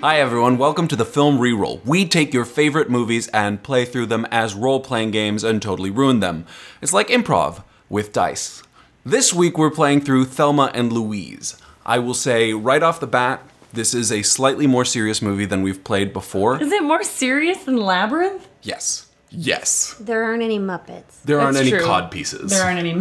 Hi, everyone. Welcome to the Film Reroll. We take your favorite movies and play through them as role playing games and totally ruin them. It's like improv with dice. This week, we're playing through Thelma and Louise. I will say right off the bat, this is a slightly more serious movie than we've played before. Is it more serious than Labyrinth? Yes. Yes. There aren't any Muppets. There aren't That's any true. cod pieces. There aren't any.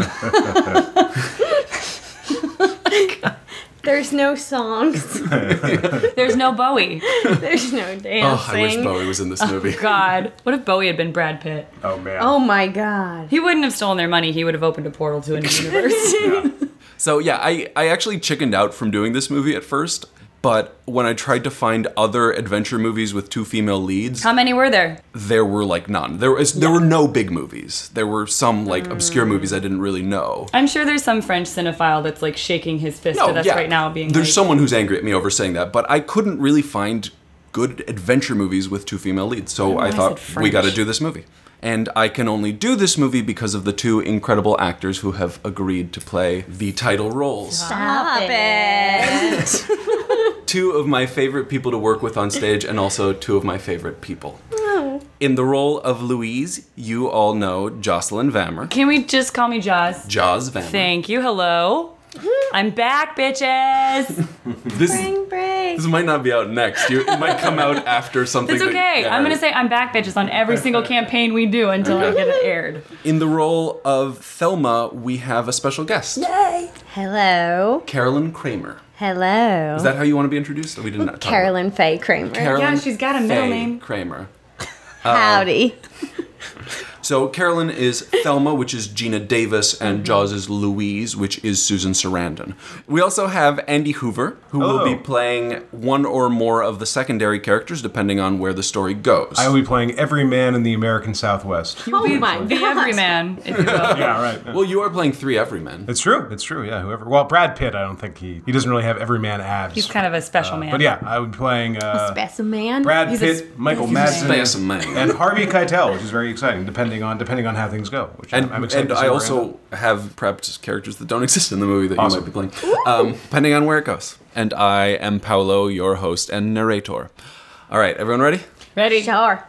There's no songs. There's no Bowie. There's no dancing. Oh, I wish Bowie was in this movie. God, what if Bowie had been Brad Pitt? Oh man. Oh my god. He wouldn't have stolen their money. He would have opened a portal to a new universe. So yeah, I, I actually chickened out from doing this movie at first, but when I tried to find other adventure movies with two female leads, How many were there? there were like none. There was there were no big movies. There were some like obscure movies I didn't really know. I'm sure there's some French cinephile that's like shaking his fist No, at us yeah. right now, being There's like, someone who's angry at me over saying that, but I couldn't really find good adventure movies with two female leads. So I, I thought said we got to French. do this movie. And I can only do this movie because of the two incredible actors who have agreed to play the title roles. Stop it. two of my favorite people to work with on stage and also two of my favorite people. Oh. In the role of Louise, you all know Jocelyn Vammer. "Can we just call me Jaws?" Jaws Vammer. Thank you. Hello. I'm back, bitches. This, Spring break. this might not be out next. You, it might come out after something. It's that- okay. yeah. I'm gonna say I'm back, bitches, on every single campaign we do until I get it aired. In the role of Thelma, we have a special guest, Hello. Carolyn Kramer. Hello. Is that how you want to be introduced? We did not. talk about- Carolyn Faye Kramer. Carolyn Yeah, she's got a middle Faye name. Kramer. uh, Howdy. So Carolyn is Thelma, which is Gina Davis, Mm-hmm. and Jaws is Louise, which is Susan Sarandon. We also have Andy Hoover, who will Hello. be playing one or more of the secondary characters, depending on where the story goes. I will be playing every man in the American Southwest. Oh my The everyman, if you will. yeah, right. well, you are playing three everymen. it's true. It's true. Yeah, whoever. Well, Brad Pitt. I don't think he he doesn't really have every man abs. He's kind of a special Uh, man. But yeah, I would be playing uh, Specimen. Brad He's a Pitt, Michael specimen. Madsen, Specimen. and Harvey Keitel, which is very exciting, depending on depending on how things go. Which And, I'm, I'm excited. and to see I where also have prepped characters that don't exist in the movie that Awesome. you might be playing, um, depending on where it goes. And I am Paolo, your host and narrator. All right, everyone ready? Ready? Sure.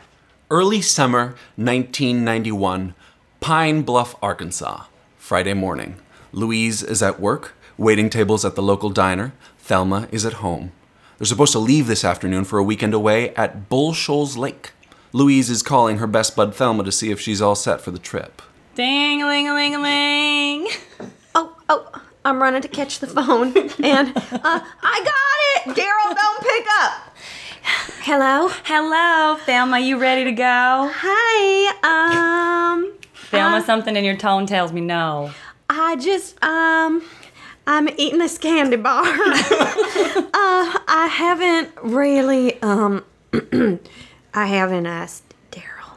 Early summer 1991, Pine Bluff, Arkansas. Friday morning. Louise is at work, waiting tables at the local diner. Thelma is at home. They're supposed to leave this afternoon for a weekend away at Bull Shoals Lake. Louise is calling her best bud Thelma to see if she's all set for the trip. Ding, ling, a ling, a ling. Oh, oh. I'm running to catch the phone. And uh, I got it. Daryl, don't pick up. Hello. Hello, Thelma. Oh, You ready to go? Hi. Um. Thelma, something in your tone tells me no. I just um I'm eating this candy bar. uh I haven't really um I haven't asked Daryl.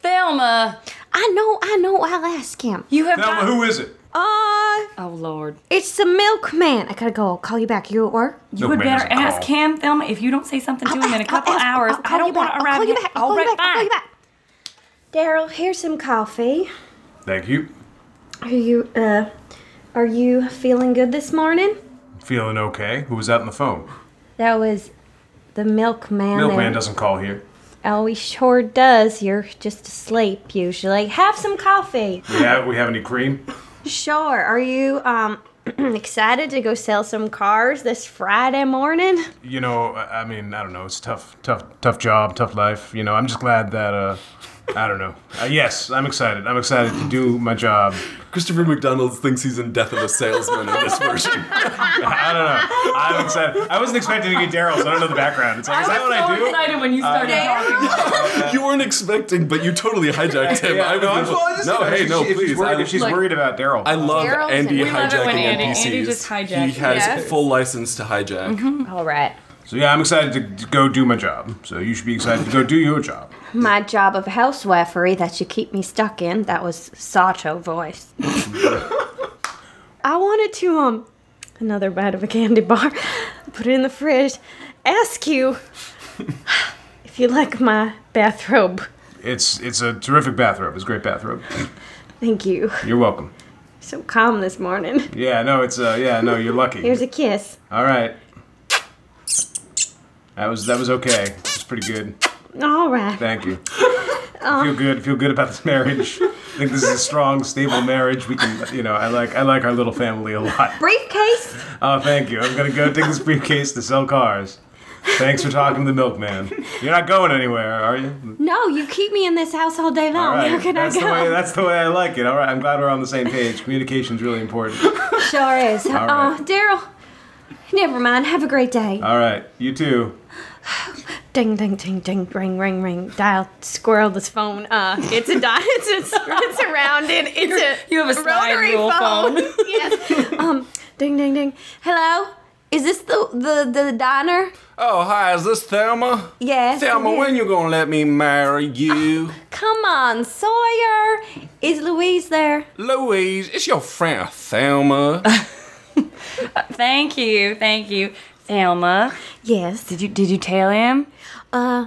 Thelma, I know, I know I'll ask him. you have Thelma, got. who is it? Uh oh Lord, it's the milkman. I gotta go. I'll call you back. You at work? you would man, better it's a ask call. him, Thelma. If you don't say something to him in a couple hours, I don't want to arrive. I'll call you yet. back. I'll call you Alright, back. I'll call you bye. back. Daryl, here's some coffee. Thank you. Are you uh are you feeling good this morning? Feeling okay? Who was that on the phone? That was the milkman. Milkman and- doesn't call here. Oh, he sure does. You're just asleep usually. Have some coffee. Yeah, we have any cream? Sure. Are you um excited to go sell some cars this Friday morning? you know, I I mean, I don't know. It's tough, tough, tough job, tough life. You know, I'm just glad that uh, I don't know. Uh, yes, I'm excited. I'm excited to do my job. Christopher McDonald thinks he's in Death of a Salesman in this version. I don't know. I'm excited. I wasn't expecting to get Daryl, so I don't know the background. It's like, is that what I do? Uh, excited when you started talking. you weren't expecting, but you totally hijacked him. Yeah, I was no, I'm- well, I just- no, if hey, she's- no, if please. She's worried, I- if she's Look. worried about Daryl, I love Daryl's Andy in- We love it hijacking when Andy- NPCs. Andy just hijacks. Mm-hmm. He has Yes. full license to hijack. All right. so yeah, I'm excited to, to go do my job. So you should be excited to go do your job. My job of housewifery that you keep me stuck in. That was Sato voice. I wanted to um another bite of a candy bar. Put it in the fridge. Ask you if you like my bathrobe. It's it's a terrific bathrobe. It's a great bathrobe. Thank you. You're welcome. So calm this morning. Yeah, no, it's uh, yeah, no, you're lucky. Here's a kiss. All right. That was that was okay. It's pretty good. All right. Thank you. I Uh. feel good. Feel good about this marriage. I think this is a strong, stable marriage. We can, you know, I like I like our little family a lot. Briefcase. Oh, thank you. I'm gonna go take this briefcase to sell cars. Thanks for talking to the milkman. You're not going anywhere, are you? No, you keep me in this house all day long. All right. How can that's I the way. go? That's the way I like it. All right. I'm glad we're on the same page. Communication's really important. Sure is. Oh, right. Daryl. Never mind. Have a great Uh, day. All right. You too. ding, ding, ding, ding, ring, ring, ring. Dial. Squirrel this phone. Uh, it's a dial. It's a. It's a rounded. It's a. You have a slide rotary rule phone. phone. yes. Um. Ding, ding, ding. Hello. Is this the the the diner? Oh, hi, is this Thelma? Yes. Thelma, it is. when you gonna let me marry you? Come on, Sawyer. Is Louise there? Louise, it's your friend Thelma. Thank you, thank you, Thelma. Yes. Did you did you tail him? Uh.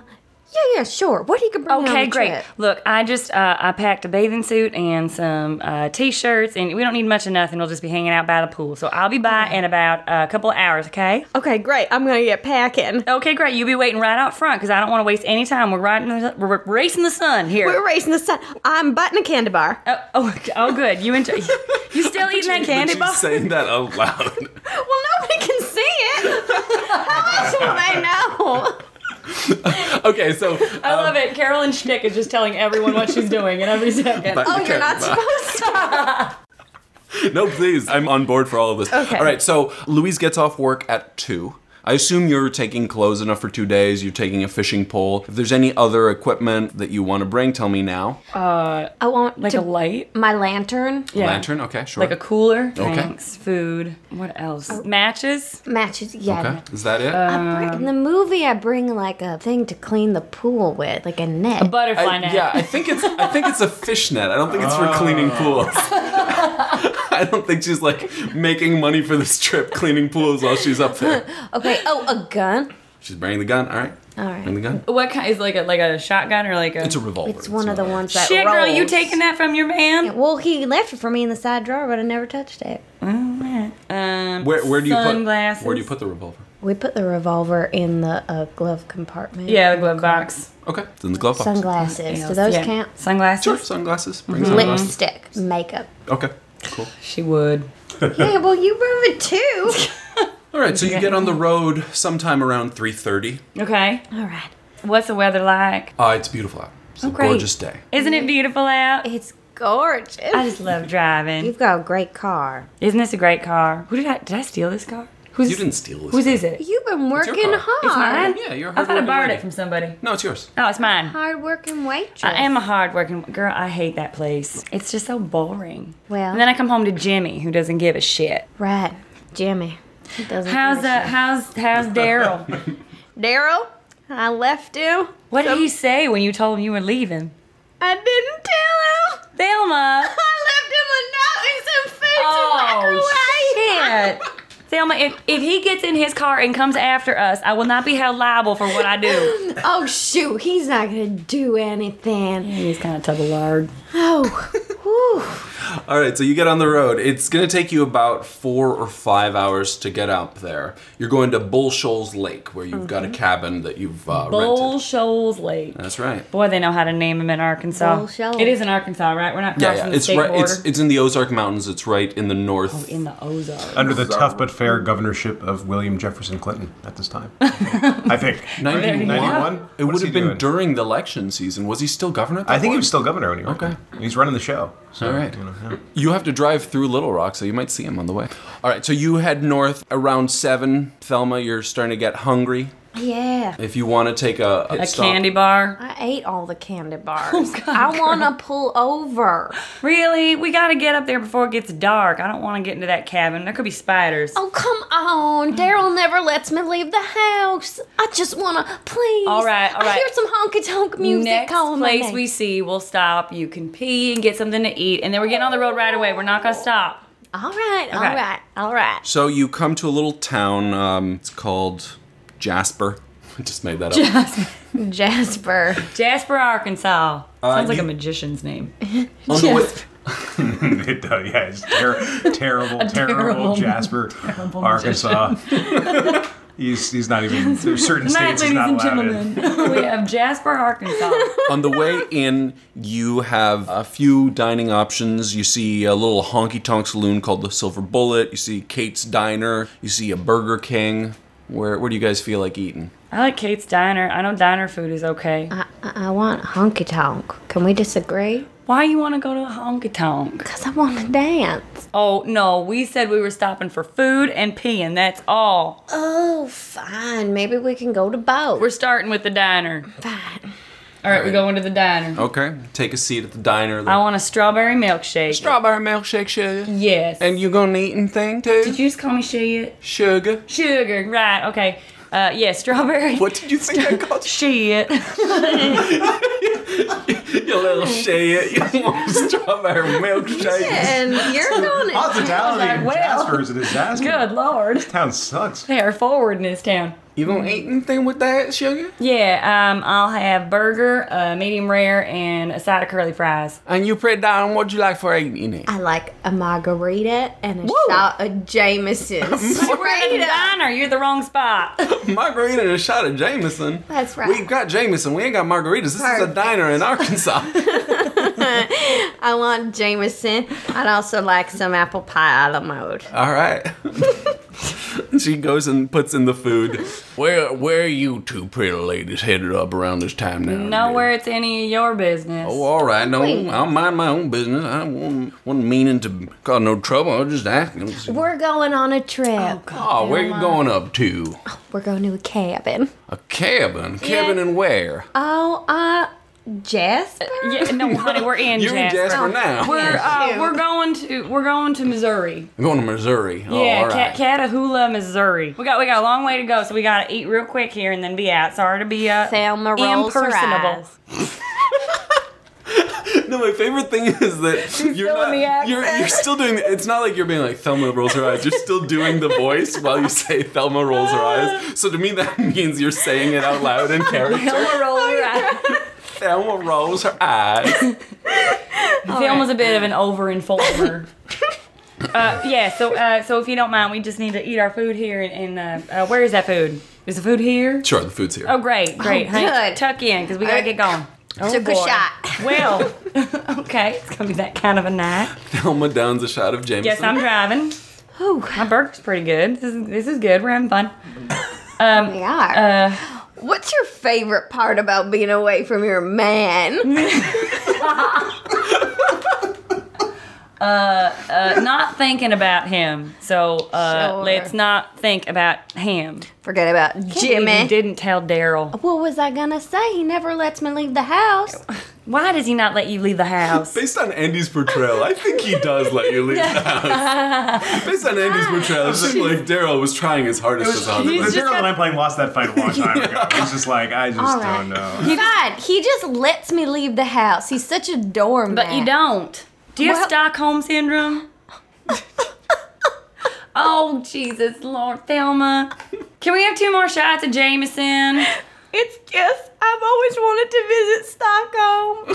Yeah, yeah, sure. What he could bring on Okay, the great. trip? Look, I just uh, I packed a bathing suit and some uh, t-shirts, and we don't need much of nothing. We'll just be hanging out by the pool. So I'll be by in about a couple of hours. Okay. Okay, great. I'm gonna get packing. Okay, great. You'll be waiting right out front because I don't want to waste any time. We're riding, the, we're racing the sun here. We're racing the sun. I'm butting a candy bar. oh, oh, oh, good. You enjoy. You still eating that candy bar? She's saying that out loud. Well, nobody can see it. How else will they know? okay, so I love it. Carolyn Schnick is just telling everyone what she's doing in every second. But- Oh, Okay, you're not bye. supposed to. no, please, I'm on board for all of this. Okay. All right, so Louise gets off work at two. I assume you're taking clothes enough for two days. You're taking a fishing pole. If there's any other equipment that you want to bring, tell me now. I want like to, a light. my lantern, Yeah. Lantern, okay, sure. Like a cooler. Okay. Thanks. Food. What else? Oh. Matches. matches. Yeah. okay, is that it? I bring, in the movie, I bring like a thing to clean the pool with, like a net. I- Butterfly net. yeah, I think it's I think it's a fishnet. I don't think it's for cleaning pools. I don't think she's like making money for this trip cleaning pools while she's up there. okay. Oh, a gun. She's bringing the gun. All right. All right. Bring the gun. What kind is like a like a shotgun or like a? It's a revolver. It's one of not- the ones that Shit, girl, you rolls. taking that from your man? Well, he left it for me in the side drawer, but I never touched it. Um, Where, where do you sunglasses. put? Where do you put the revolver? We put the revolver in the uh, glove compartment. Yeah, the glove box. Okay, it's in the glove box. Sunglasses. Do those Yeah. count? Sunglasses. Sure, sunglasses. Bring Mm-hmm. sunglasses. Lipstick, makeup. Okay, cool. She would. Yeah, well, you brought it too. All right, so you get on the road sometime around three thirty. Okay. All right. What's the weather like? Uh, it's beautiful out. It's a Oh, great. gorgeous day. Isn't it beautiful out? It's gorgeous. I just love driving. You've got a great car. Isn't this a great car? Who did I did I steal this car? Who's You didn't steal this. whose is it? You've been your working car. hard. It's mine. Yeah, you're a I thought I hardworking borrowed lady. it from somebody. No, it's yours. Oh, it's mine. Hard working waitress. I am a hardworking girl. I hate that place. It's just so boring. Well- and then I come home to Jimmy, who doesn't give a shit. Right, Jimmy. He doesn't How's give a that? How's how's Daryl? shit. Daryl? I left him. What did he say when you told him you were leaving? I didn't tell him. Thelma! I left him a note and some food Oh, shit! Thelma, if, if he gets in his car and comes after us, I will not be held liable for what I do. to microwave. Oh shoot, he's not gonna do anything. He's kind of tug lard. Oh, whew. All right, so you get on the road. It's going to take you about four or five hours to get up there. You're going to Bull Shoals Lake, where you've got a cabin that you've uh, Mm-hmm. Bull rented. Shoals Lake. That's right. Boy, they know how to name him in Arkansas. Bull Shoals. It is in Arkansas, right? We're not Yeah, crossing yeah. the It's state right. border. Oh, It's it's in the Ozark Mountains. It's right in the north. in the Ozarks. Under the tough but fair governorship of William Jefferson Clinton at this time. I think. 91? It What would is he have been doing? during the election season. Was he still governor? at that I think he point? was still governor when he was. Okay. He's running the show. So, All right. you know, yeah. You have to drive through Little Rock, so you might see him on the way. All right, so you head north around seven. Thelma, you're starting to get hungry. yeah. If you want to take a A candy bar. I ate all the candy bars. Oh, I wanna pull over. Really? We gotta get up there before it gets dark. I don't wanna get into that cabin. There could be spiders. Oh, come on. Daryl never lets me leave the house. I just want to, please. All right, all I right. hear some honky tonk music Next calling my place name. we see, we'll stop. You can pee and get something to eat, and then we're getting on the road right away. We're not gonna stop. All right, all Okay. right, all right. So you come to a little town. Um, it's called Jasper. I just made that up. Jasper. Jasper, Arkansas. Sounds like Uh, you- a magician's name. On the way- It does, yeah, it's ter- terrible, terrible, terrible- Jasper, Arkansas. He's he's not even. There's certain states he's not allowed in. we have Jasper, Arkansas. On the way in, you have a few dining options. You see a little honky tonk saloon called the Silver Bullet. You see Kate's Diner. You see a Burger King. Where, where do you guys feel like eating? I like Kate's Diner. I know diner food is okay. I, I I want honky tonk. Can we disagree? Why you want to go to a honky tonk? Cause I want to dance. Oh no, we said we were stopping for food and peeing. That's all. Oh, fine. Maybe we can go to both. We're starting with the diner. fine. All right, we're going to the diner. Okay, take a seat at the diner. I want a strawberry milkshake. strawberry milkshake, sugar. yes. And you gonna eat anything too? Did you just call me shit? sugar. Sugar. Right. Okay. Uh, yeah, strawberry. What did you think I called you? Shit. You little shit. You want strawberry milkshake? And you're gonna. Hospitality I was like, in well, Jasper is a disaster. Good lord. Town sucks. They are forward in this town. You gonna eat anything with that, sugar? Yeah, um, I'll have burger, uh, medium rare, and a side of curly fries. And you put down what'd you like for eating it? I like a margarita and a shot of Jameson. Hey, Straight up. diner, you're the wrong spot. Margarita and a shot of Jameson. That's right. We've got Jameson. We ain't got margaritas. This is a Perfect. diner in Arkansas. I want Jameson. I'd also like some apple pie a la mode. All right. she goes and puts in the food. Where where are you two pretty ladies headed up around this time now? Nowhere it's any of your business. Oh, all right. No, I'll mind my own business. I wasn't, wasn't meaning to cause no trouble. I was just asking. We're going on a trip. Oh, where you going up to? We're going to a cabin. A cabin. Cabin and where? Oh, uh, Jasper? Yeah, no, honey, we're in you and Jasper Jasper. now. We're uh, Shoot. we're going to we're going to Missouri. We're going to Missouri. oh, yeah, all right. Cat Catahoula, Missouri. We got we got a long way to go, so we gotta eat real quick here and then be out. Sorry to be uh, Thelma rolls her impersonable. eyes. No, my favorite thing is that you're still not. in the accent. you're, you're still doing. It's not like you're being like Thelma rolls her eyes. You're still doing the voice while you say Thelma rolls her eyes. So to me, that means you're saying it out loud in character. Thelma rolls her eyes. Thelma rolls her eyes. Thelma's a bit of an over-informer. uh, yeah, so uh, so if you don't mind, we just need to eat our food here. And, and uh, uh, where is that food? Is the food here? Sure, the food's here. Oh, great, great. honey. good. Tuck in because we gotta I get going. Oh, Took a boy. shot. Well, okay, it's gonna be that kind of a night. Thelma downs a shot of Jameson. Yes, I'm driving. Ooh, My burger's pretty good. This is this is good. We're having fun. we are. What's your favorite part about being away from your man? Uh, not thinking about him, so uh, Sure. let's not think about him. Forget about You Jimmy. didn't tell Daryl. What was I gonna say? He never lets me leave the house. Why does he not let you leave the house? Based on Andy's portrayal, I think he does let you leave the house. Based on Andy's portrayal, it's just like Daryl was trying his hardest with all The of just this. girl got- and I playing lost that fight a long time ago. He's just like, I just All don't right. know. God, he just lets me leave the house. He's such a doormat. But you don't. Do you have Well- Stockholm syndrome? oh Jesus, Lord Thelma. Can we have two more shots of Jameson? It's just I've always wanted to visit Stockholm.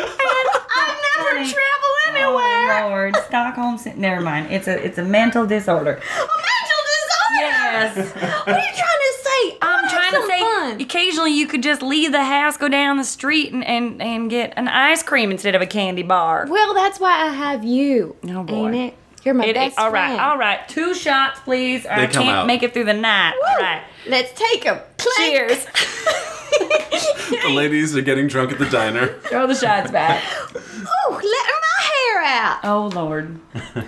and I never travel anywhere. Oh Lord, Stockholm syndrome. Never mind. It's a it's a mental disorder. A mental disorder. Yes. What are you trying to say? I I'm wanna trying have to some say fun. occasionally you could just leave the house, go down the street and, and, and get an ice cream instead of a candy bar. Well, that's why I have you. Oh, boy. Ain't it? You're my It- best all right, friend. all right. Two shots, please. or I come can't out. make it through the night. All Woo. right. Let's take a Cheers. The ladies are getting drunk at the diner. Throw the shots back. Ooh, let my hair out. Oh Lord.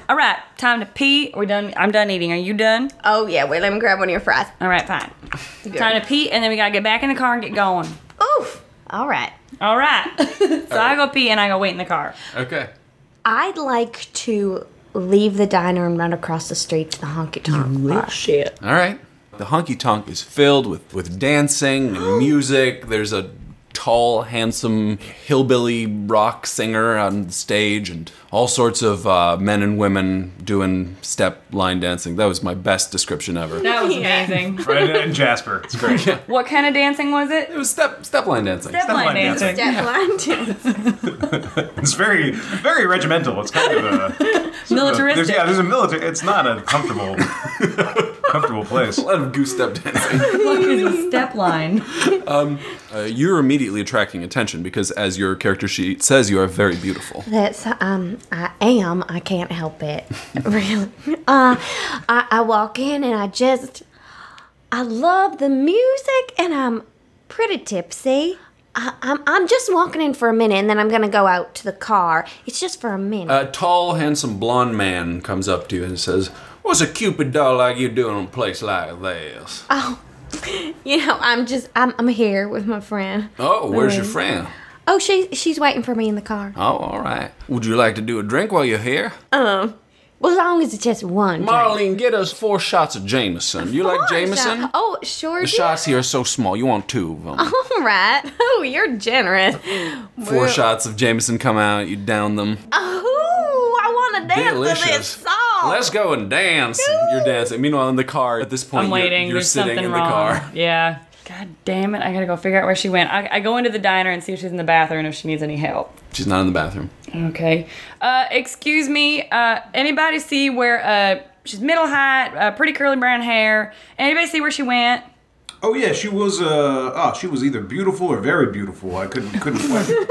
All right, time to pee. We're done. I'm done eating. Are you done? Oh yeah, wait. Let me grab one of your fries. All right, fine. Time to pee, and then we gotta get back in the car and get going. Oof. All right. All right. so I go pee and I go wait in the car. Okay. I'd like to leave the diner and run across the street to the honky tonk bar. Shit. All right. The honky tonk is filled with, with dancing and music. There's a tall, handsome hillbilly rock singer on stage, and all sorts of uh, men and women doing step line dancing. That was my best description ever. That was amazing. Right, and Jasper, it's great. what kind of dancing was it? It was step step line dancing. Step line line dancing. dancing. It's very, very regimental. It's kind of a sort of a- Militaristic. there's, yeah, there's a military. It's not a comfortable. comfortable place. A lot of goose step dancing. Fuck is a step line. Uh, you're immediately attracting attention because, as your character sheet says, you are very beautiful. That's um, I am. I can't help it. really. Uh, I, I walk in and I just, I love the music and I'm pretty tipsy. I, I'm I'm just walking in for a minute and then I'm gonna go out to the car. It's just for a minute. A tall, handsome, blonde man comes up to you and says, "What's a cupid doll like you doing in a place like this?" Ah, Oh, you know, I'm just I'm I'm here with my friend. oh, where's your friend? Oh, she she's waiting for me in the car. Oh, all right. Would you like to do a drink while you're here? Well, as long as it's just one. drink. Marlene, get us four shots of Jameson. You like Of course. Jameson? Oh, sure. The do. shots here are so small. You want two of them. All right. Oh, you're generous. Four shots of Jameson come out. You down them. Oh, I want to dance to this Delicious. song. Let's go and dance. You're dancing. Meanwhile, in the car, at this point, I'm you're, waiting. you're There's sitting something in the wrong. car. Yeah. God damn it! I gotta go figure out where she went. I, I go into the diner and see if she's in the bathroom if she needs any help. She's not in the bathroom. Okay. Uh, excuse me. Uh, anybody see where? Uh, she's middle height, uh, pretty curly brown hair. Anybody see where she went? Oh yeah, she was. Uh, oh, she was either beautiful or very beautiful. I couldn't couldn't.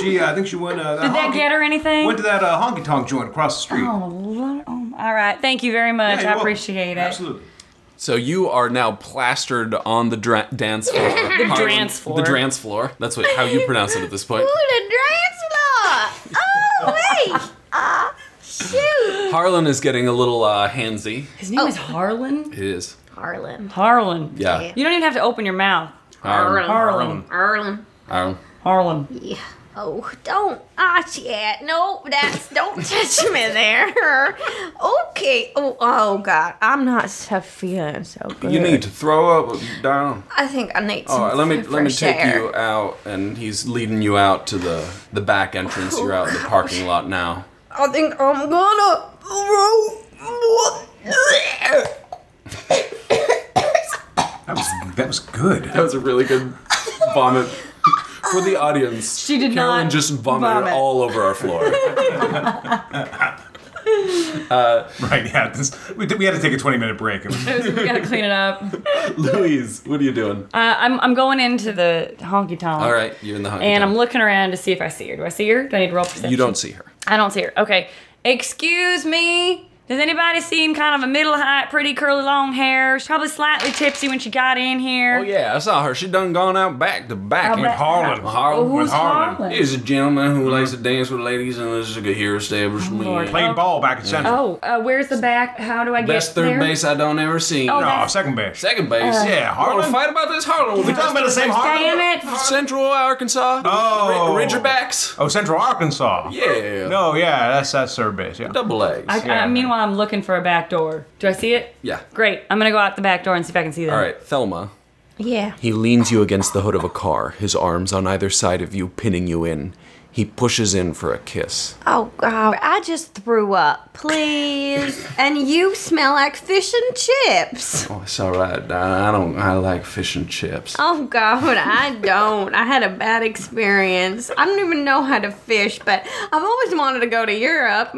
she, I think she went. Uh, Did Oh, that get her anything? Went to that uh, honky tonk joint across the street. Oh, Lord. Oh, all right. Thank you very much. I appreciate it. Absolutely. So you are now plastered on the dra- dance floor. the drance floor. The drance floor. That's what how you pronounce it at this point. Ooh, the dance floor. Oh, wait. Ah, shoot. Harlan is getting a little uh, handsy. His name is Harlan. It is. Harlan. Harlan. Yeah. Um, You don't even have to open your mouth. Harlan. Harlan. Harlan. Harlan. Harlan. Yeah. Oh, don't. Ah, shit. No, that's. Don't touch me there. Okay. Oh, oh, God. I'm not so feeling so good. You need to throw up down. I think I need All some. right, let me let me fresh take air. you out, and he's leading you out to the the back entrance. You're out in the parking lot now. I think I'm gonna. That was that was good. That was a really good vomit for the audience. She did Carolyn not just vomited vomit. all over our floor. Right? Yeah. This, we, did- we had to take a twenty minute break. It was- we gotta clean it up. Uh, Louise, what are you doing? I'm, I'm going into the honky tonk. all right, you're in the honky And I'm tonk. looking around to see if I see her. Do I see her? Do I need to roll perception? You don't see her. I don't see her. Okay. Excuse me. Does anybody seen kind of a middle height, pretty curly long hair? She's probably slightly tipsy when she got in here. Oh yeah, I saw her. She done gone out back to back. Out And back. Harlan. Harlan. Oh, Who's With Harlan. Harlan? He's a gentleman who likes to dance with ladies, and this is a good hair establishment. Lord. Played ball back at center. Oh, uh, where's the back? How do I get Best third there? base I don't ever see. Oh, Uh, no, that's- second base. Second base. yeah, Harlan. Harlan. fight about this Harlan. We talking about the same Harlan? Damn it! Central Arkansas. Oh. Ra- Razorbacks. Oh, Central Arkansas. Yeah. No, yeah, that's that's third base. Yeah. Double A's. I, Yeah. I, meanwhile, I'm looking for a back door. Do I see it? yeah. Great. I'm gonna go out the back door and see if I can see them. All right, Thelma. Yeah. He leans you against the hood of a car, his arms on either side of you, pinning you in. He pushes in for a kiss. Oh God! I just threw up. Please. and you smell like fish and chips. Oh, it's all right. I I don't. I like fish and chips. Oh God! I don't. I had a bad experience. I don't even know how to fish, but I've always wanted to go to Europe.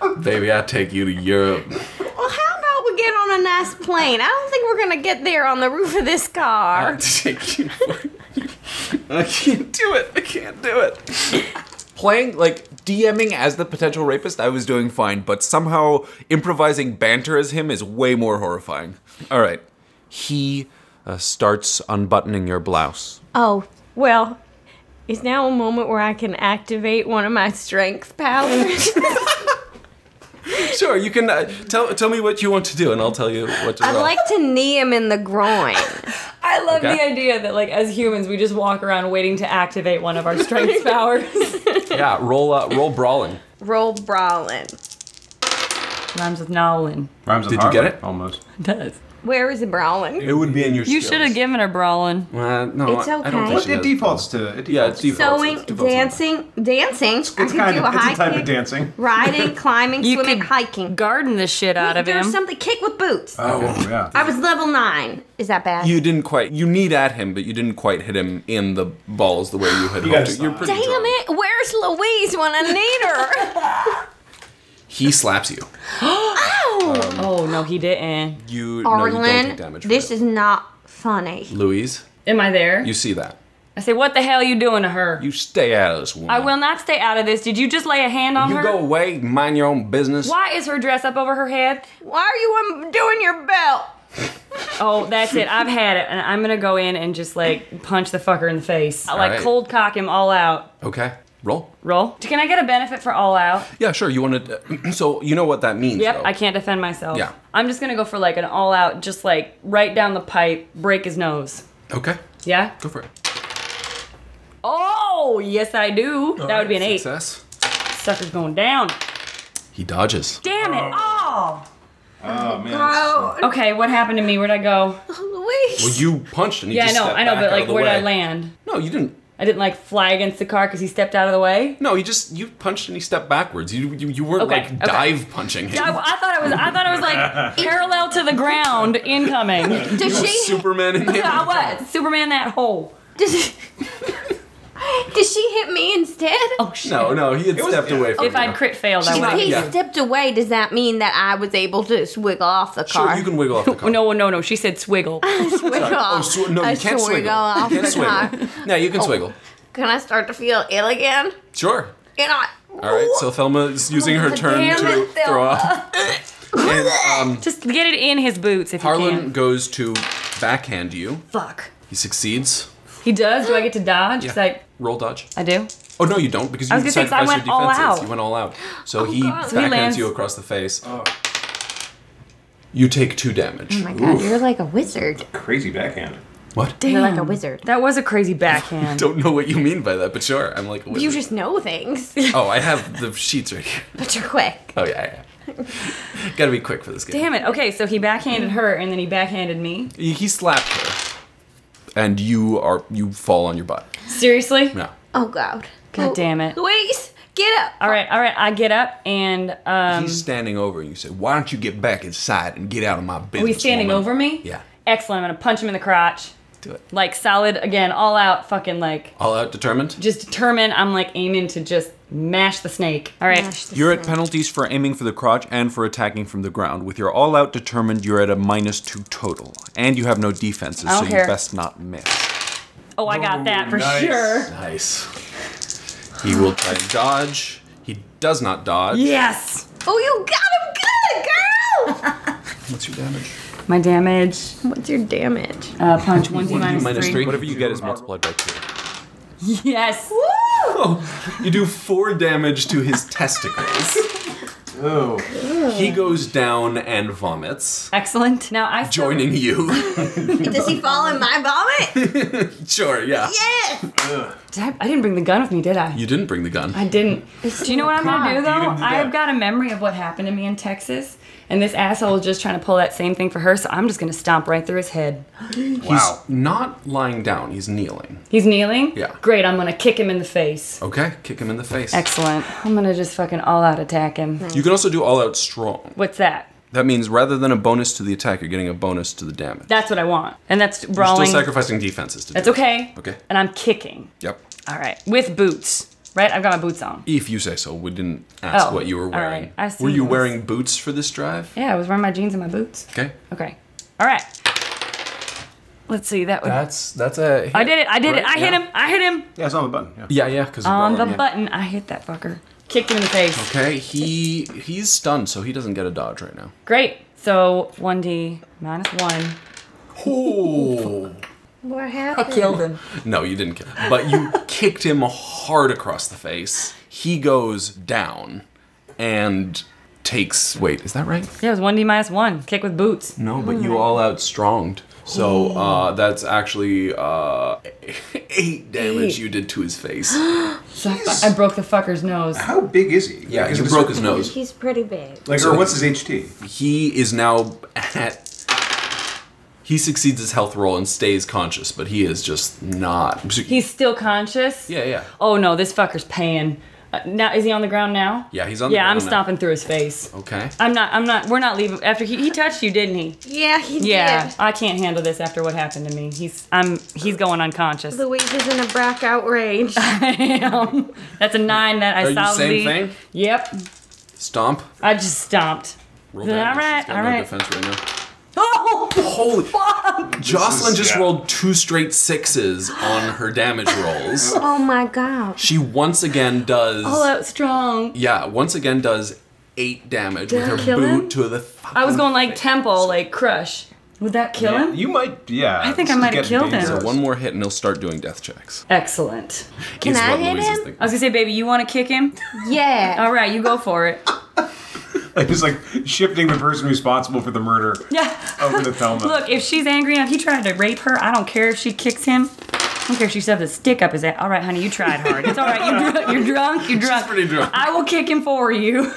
Well, Baby, I take you to Europe. how about we get on a nice plane? I don't think we're gonna get there on the roof of this I car. take you. I can't do it. I can't do it. Playing like DMing as the potential rapist, I was doing fine, but somehow improvising banter as him is way more horrifying. All right, he uh, starts unbuttoning your blouse. Oh well. Is now a moment where I can activate one of my strength powers? Sure, you can uh, tell tell me what you want to do, and I'll tell you what to I'd roll. like to knee him in the groin. I love Okay. the idea that like as humans we just walk around waiting to activate one of our strength powers. yeah, roll uh, roll brawling. Roll brawling. Rhymes with Nolan. Rhymes with Did you get Harlan, it? Almost. It does. Where is brawling? It would be in your. You should have given her brawling. Uh, no, It's I- I don't okay. think What she It does. defaults to. It Yeah, it's defaults. default. Sewing, dancing, dancing. I It's could kind do of a it's high a type of kick. dancing. Riding, climbing, You swimming, could hiking. Garden the shit out of There was him. something. Kick with boots. Oh yeah. I was level nine. Is that bad? Uh, You didn't quite. You need at him, but you didn't quite hit him in the balls the way you had hoped. guys- to. You're pretty Damn drunk. it! Where's Louise when I need her? He slaps you. Oh no, he didn't. You Um, no, you don't take Arlen, damage. this is is not funny. Louise. Am I there? You see that? I say, what the hell are you doing to her? You stay out of this woman. I will not stay out of this. Did you just lay a hand on You her? go away. Mind your own business. Why is her dress up over her head? Why are you um, doing your belt? Oh, that's it. I've had it, and I'm gonna go in and just like punch the fucker in the face. I like right. cold cock him all out. Okay. Roll. Roll. Can I get a benefit for all out? Yeah, sure. You want to? so you know what that means. Yep, though. I can't defend myself. Yeah. I'm just gonna go for like an all out, just like right down the pipe, break his nose. Okay. Yeah? Go for it. Oh, yes, I do. that would be an eight. Success. Sucker's going down. He dodges. Damn it. Oh. Oh man. Oh, Okay, what happened to me? Where'd I go? Well, Luis. you punched and he Yeah, I just know, stepped I know, back but out of like, the where'd I way. land? No, you didn't. I didn't like fly against the car because he stepped out of the way. No, you just you punched and he stepped backwards. You you, you weren't Okay, like okay. dive punching him. I, I thought I was, I thought I was like parallel to the ground, incoming. Does You she? Superman in him. I was Superman that hole. Does, does she hit me instead? Oh shit! No, no, he had was- stepped away from If you. I'd crit failed, I if would. not- have he yeah. stepped away, does that mean that I was able to swiggle off the car? Sure, you can wiggle off the car. Oh, No, no, no. She said swiggle. swiggle off. Oh, sw- no, I you can't swiggle. swiggle off you can't the car. swiggle. No, you can Oh. swiggle. Can I start to feel ill again? Sure. And I, Oh All right. So Thelma is using her turn Oh. Damn to it, Thelma. throw up. And um, Just get it in his boots if you Harlan can. goes to backhand you. Fuck. He succeeds. He does. Do I get to dodge? 'Cause I, Roll dodge. I do. Oh no, you don't because I you was gonna say, 'cause I sacrificed your went all defenses. out. Oh, You went all out. So he God. So he backhands lands- you across the face. You take two damage. oh my god, you're like a wizard. Crazy backhand. What? You're like a wizard. That was a crazy backhand. Don't know what you mean by that, but sure. I'm like, a You wizard. just know things, oh, I have the sheets right here. but you're quick. Oh yeah, yeah. Gotta be quick for this game. Damn it. Okay, so he backhanded her and then he backhanded me. He, he slapped her, and you are you fall on your butt. Seriously? Yeah. Oh god. God Lu- damn it. Luis, get up. All right, all right. I get up and um, He's standing over you. You say, "Why don't you get back inside and get out of my business?" oh, he's standing woman?" over me. Yeah. Excellent. I'm gonna punch him in the crotch. Do it. Like solid again, all out. Fucking like All out determined. just determined. I'm like aiming to just mash the snake. All right. Gosh, this You're is at penalties for aiming for the crotch and for attacking from the ground. With your all out determined, you're at a minus two total. And you have no defenses, I so don't you care. best not miss. Oh, I got that for nice. sure. Nice. He will try to dodge. He does not dodge. Yes. Oh, you got him good, girl! What's your damage? My damage. What's your damage? Uh, punch one d minus, Minus three. three. Whatever you get is multiplied by two. Yes. Oh, you do four damage to his testicles. Oh. He goes down and vomits, Excellent. Now I still- joining you. Does he fall in my vomit? sure, yeah. Yes! Did I, I didn't bring the gun with me, did I? You didn't bring the gun. I didn't. Do you know what I'm gonna do You didn't though? do I've that. got a memory of what happened to me in Texas, and this asshole is just trying to pull that same thing for her. So I'm just gonna stomp right through his head. Wow. Not lying down, he's kneeling. He's kneeling. Yeah. Great. I'm gonna kick him in the face. Okay, kick him in the face. Excellent. I'm gonna just fucking all out attack him. You can also do all out strong. What's that? That means rather than a bonus to the attack, you're getting a bonus to the damage. That's what I want. And that's You're brawling. still sacrificing defenses to That's do it. okay. Okay. And I'm kicking. Yep. All right. With boots. Right? I've got my boots on. If you say so, we didn't ask Oh, what you were all wearing. right. I see Were you those. wearing boots for this drive? Yeah, I was wearing my jeans and my boots. Okay. Okay. All right. Let's see. That would. That's that's a. I did it. I did it. I Right, hit yeah. him. I hit him. Yeah, it's on the button. Yeah. Yeah, yeah, because On the button. I hit that fucker. Kicked him in the face. Okay, he he's stunned, so he doesn't get a dodge right now. Great. So 1D minus 1. Oh What happened? Killed him. no, you didn't kill. But you kicked him hard across the face. He goes down and takes. Wait, is that right? Yeah, it was 1D minus 1. Kick with boots. No, but Mm-hmm. you all out stronged. So uh, that's actually uh, eight damage you did to his face. So I, fu- I broke the fucker's nose. How big is he? Yeah, Like, is you it a broke cer- his nose. He's pretty big. Like, or what's his HT? He is now at. He succeeds his health roll and stays conscious, but he is just not. He's still conscious. yeah, yeah. Oh no, this fucker's paying. Uh, now is he on the ground now? Yeah, he's on the Yeah, I'm ground now. stomping through his face. Okay. I'm not. I'm not. We're not leaving. After he, he touched you, didn't he? Yeah, he Yeah. did. I can't handle this after what happened to me. He's. I'm. He's going unconscious. Luis is in a blackout rage. Damn. That's a nine that I Are you solidly. same thing? Yep. Stomp. I just stomped. Roll Then damage. She's got all right, all no right. defense right now. Oh, Holy fuck! Jocelyn is- just yeah. rolled two straight sixes on her damage rolls. Oh my god. She once again does All out strong. Yeah, once again does eight damage Did I with her kill boot him? to the I was fucking going like temple, like crush. Would that kill him? You might, yeah. I think I might have killed him. So one more hit and he'll start doing death checks. Excellent. Can is I what hit Louise is him? thinking. I was gonna say, baby, you want to kick him? Yeah. All right, you go for it. It was like shifting the person responsible for the murder Yeah. over to Thelma. Look, if she's angry enough, he tried to rape her. I don't care if she kicks him. I don't care if she stuffs a stick up his ass. All right, honey, you tried hard. It's all right. You're, dr- you're drunk. You're drunk. pretty drunk. I will kick him for you.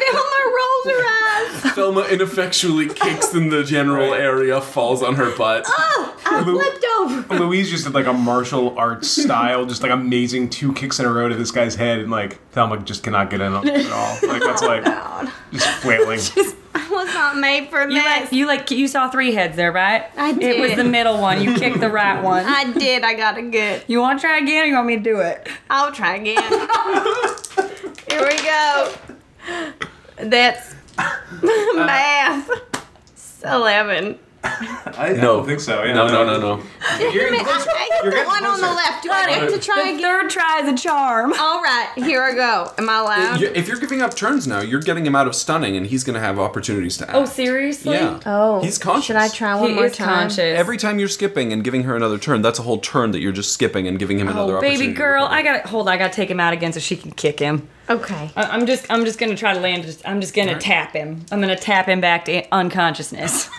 Thelma rolls her eyes. Thelma ineffectually kicks in the general area, falls on her butt. Oh, I flipped over. Louise just did like a martial arts style, just like amazing two kicks in a row to this guy's head, and like Thelma just cannot get in on it at all. Like that's like just flailing. I was not made for You like, this. you like you saw three heads there, right? I It was did. the middle one. You kicked the right one. I did. I got it good. You want to try again, or you want me to do it? I'll try again. Here we go. That's math. It's Eleven. I, no. No. don't think so. Yeah, no, no, no, no. You're I, closer. I hit You're the getting one on the closer. left. Do I get to try again? Third try is a charm. All right, here I go. Am I allowed? You- If you're giving up turns now, you're getting him out of stunning, and he's going to have opportunities to act. Oh, seriously? Yeah. Oh, He's conscious. Should I try one He more is time? conscious. Every time you're skipping and giving her another turn, that's a whole turn that you're just skipping and giving him another Oh, opportunity. baby to girl, recover. I gotta hold. on, I gotta take him out again so she can kick him. Okay. I- I'm just, I'm just gonna try to land. Just, I'm just gonna tap him. I'm gonna tap him back to unconsciousness.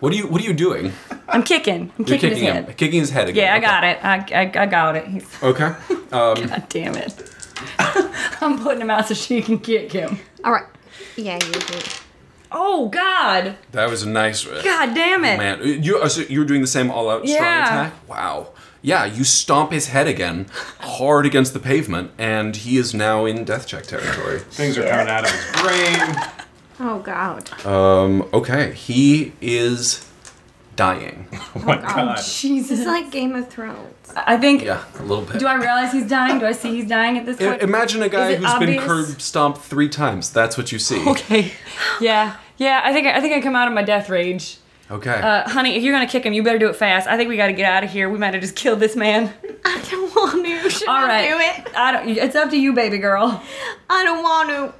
What are you What are you doing? I'm kicking. I'm You're kicking, kicking his him, head. kicking his head again. Yeah, I got it. I, I, I got it. He's, Okay. Um, God damn it. I'm putting him out so she can kick him. All right. Yeah, you do. Oh God! that was a nice. riff. God damn it! Man, you uh, so you're doing the same all-out strong Yeah. attack. Wow. Yeah, you stomp his head again, hard against the pavement, and he is now in death check territory. Things are coming out of his brain. Oh God. Um, okay, he is dying. Oh my god. This Jesus. is like Game of Thrones. I think. Yeah, a little bit. Do I realize he's dying? Do I see he's dying at this I- point? Imagine a guy Is it who's been obvious? curb stomped three times. That's what you see. Okay. Yeah. Yeah. I think I think I come out of my death rage. Okay. Uh, honey, if you're gonna kick him, you better do it fast. I think we gotta get out of here. We might have just killed this man. I don't want to. Should All right. I do it? I don't. It's up to you, baby girl. I don't want to.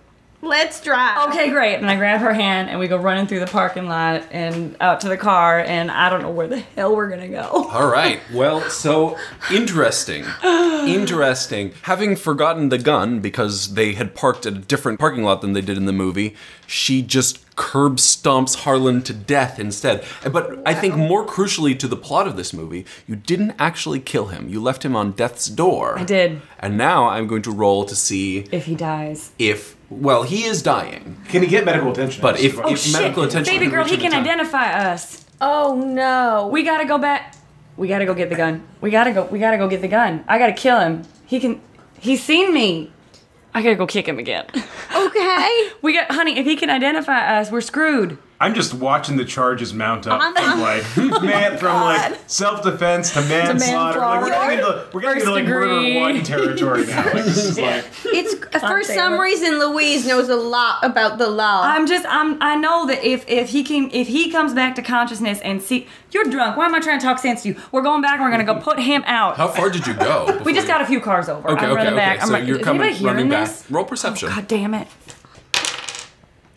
Let's try. Okay, great. And I grab her hand and we go running through the parking lot and out to the car. And I don't know where the hell we're gonna go. All right. Well, so interesting. Interesting. Having forgotten the gun because they had parked at a different parking lot than they did in the movie, she just curb stomps Harlan to death instead. But I think more crucially to the plot of this movie, you didn't actually kill him. You left him on death's door. I did. And now I'm going to roll to see If he dies. if well, he is dying. Can he get medical attention? But if, if Oh, Shit, medical attention baby can girl, reach he him in can time- identify us. Oh no. We gotta go back. We gotta go get the gun. We gotta go. We gotta go get the gun. I gotta kill him. He can. He's seen me. I gotta go kick him again. okay. We got, honey. If he can identify us, we're screwed. I'm just watching the charges mount up I'm- from like man from like self defense to manslaughter. Like, we're manslaughter. getting into we're getting into like First murder degree. one territory now. Like, this is like It's for some favorite. reason Louise knows a lot about the law. I'm just. I'm. I know that if if he can, if he comes back to consciousness and see, you're drunk. Why am I trying to talk sense to you? We're going back. and We're gonna go put him out. How far did you go? we before just got a few cars over. you- Okay, I'm okay, running okay. back. I'm so like, you're is coming anybody hearing running back. this? Oh, Roll perception. God damn it.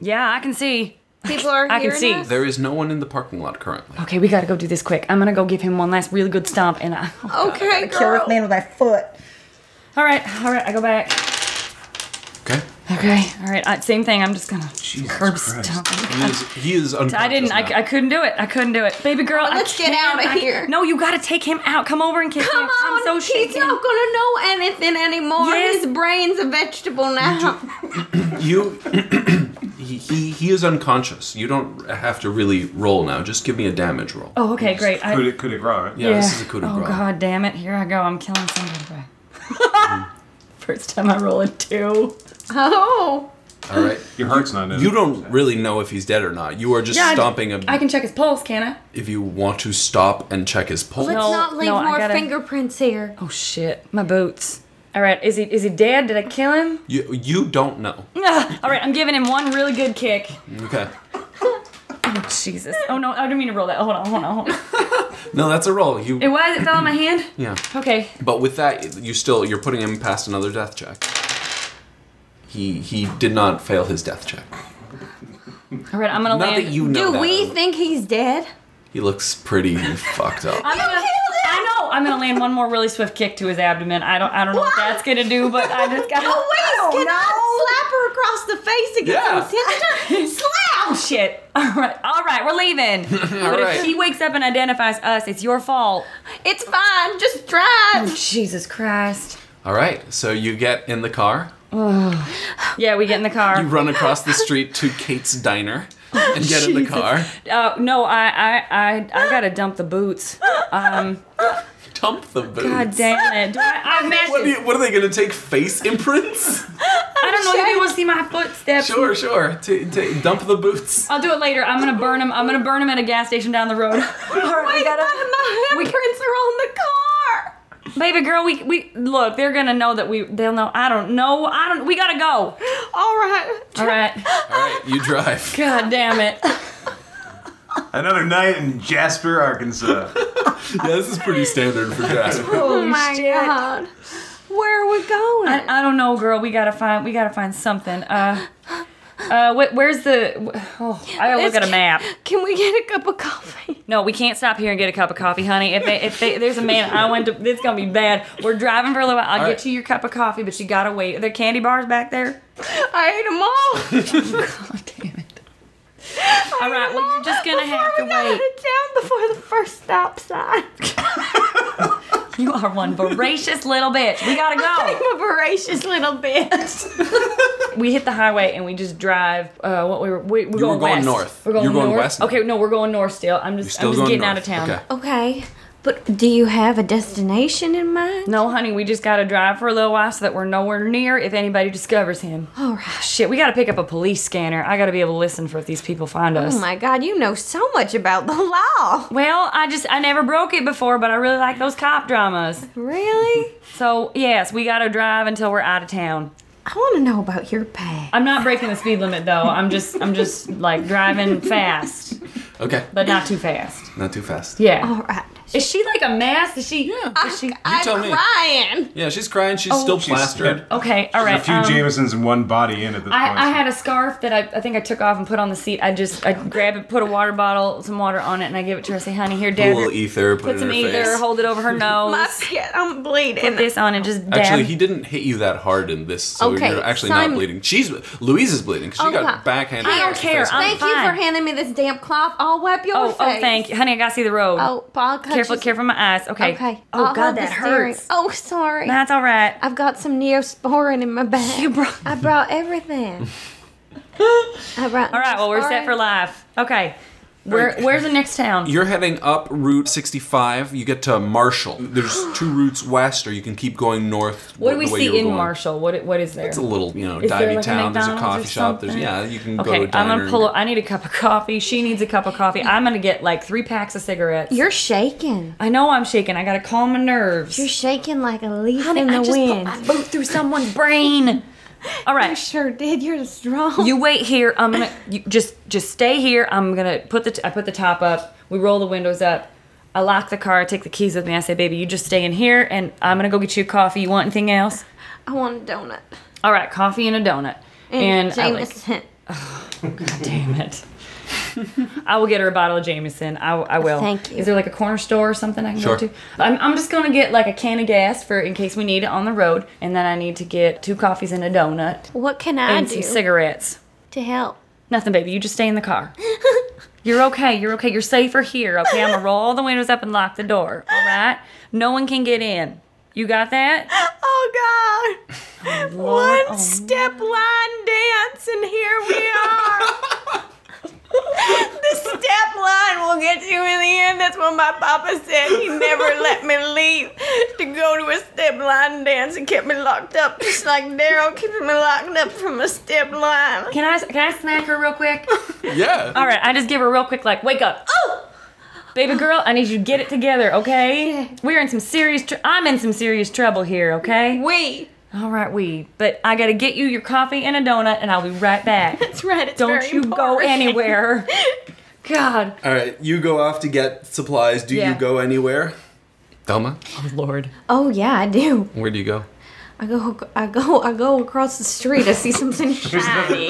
Yeah, I can see. People are I can hearing see. us? There is no one in the parking lot currently. Okay, we gotta go do this quick. I'm gonna go give him one last really good stomp, and I. Okay, girl. with my foot. All right, all right. I go back. Okay. Okay, all right. I, same thing. I'm just gonna curb Christ. stomp. He is, he is unconscious. I didn't. now. I, I couldn't do it. I couldn't do it, baby girl. I let's get can't. out of I- here. No, you gotta take him out. Come over and kiss Come him. on, I'm so he's shaken. not gonna know anything anymore. Yes. His brain's a vegetable now. you. he, he he is unconscious. You don't have to really roll now. Just give me a damage roll. Oh, okay, great. I, coup de, coup de grace, right? yeah, This is a coup de Oh grace. god damn it! Here I go. I'm killing somebody. Mm-hmm. First time I roll a two. Oh, All right. Your heart's not in. You it. don't really know if he's dead or not. You are just Yeah, I- stomping him. I can check his pulse, can I? if you want to stop and check his pulse. let's No, not leave no, I more gotta- fingerprints here. Oh shit, my boots. All right, is he is he dead? Did I kill him? You you don't know. Ugh. All right, I'm giving him one really good kick. Okay. Jesus. Oh no, I didn't mean to roll that. Hold on, hold on, hold on. No, that's a roll. You It was. It fell on my hand. yeah. Okay. But with that, you still you're putting him past another death check. He he did not fail his death check. All right, I'm gonna Not land. that you know Do that. we think he's dead? He looks pretty fucked up. I'm gonna, I know. I'm gonna land one more really swift kick to his abdomen. I don't. I don't know what, that's gonna do, but I just got. Oh, I wait, don't can I slap her across the face against yeah. his Oh Slap! shit! All right, all right, we're leaving. but right. if she wakes up and identifies us, it's your fault. It's fine, just drive. Jesus Christ! All right, so you get in the car, Yeah, we get in the car. you run across the street to Kate's diner, and get in the car. Uh, no, I, I, I, I gotta dump the boots. Um, Dump the boots. God damn it! Do I, I matched What, do it. you- what are they gonna take face imprints? I don't know if you want to see my footsteps. sure, sure. Ta ta dump the boots. I'll do it later. I'm gonna burn them. I'm gonna burn them at a gas station down the road. All right, we gotta. My We- handprints are on the car. Baby girl, we we look. They're gonna know that we. They'll know. I don't know. I don't. We gotta go. All right. All right. All right, you drive. God damn it. Another night in Jasper, Arkansas. Yeah, this is pretty standard for Jasper. Oh my god. Where are we going? I, I don't know, girl. We gotta find. We gotta find something. Uh. Uh. Wh- where's the? wh- Oh, I gotta look at a map. Can we get a cup of coffee? No, we can't stop here and get a cup of coffee, honey. If they, if they, there's a man, I went to. It's gonna be bad. We're driving for a little while. I'll All get right. you your cup of coffee, but you gotta wait. Are there candy bars back there? I ate them all. Oh, Damn it. All right. Well, you're just gonna before have to we got out wait. of town before the first stop sign. You are one voracious little bitch. We gotta go. I'm a voracious little bitch. We hit the highway and we just drive. Uh, what we were we, we're going, were going west. north. We're going, You're going north? west now. Okay, no, we're going north still. I'm just Still I'm just going getting north. out of town. Okay. Okay, but do you have a destination in mind? No, honey, we just gotta drive for a little while so that we're nowhere near if anybody discovers him. All right. Shit, we gotta pick up a police scanner. I gotta be able to listen for if these people find us. Oh my god, you know so much about the law. well, I just I never broke it before, but I really like those cop dramas. Really? So yes, we gotta drive until we're out of town. I want to know about your past. I'm not breaking the speed limit though. I'm just I'm just like driving fast, Okay, Oh. but not too fast. not too fast. Yeah. All right. Is she like a mass? Is she? I, Is she? am tell me. crying. Yeah, she's crying. She's Oh. still she's- plastered. Okay. All A right. few um, Jamesons and one body in at this point. I, I had a scarf that I, I think I took off and put on the seat. I just I grab it, put a water bottle, some water on it, and I give it to her. I say, "Honey, here, Put a dab. little your- ether. Put, Put it some in her ether. Face. Hold it over her nose. My shit, I'm bleeding. put this on and just dab." Actually, he didn't hit you that hard in this, so Okay, you're actually Simon- not bleeding. She's Louise is bleeding Oh, because she Okay. got backhanded. I don't across the care, face. I'm- Thank you for fine. handing me this damp cloth. I'll wipe your oh, face. oh, thank you, honey. I gotta see the road. Oh, Paul, cut careful, you- careful, my eyes. Okay. Okay. Oh I'll God, hold that the steering. hurts. Oh, sorry. That's all right. I've got some neosporin in my bag. You brought- I brought everything. I brought. All right. Well, we're set for life. Okay. Where, where's the next town? You're heading up Route 65. You get to Marshall. There's two routes west, or you can keep going north. what do we the way you see were in going. Marshall? What what is there? It's a little, you know, Is there divey like a town. There's a McDonald's coffee or shop. There's something? yeah, you can go Okay, to a I'm diner. gonna pull. and- I need a cup of coffee. She needs a cup of coffee. I'm gonna get like three packs of cigarettes. You're shaking. I know I'm shaking. I gotta calm my nerves. You're shaking like a leaf Honey, in the I just put wind. my boot through someone's brain. All you right, sure did. You're strong. you wait here. I'm gonna you just just stay here. I'm gonna put the t- I put the top up. We roll the windows up. I lock the car. I take the keys with me. I say, baby, you just stay in here, and I'm gonna go get you a coffee. You want anything else? I want a donut. All right, coffee and a donut. And, I like- Jameson. Damn it. I will get her a bottle of Jameson. I, I will. Thank you. Is there like a corner store or something I can Sure. go to? I'm, I'm just gonna get like a can of gas for in case we need it on the road, and then I need to get two coffees and a donut What can I and do some cigarettes. to help? Nothing, baby. You just stay in the car. You're okay. You're okay. You're safer here. Okay, I'm gonna roll all the windows up and lock the door. All right. No one can get in. You got that? Oh God! Lord, oh, step line dance, and here we are. the step line will get you in the end. That's what my papa said. He never let me leave to go to a step line dance and kept me locked up, just like Daryl kept me locked up from a step line. Can I can I smack her real quick? yeah. All right. I just give her real quick like wake up. Oh, Baby girl, I need you to get it together, okay? We're in some serious tr- I'm in some serious trouble here, okay? We. All right, we. But I got to get you your coffee and a donut and I'll be right back. That's right. It's Don't very you go important. anywhere. God. All right, you go off to get supplies. Do Yeah. you go anywhere? Thelma, Lord. Oh yeah, I do. where do you go? I go. I go. I go across the street. I see something shiny.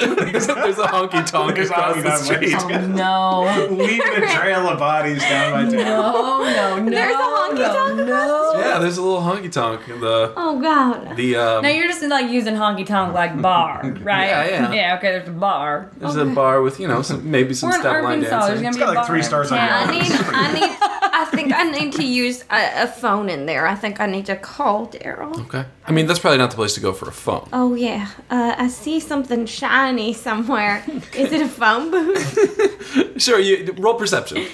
There's a honky tonk There's across honky the tonk. street. Oh, no. Leaving a trail of bodies down my town. Oh, no, no. There's a honky tonk no, no. Yeah, there's a little honky tonk. The Oh god. the um, Now you're just like using honky tonk like bar, right? Yeah, yeah. okay, there's a bar. there's a bar with you know some, maybe some We're in step line Arkansas. There's dancing. gonna be got a like bar. three stars on yeah. I need. I need. I think I need to use a, a phone in there. I think I need to call Daryl. Okay, I mean that's probably not the place to go for a phone. Oh yeah. Uh, I see something shiny somewhere. Is it a phone booth? Sure, you roll perception.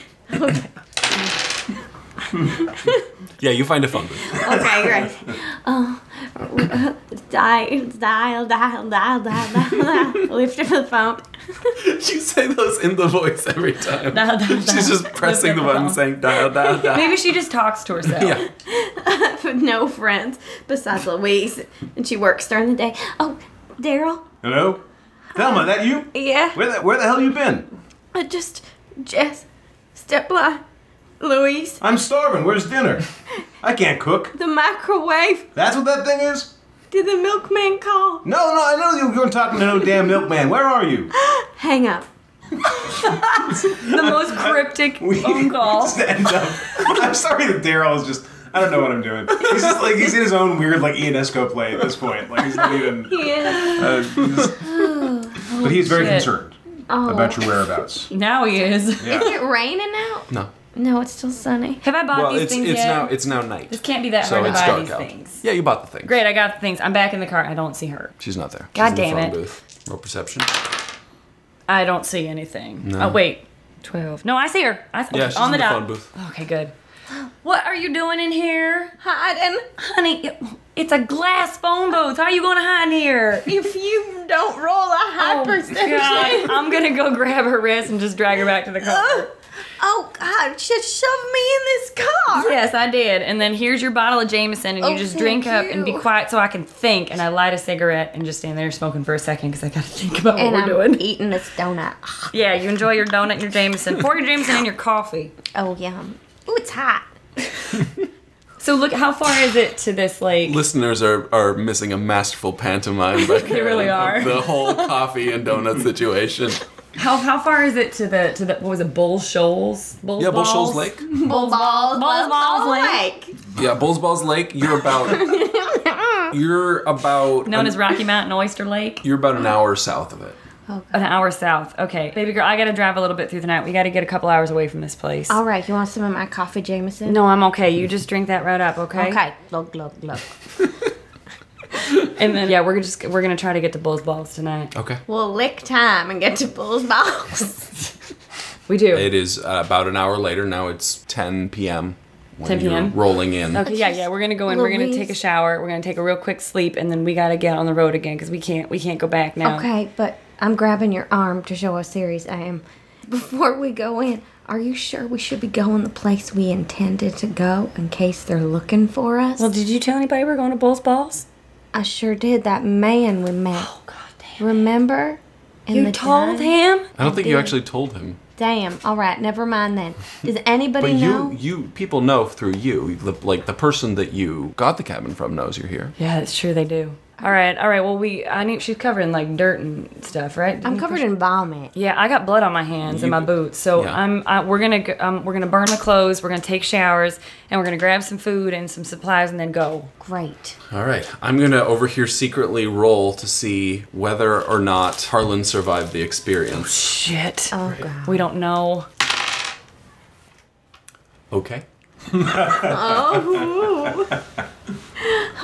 yeah, you find a phone booth. Okay, great. Oh, dial, dial, dial, dial, dial, dial, dial. Lift up the phone. You say those in the voice every time. Dial, dial, She's just pressing the button, saying dial, dial, dial. Maybe she just talks to herself. Yeah. with no friends besides Louise, and she works during the day. Oh, Daryl, Hello? Thelma, that you? yeah, Where the, where the hell you been? I just Jess, Stepla, Louise, I'm starving. Where's dinner? I can't cook. the microwave. That's what that thing is? Did the milkman call? No, no, I know you weren't talking to no damn milkman. Where are you? Hang up. The most cryptic phone call. Stand up. I'm sorry that Daryl is just. I don't know what I'm doing. He's just like he's in his own weird like E Ian Esco play at this point. Like he's not even. Yeah. Uh, he's just- but he's very Oh, shit. concerned Oh. about your whereabouts. Now he is. Is it raining out? No. No, it's still sunny. Have I bought Well, these it's things it's yet? now it's now night, this can't be that so hard to it's buy dark these out. things. Yeah, you bought the thing. Great, I got the things. I'm back in the car. I don't see her. She's not there. God She's in damn the phone it. Booth. Roll perception. I don't see anything. Oh wait, twelve. No, I see her. I, Yeah, she's on the, in the dot. phone booth. Okay, good. What are you doing in here, Hiding. honey? it- It's a glass phone booth. How are you going to hide in here? If you don't roll a high Oh, God. I'm gonna go grab her wrist and just drag her back to the car. oh God! Just shove me in this car. Yes, I did. And then here's your bottle of Jameson, and you Oh, just thank drink up and be you. quiet so I can think. And I light a cigarette and just stand there smoking for a second because I gotta think about And what I'm we're doing. eating this donut. Yeah, you enjoy your donut and your Jameson. Pour your Jameson and your coffee. Oh yum. Ooh, it's hot. So look, how far is it to this lake? Listeners are, are missing a masterful pantomime. By they really are. The whole coffee and donut situation. How how far is it to the to the what was it? Bull Shoals. Bull Yeah, Bull Shoals Balls? Lake. Bull balls, balls, balls, like. Yeah, Bulls Balls Lake. You're about. you're about. Known an- as Rocky Mountain Oyster Lake. You're about an hour south of it. An hour south. Okay, baby girl, I gotta drive a little bit through the night. We gotta get a couple hours away from this place. All right, you want some of my coffee, Jameson? No, I'm okay. You just drink that right up, okay? Okay. Glug glug glug. And then yeah, we're just we're gonna try to get to Bull's Balls tonight. Okay. We'll lick time and get to Bull's balls. We do. It is uh, about an hour later. Now it's 10 p.m. When 10 p.m. You're rolling in. Okay, yeah, yeah. We're gonna go in. We're gonna Louise. take a shower. We're gonna take a real quick sleep, and then we gotta get on the road again because we can't we can't go back now. okay, but I'm grabbing your arm to show how serious I am. Before we go in, are you sure we should be going the place we intended to go in case they're looking for us? Well, did you tell anybody we're going to Bull's Balls? I sure did. That man we met. Oh God damn! Remember? In You told diner? him? I don't think you actually told him. Damn. All right. Never mind then. Does anybody But know? you, you, people know through you, the, like the person that you got the cabin from knows you're here. Yeah, it's true. They do. All right, all right. Well, we I need she's covered in like dirt and stuff, right? I'm Didn't- covered in vomit. Yeah, I got blood on my hands and my boots, so Yeah. I'm I, we're gonna go- um, we're gonna burn the clothes, we're gonna take showers, and we're gonna grab some food and some supplies, and then go. Great. All right. I'm going to over here secretly roll to see whether or not Harlan survived the experience. Shit, Oh God. we don't know. Okay.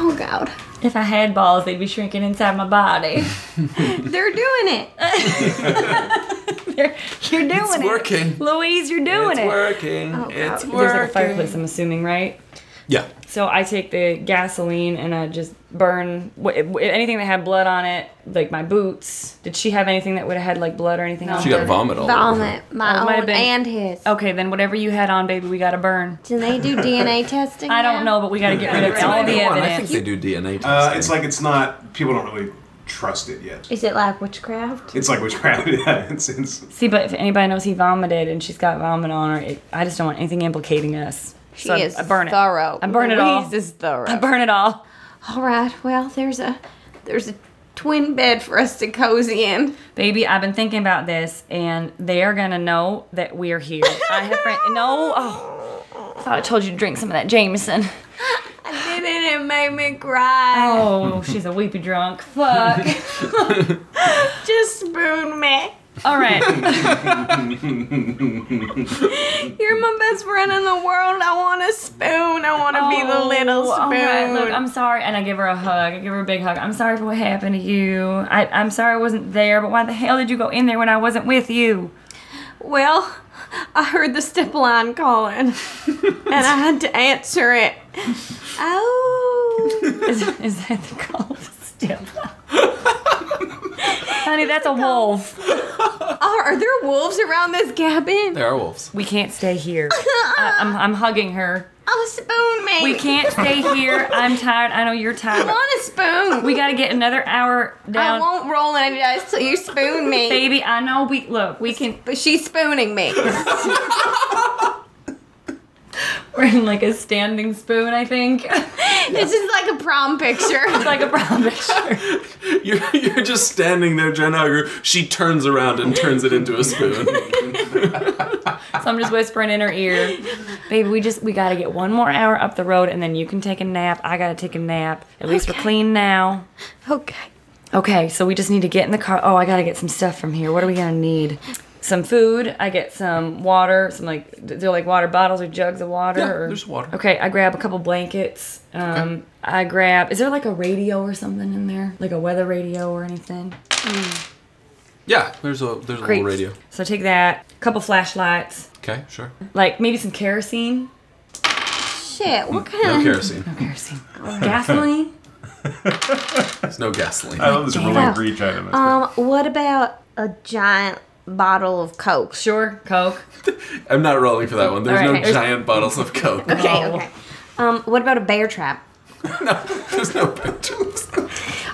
Oh God. If I had balls, they'd be shrinking inside my body. They're doing it. you're, you're doing It's it, working. Louise. You're doing It's it. working. God. it's Oh, There's like a working. fireplace, I'm assuming, right? Yeah. So I take the gasoline and I just burn wh- wh- anything that had blood on it, like my boots. Did she have anything that would have had like blood or anything? on She got it? vomit all over. her. Vomit, my Oh, it might have own been- and his. Okay, then whatever you had on, baby, we gotta burn. Can they do DNA testing? I don't now? know, but we gotta get rid of all the Come on, I think evidence. they do DNA testing. Uh, it's like it's not. People don't really trust it yet. Is it like witchcraft? It's like witchcraft. Yeah, it's, it's, See, but if anybody knows he vomited and she's got vomit on her, it, I just don't want anything implicating us. She so I- is I burn it. thorough. I burn it all. Louise is thorough. I burn it all. all right. Well, there's a there's a twin bed for us to cozy in. Baby, I've been thinking about this, and they are gonna know that we're here. I have friends. No, oh, I thought I told you to drink some of that Jameson. And then it made me cry. Oh, she's a weepy drunk. Fuck. Oh. Just spoon me. All right. You're my best friend in the world. I want a spoon. I want to be the little Oh, spoon. all right, look, I'm sorry, and I give her a hug. I give her a big hug. I'm sorry for what happened to you. I, I'm sorry I wasn't there, but why the hell did you go in there when I wasn't with you? Well, I heard the step line calling, and I had to answer it. Oh, Is, is that the call? Still. Honey, that's a wolf. are, are there wolves around this cabin? There are wolves. We can't stay here. I, I'm, I'm hugging her. Oh, spoon me. We can't stay here. I'm tired. I know you're I tired. want a spoon. We gotta get another hour I down. won't roll any dice till you spoon me. Baby, I know we look, we can But she's spooning me. we're in like a standing spoon, I think. This is like a prom picture. It's like a brown picture. You're, you're just standing there, Jen Hager. She turns around and turns it into a spoon. So I'm just whispering in her ear. Baby, we just we gotta get one more hour up the road and then you can take a nap. I gotta take a nap. At least we're Okay. clean now. Okay. Okay, so we just need to get in the car. Oh, I gotta get some stuff from here. What are we gonna need? Some food. I get some water. Some like they're like water bottles or jugs of water. Yeah, or- there's water. Okay, I grab a couple blankets. Um, I grab. Is there like a radio or something in there? Like a weather radio or anything? yeah, there's a there's a little radio. So I take that. A couple flashlights. Okay, sure. Like maybe some kerosene. Shit, Mm, what No kind of. kerosene. Kerosene. Gasoline. There's no gasoline. I love this Damn. rolling reach item. It's Um, what about a giant bottle of Coke? Sure. Coke. I'm not rolling for that one. There's Alright. no giant bottles of Coke. Okay, Oh. okay. Um, what about a bear trap? There's no pictures.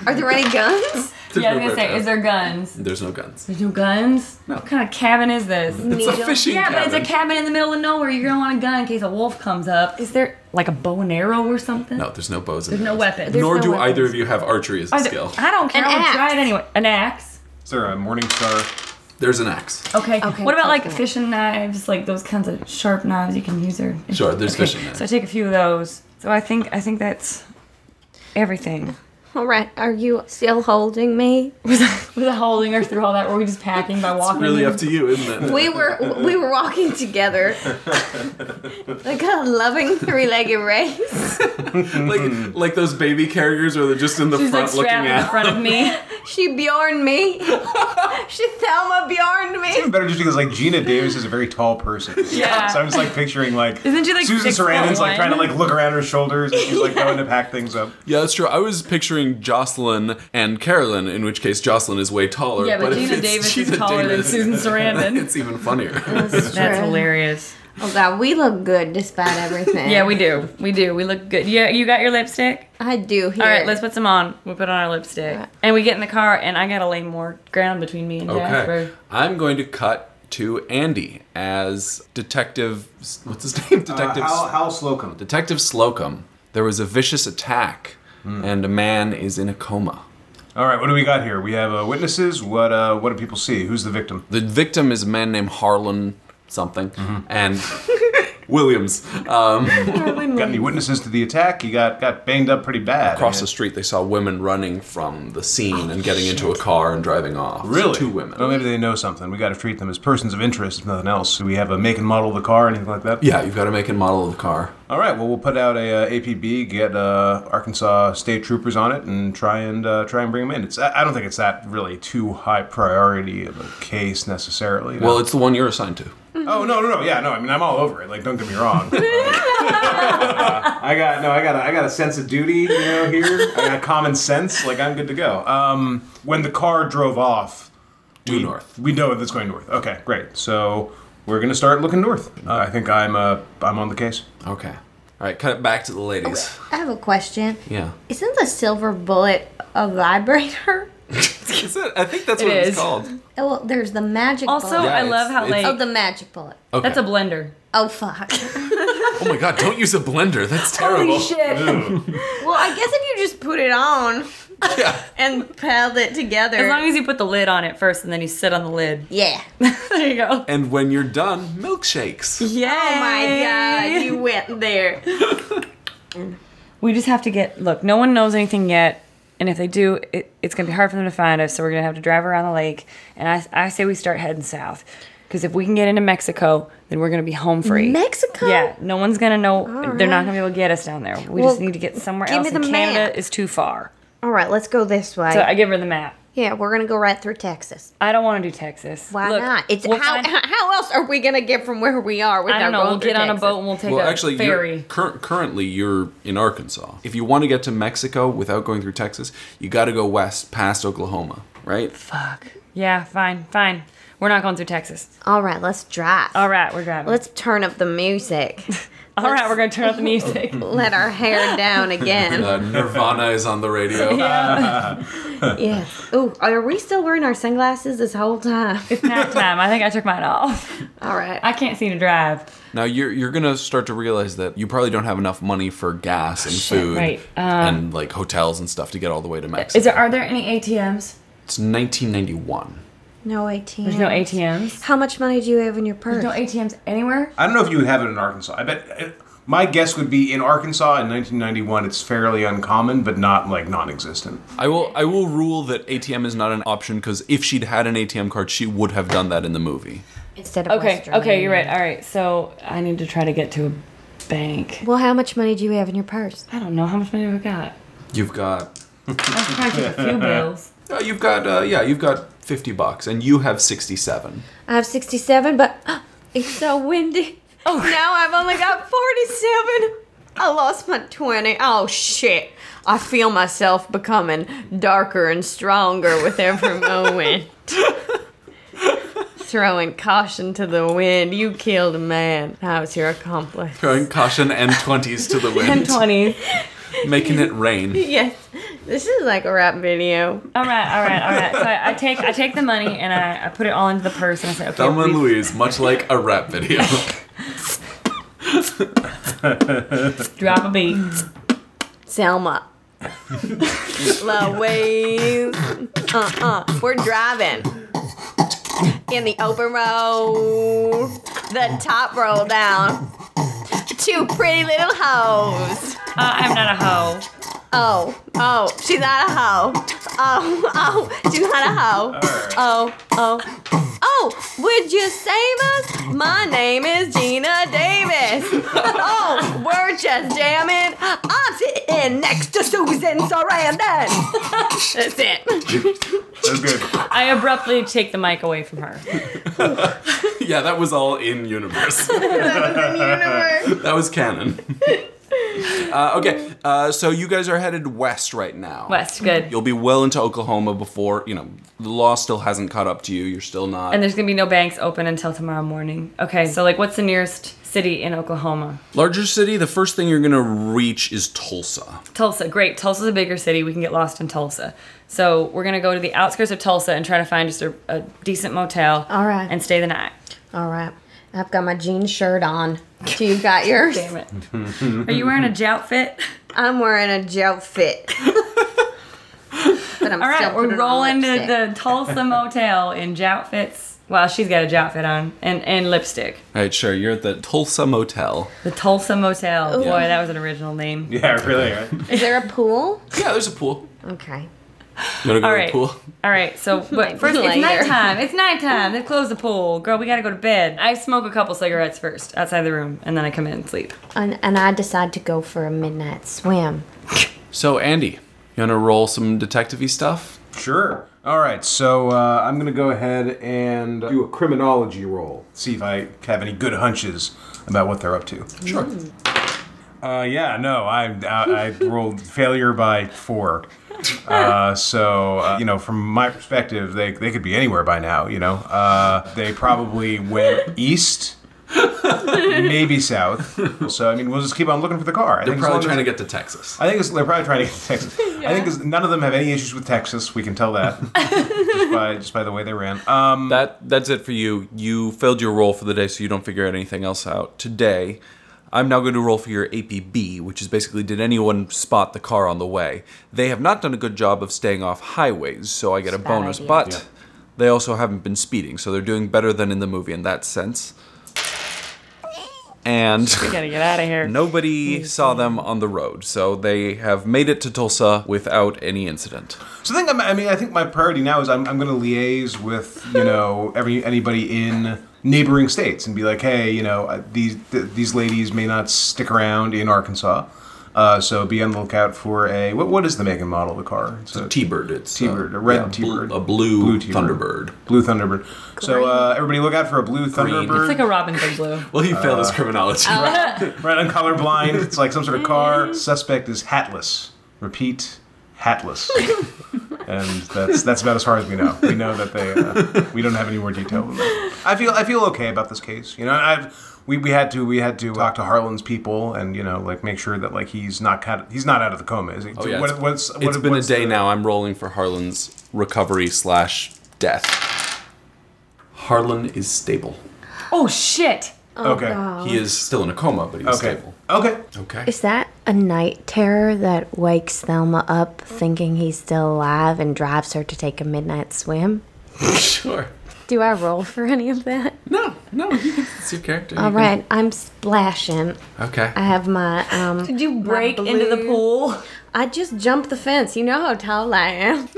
Are there any guns? There's yeah, I no was gonna say, photos. is there guns? There's no guns. There's no guns. No. What kind of cabin is this? It's a fishing Yeah, cabin. but it's a cabin in the middle of nowhere. You're gonna want a gun in case a wolf comes up. Is there like a bow and arrow or something? No, there's no bows. There's no weapon. Nor no do weapons. either of you have archery as a Are there- skill. I don't care. An I'm gonna try axe. it anyway. An axe. Is there a Morningstar? There's an axe. Okay. Okay, What about sounds like good. fishing knives, like those kinds of sharp knives you can use? Or Sure, there's Okay, fishing knives. So I take a few of those. So I think I think that's everything. All right, are you still holding me? Was I, was I holding her through all that? Or were we just packing by walking? Really up to you, isn't it? We were we were walking together, like a loving three-legged race. like like those baby carriers where they're just in the She's like front looking strapped in at. front of me. She Bjorned me. she Thelma Bjorned me. Better just because like Gina Davis is a very tall person. Yeah. So I'm just like picturing like Isn't she, like, Susan six foot Sarandon's one? like trying to like look around her shoulders and she's like going to pack things up. Yeah, that's true. I was picturing Jocelyn and Carolyn, in which case Jocelyn is way taller. Yeah, but, if Gina it's Davis Gina is taller Davis, than Susan Sarandon. It's even funnier. That's hilarious. Oh God, we look good despite everything. Yeah, we do. We do. We look good. Yeah, you got your lipstick? I do here. All right, let's put some on. We put on our lipstick. And we get in the car, and I got to lay more ground between me and Okay. Jasper. I'm going to cut to Andy as Detective. What's his name? Detective. Hal, Hal Slocum. Detective Slocum. There was a vicious attack, and a man is in a coma. All right, what do we got here? We have uh, witnesses. What uh, what do people see? Who's the victim? The victim is a man named Harlan something, and Williams. Um, Got any witnesses to the attack? He got got banged up pretty bad. across the street, they saw women running from the scene and getting into a car and driving off. So Really? two women. Well, maybe they know something. We got to treat them as persons of interest, if nothing else. Do we have a make and model of the car, anything like that? yeah, you've got to make and model of the car. All right. Well, we'll put out a uh, APB, get uh, Arkansas State Troopers on it, and try and uh, try and bring them in. It's I I don't think it's that really too high priority of a case Oh. necessarily. you know? Well, it's the one you're assigned to. Uh, oh no no no yeah no I mean I'm all over it. Like don't get me wrong. Um, I got no. I got. A, I got a sense of duty. You know, here. I got common sense. Like I'm good to go. Um, When the car drove off, Due Mm. we- north. We know that's going north. Okay, great. So we're gonna start looking north. Uh, I think I'm uh, I'm on the case. Okay. All right, cut it back to the Oh, ladies. I have a question. Yeah. Isn't the silver bullet a vibrator? Is that, I think that's It what is. it's called. Oh, well, there's the magic Also, bullet. I it's- love how it's- like Oh, the magic bullet. Okay. that's a blender. Oh, fuck. oh my god, don't use a blender. That's terrible. well, I guess if you just put it on Yeah. and pile it together. As long as you put the lid on it first and then you sit on the lid. yeah. there you go. And when you're done, milkshakes. Yeah. Oh my god, you went there. We just have to get look. No one knows anything yet, and if they do, it, it's gonna be hard for them to find us. So we're gonna have to drive around the lake. And I, I say we start heading south, because if we can get into Mexico, then we're gonna be home free. Mexico? Yeah. No one's gonna know. They're not gonna be able to get us down there. We just Well, need to get somewhere give else. me and the Canada map. is too far. All right, let's go this way. So I give her the map. yeah, we're gonna go right through Texas. I don't want to do Texas. Why Look, not? It's we'll how find- how else are we gonna get from where we are? With I don't know. our We'll road through get on a Texas? boat and we'll take Well, a actually, ferry. You're, cur- currently you're in Arkansas. If you want to get to Mexico without going through Texas, you got to go west past Oklahoma, right? Fuck. Yeah. Fine. Fine. We're not going through Texas. All right, let's drive. All right. We're driving. Let's turn up the music. All right. We're gonna turn off the music. Let our hair down again. Uh, Nirvana is on the radio. yes. Ooh, are we still wearing our sunglasses this whole time? Nap time. I think I took mine off. All right. I can't seem to drive. Now you're you're gonna start to realize that you probably don't have enough money for gas and food right. Um, and like hotels and stuff to get all the way to Mexico. Is there? Are there any ATMs? it's 1991. no ATM. There's no ATMs. How much money do you have in your purse? No ATMs anywhere. I don't know if you would have it in Arkansas. I bet uh, my guess would be in Arkansas in 1991. It's fairly uncommon, but not like non-existent. I will I will rule that ATM is not an option because if she'd had an ATM card, she would have done that in the movie. Instead of Okay. Western Okay. You're Union. right. All right. So I need to try to get to a bank. Well, how much money do you have in your purse? I don't know how much money have I got. You've got I should probably take a few bills. uh, you've got uh, yeah you've got 50 bucks and you have 67. I have 67, but it's so windy. Oh. Now I've only got 47. I lost my 20. Oh, shit. I feel myself becoming darker and stronger with every moment. Throwing caution to the wind. You killed a man. That was your accomplice. Throwing caution and 20s to the I'm wind, 20. making it rain. Yes, this is like a rap video. All right. All right. All right. So I, I take I take the money and I, I put it all into the purse and I say, okay. Thelma and please- Louise, much like a rap video. drop a beat. Selma. Louise. Uh uh. We're driving. In the open road. The top roll down. Two pretty little hoes. Uh, I'm not a hoe. Oh, oh, she's not a hoe. Oh, oh, she's not a hoe. Oh, oh. Oh, would you save us? My name is Gina Davis. oh, we're just jamming. I'm sitting next to Susan Sarandon. That's it. That's good. I abruptly take the mic away from her. yeah, that was all in universe. That was canon. uh, okay, uh, so you guys are headed west right now. West. Good. You'll be well into Oklahoma before you know the law still hasn't caught up to you. You're still not. And there's gonna be no banks open until tomorrow morning. Okay, so like, what's the nearest city in Oklahoma? Larger city. The first thing you're gonna reach is Tulsa. Tulsa. Great, Tulsa's a bigger city. We can get lost in Tulsa. So we're gonna go to the outskirts of Tulsa and try to find just a, a decent motel. All right. And stay the night. All right. I've got my jean shirt on. Do you got yours? Damn it. Are you wearing a jout fit? I'm wearing a gel fit. but I'm All still right, we're putting on rolling to the lipstick. Tulsa motel in jout fits. Well, she's got a jout fit on and and lipstick. All right, sure. You're at the Tulsa Motel. The Tulsa motel. Boy, that was an original name. Yeah, really. Right? Is there a pool? Yeah, there's a pool. Okay. You wanna go All to right. the pool? All right, so but first it's Later. nighttime. It's nighttime. They've closed the pool. Girl, we gotta go to bed. I smoke a couple cigarettes first outside the room, and then I come in and sleep. And, and I decide to go for a midnight swim. So Andy, you wanna roll some detective-y stuff? Sure. all right. So uh, I'm gonna go ahead and do a criminology roll. See if I have any good hunches about what they're up to. Sure. Uh, yeah, no, I, I, I rolled failure by four. Uh, so, uh, you know, from my perspective, they, they could be anywhere by now, you know. Uh, they probably went east, maybe south. So, I mean, we'll just keep on looking for the car. I They're think as long probably as- trying to get to Texas. I think it's, they're probably trying to get to Texas. I think it's, none of them have any issues with Texas. We can tell that just, by, just by the way they ran. Um, That that's it for you. You failed your roll for the day, so you don't figure out anything else out today. I'm now going to roll for your APB, which is basically did anyone spot the car on the way? They have not done a good job of staying off highways, so I get a Bad bonus, idea. but they also haven't been speeding, so they're doing better than in the movie in that sense. And We gotta get out of here. nobody saw them on the road, so they have made it to Tulsa without any incident. So I think I'm, I mean I think my priority now is I'm, I'm going to liaise with you know every anybody in neighboring states and be like, hey, you know uh, these th- these ladies may not stick around in Arkansas, uh, so be on the lookout for a what what is the make and model of the car? It's a T-bird, it's uh, T-bird, a red bl- T-bird. a blue, Blue T-bird. Thunderbird. blue Thunderbird. So uh, everybody look out for a blue Thunderbird. It's like a Robin Hood Blue. Well, he failed his criminology. Oh. right, I'm colorblind. It's like some sort of car. Suspect is hatless. Repeat, hatless. and that's that's about as far as we know. We know that they. Uh, we don't have any more detail than that. I feel I feel okay about this case. You know, I've we, we had to we had to talk to Harlan's people and you know like make sure that like he's not kind of, he's not out of the coma. Is he? Oh, yeah, it's- what's, It's what- been a what's day the- now. I'm rolling for Harlan's recovery slash death. Harlan is stable. Oh shit! okay. He is still in a coma, but he's Okay. stable. Okay. Okay. Oh. Is that a night terror that wakes Thelma up thinking he's still alive and drives her to take a midnight swim? sure. Do I roll for any of that? No, no, you can, it's your character. you All can- right, Uh, I'm splashing. Okay. I have my um. Did you break into the blue- pool? I just jumped the fence. You know how tall I am.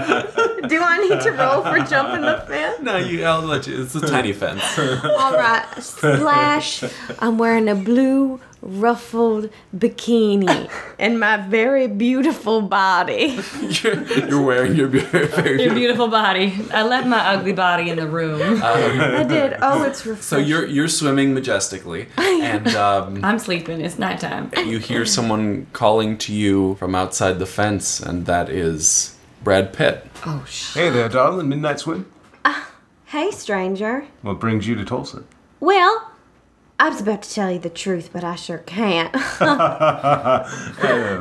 Do I need to roll for jumping the fence? no, you, I'll let you. It's a tiny fence. All right, splash. I'm wearing a blue ruffled bikini and my very beautiful body. You're, you're wearing your very, very Your beautiful body. I left my ugly body in the room. I did. Oh, it's So refreshing. you're you're swimming majestically, and um, I'm sleeping. It's nighttime. you hear someone calling to you from outside the fence, and that is Brad Pitt. Oh shit! Hey there, darling. Midnight swim. Hey, stranger. What brings you to Tulsa? Well, I was about to tell you the truth, but I sure can't.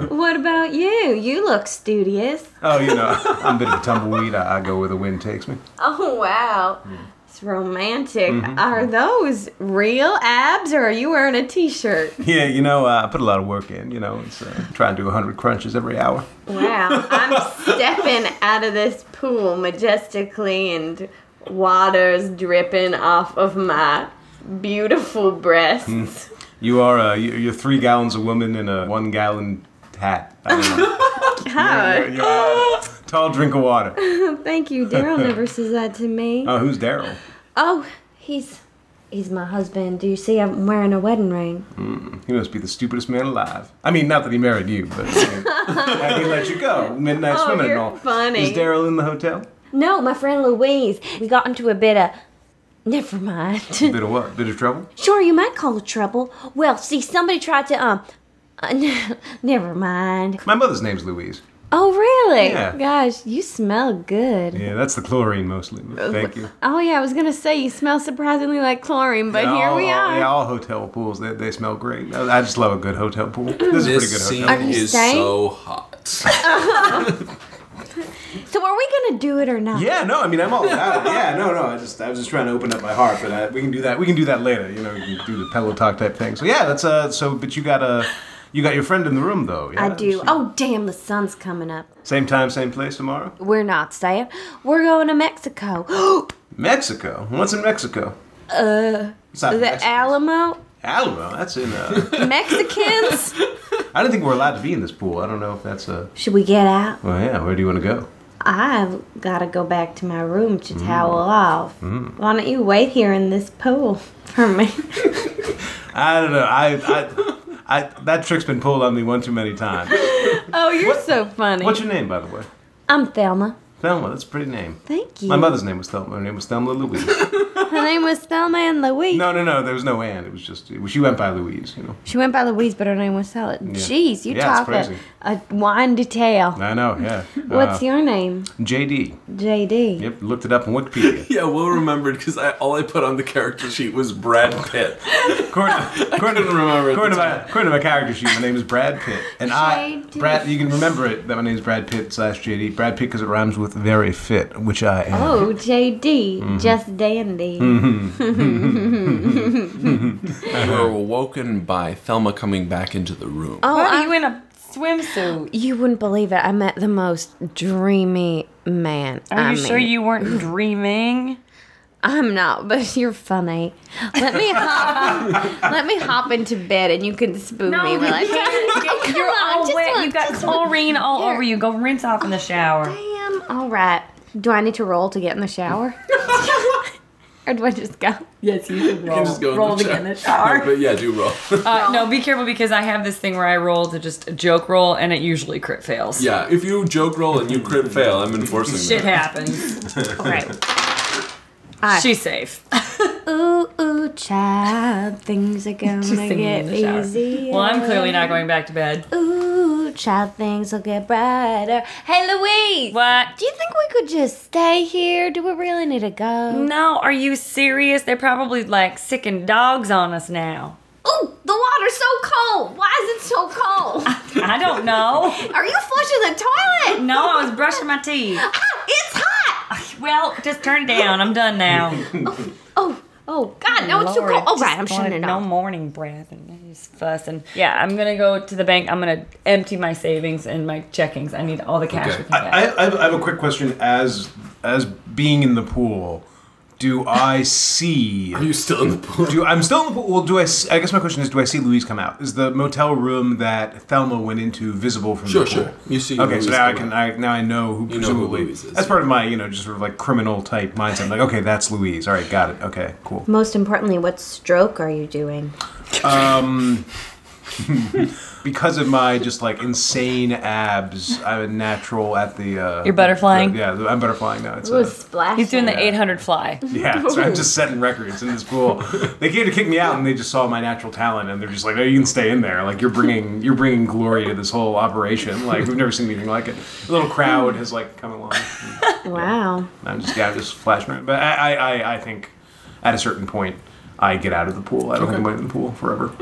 what about you? You look studious. Oh, you know, I'm a bit of a tumbleweed. I, I go where the wind takes me. Oh, wow. It's romantic. Mm-hmm, Are those real abs or are you wearing a t shirt? Yeah, you know, uh, I put a lot of work in. You know, it's, uh, try and do 100 crunches every hour. Wow. I'm stepping out of this pool majestically and water's dripping off of my beautiful breasts. Mm. You are uh, you- you're three gallons of woman in a one gallon hat. I don't know. Oh, You're- you're a tall drink of water. Thank you. Daryl never says that to me. Oh, who's Daryl? Oh, he's he's my husband. Do you see I'm wearing a wedding ring? He must be the stupidest man alive. I mean, not that he married you, but I mean, and he let you go midnight Oh, swimming you're and all. funny. Is Daryl in the hotel? No, my friend Louise. We got into a bit of never mind. Bit of what? Bit of trouble? sure, you might call it trouble. Well, see, somebody tried to um uh, never mind. My mother's name's Louise. Oh, really? Yeah. Gosh, you smell good. Yeah, that's the chlorine mostly. but Thank you. Oh yeah, I was gonna say you smell surprisingly like chlorine, but Uh, Yeah, here all, we all- are. yeah, all hotel pools they, they smell great. I I just love a good hotel pool. This is a pretty good This hotel. scene you is staying? so hot. So are we gonna do it or not? Yeah, no, I mean I'm all about it. Yeah, no, no, I just I was just trying to open up my heart, but I, we can do that. We can do that later. You know, we can do the pillow talk type thing. So yeah, that's uh. So, but you got a, you got your friend in the room though. Yeah? I do. So- Oh, damn, the sun's coming up. Same time, same place tomorrow. We're not staying. We're going to Mexico. Mexico. What's in Mexico? uh, It's not the Mexico. Alamo. Alamo. That's in. Uh, Mexicans. I don't think we're allowed to be in this pool. I don't know if that's a. Should we get out? Well, yeah. Where do you want to go? I've got to go back to my room to Mm. towel off. Why don't you wait here in this pool for me? I don't know. I. I, I that trick's been pulled on me one too many times. oh, you're so funny. What's your name, by the way? I'm Thelma. Thelma, that's a pretty name. Thank you. My mother's name was Thelma. Her name was Thelma Louise. Her name was Thelma and Louise. no, no, no. There was no and. It was just it was, she went by Louise. You know. She went by Louise, but her name was Salad. Jeez, you Yeah, it's talk a, crazy. Uh, a wine detail. I know. Yeah. What's your name? JD? JD. Yep. Looked it up on Wikipedia. Yeah, well remembered because I, all I put on the character sheet was Brad Pitt. According, according, couldn't remember at according the to my, according to my character sheet, my name is Brad Pitt, and I JD. Brad. You can remember it that my name is Brad Pitt slash JD. Brad Pitt because it rhymes with very fit, which I am. Oh, JD. Mm-hmm. Just dandy. Mm. We were woken by Thelma coming back into the room. Oh, Why I, are you in a swimsuit? you wouldn't believe it. I met the most dreamy man. Are I you sure mean, you weren't dreaming? I'm not, but you're funny. Let me hop. let me hop into bed, and you can spoon me. while I- Come You're on, all just wet. one, You've got just one. chlorine all Here. over you. Go rinse off in the shower. Damn. All right. Do I need to roll to get in the shower? or do I just go? Yes, you should roll. Just go in the shower. No, but yeah, do roll. Uh, no, be careful because I have this thing where I roll to just a joke roll and it usually crit fails. yeah, if you joke roll and you crit fail, I'm enforcing Shit that. happens. All right. I- She's safe. Ooh, ooh, child, things are gonna singing in get the shower. easier. Well, I'm clearly not going back to bed. Ooh, child, things will get brighter. Hey, Louise. What? Do you think we could just stay here? Do we really need to go? No, are you serious? They're probably like sicking dogs on us now. Ooh, Oh, the water's so cold. Why is it so cold? I don't know. Are you flushing the toilet? No, I was brushing my teeth. Ah, it's hot. Well, just turn it down. I'm done now. Oh, oh, God, no, it's too Lord, cold. Oh, just right, I'm shutting wanted it No off. morning breath and he's fussing. Yeah, I'm gonna go to the bank. I'm gonna empty my savings and my checkings. I need all the cash Okay. we can get. I, I, I have- I have a quick question. As as being in the pool, do I see? Are you still in the pool? Do I'm still in the pool? Well, do I? s- I guess my question is, do I see Louise come out? Is the motel room that Thelma went into visible from Sure, the pool? sure. You see Okay, Louise so now I come can. out. I, now I know who You know who presumably. Louise is. That's part of my, you know, just sort of like criminal type mindset. I'm like, okay, that's Louise. All right, got it. Okay, cool. Most importantly, what stroke are you doing? Because of my just like insane abs, I'm a natural at the. Uh, You're butterflying? Yeah, I'm butterflying now. It's Oh, Ooh, uh, splash. he's doing the 800 fly. Yeah, so I'm just setting records in this pool. They came to kick me out, and they just saw my natural talent, and they're just like, "No, you can stay in there. Like you're bringing you're bringing glory to this whole operation. Like we've never seen anything like it." A little crowd has like come along. Wow. And I'm just yeah, I'm just flashing. around. But I, I I I think at a certain point. I get out of the pool. I don't think I'm in the pool forever.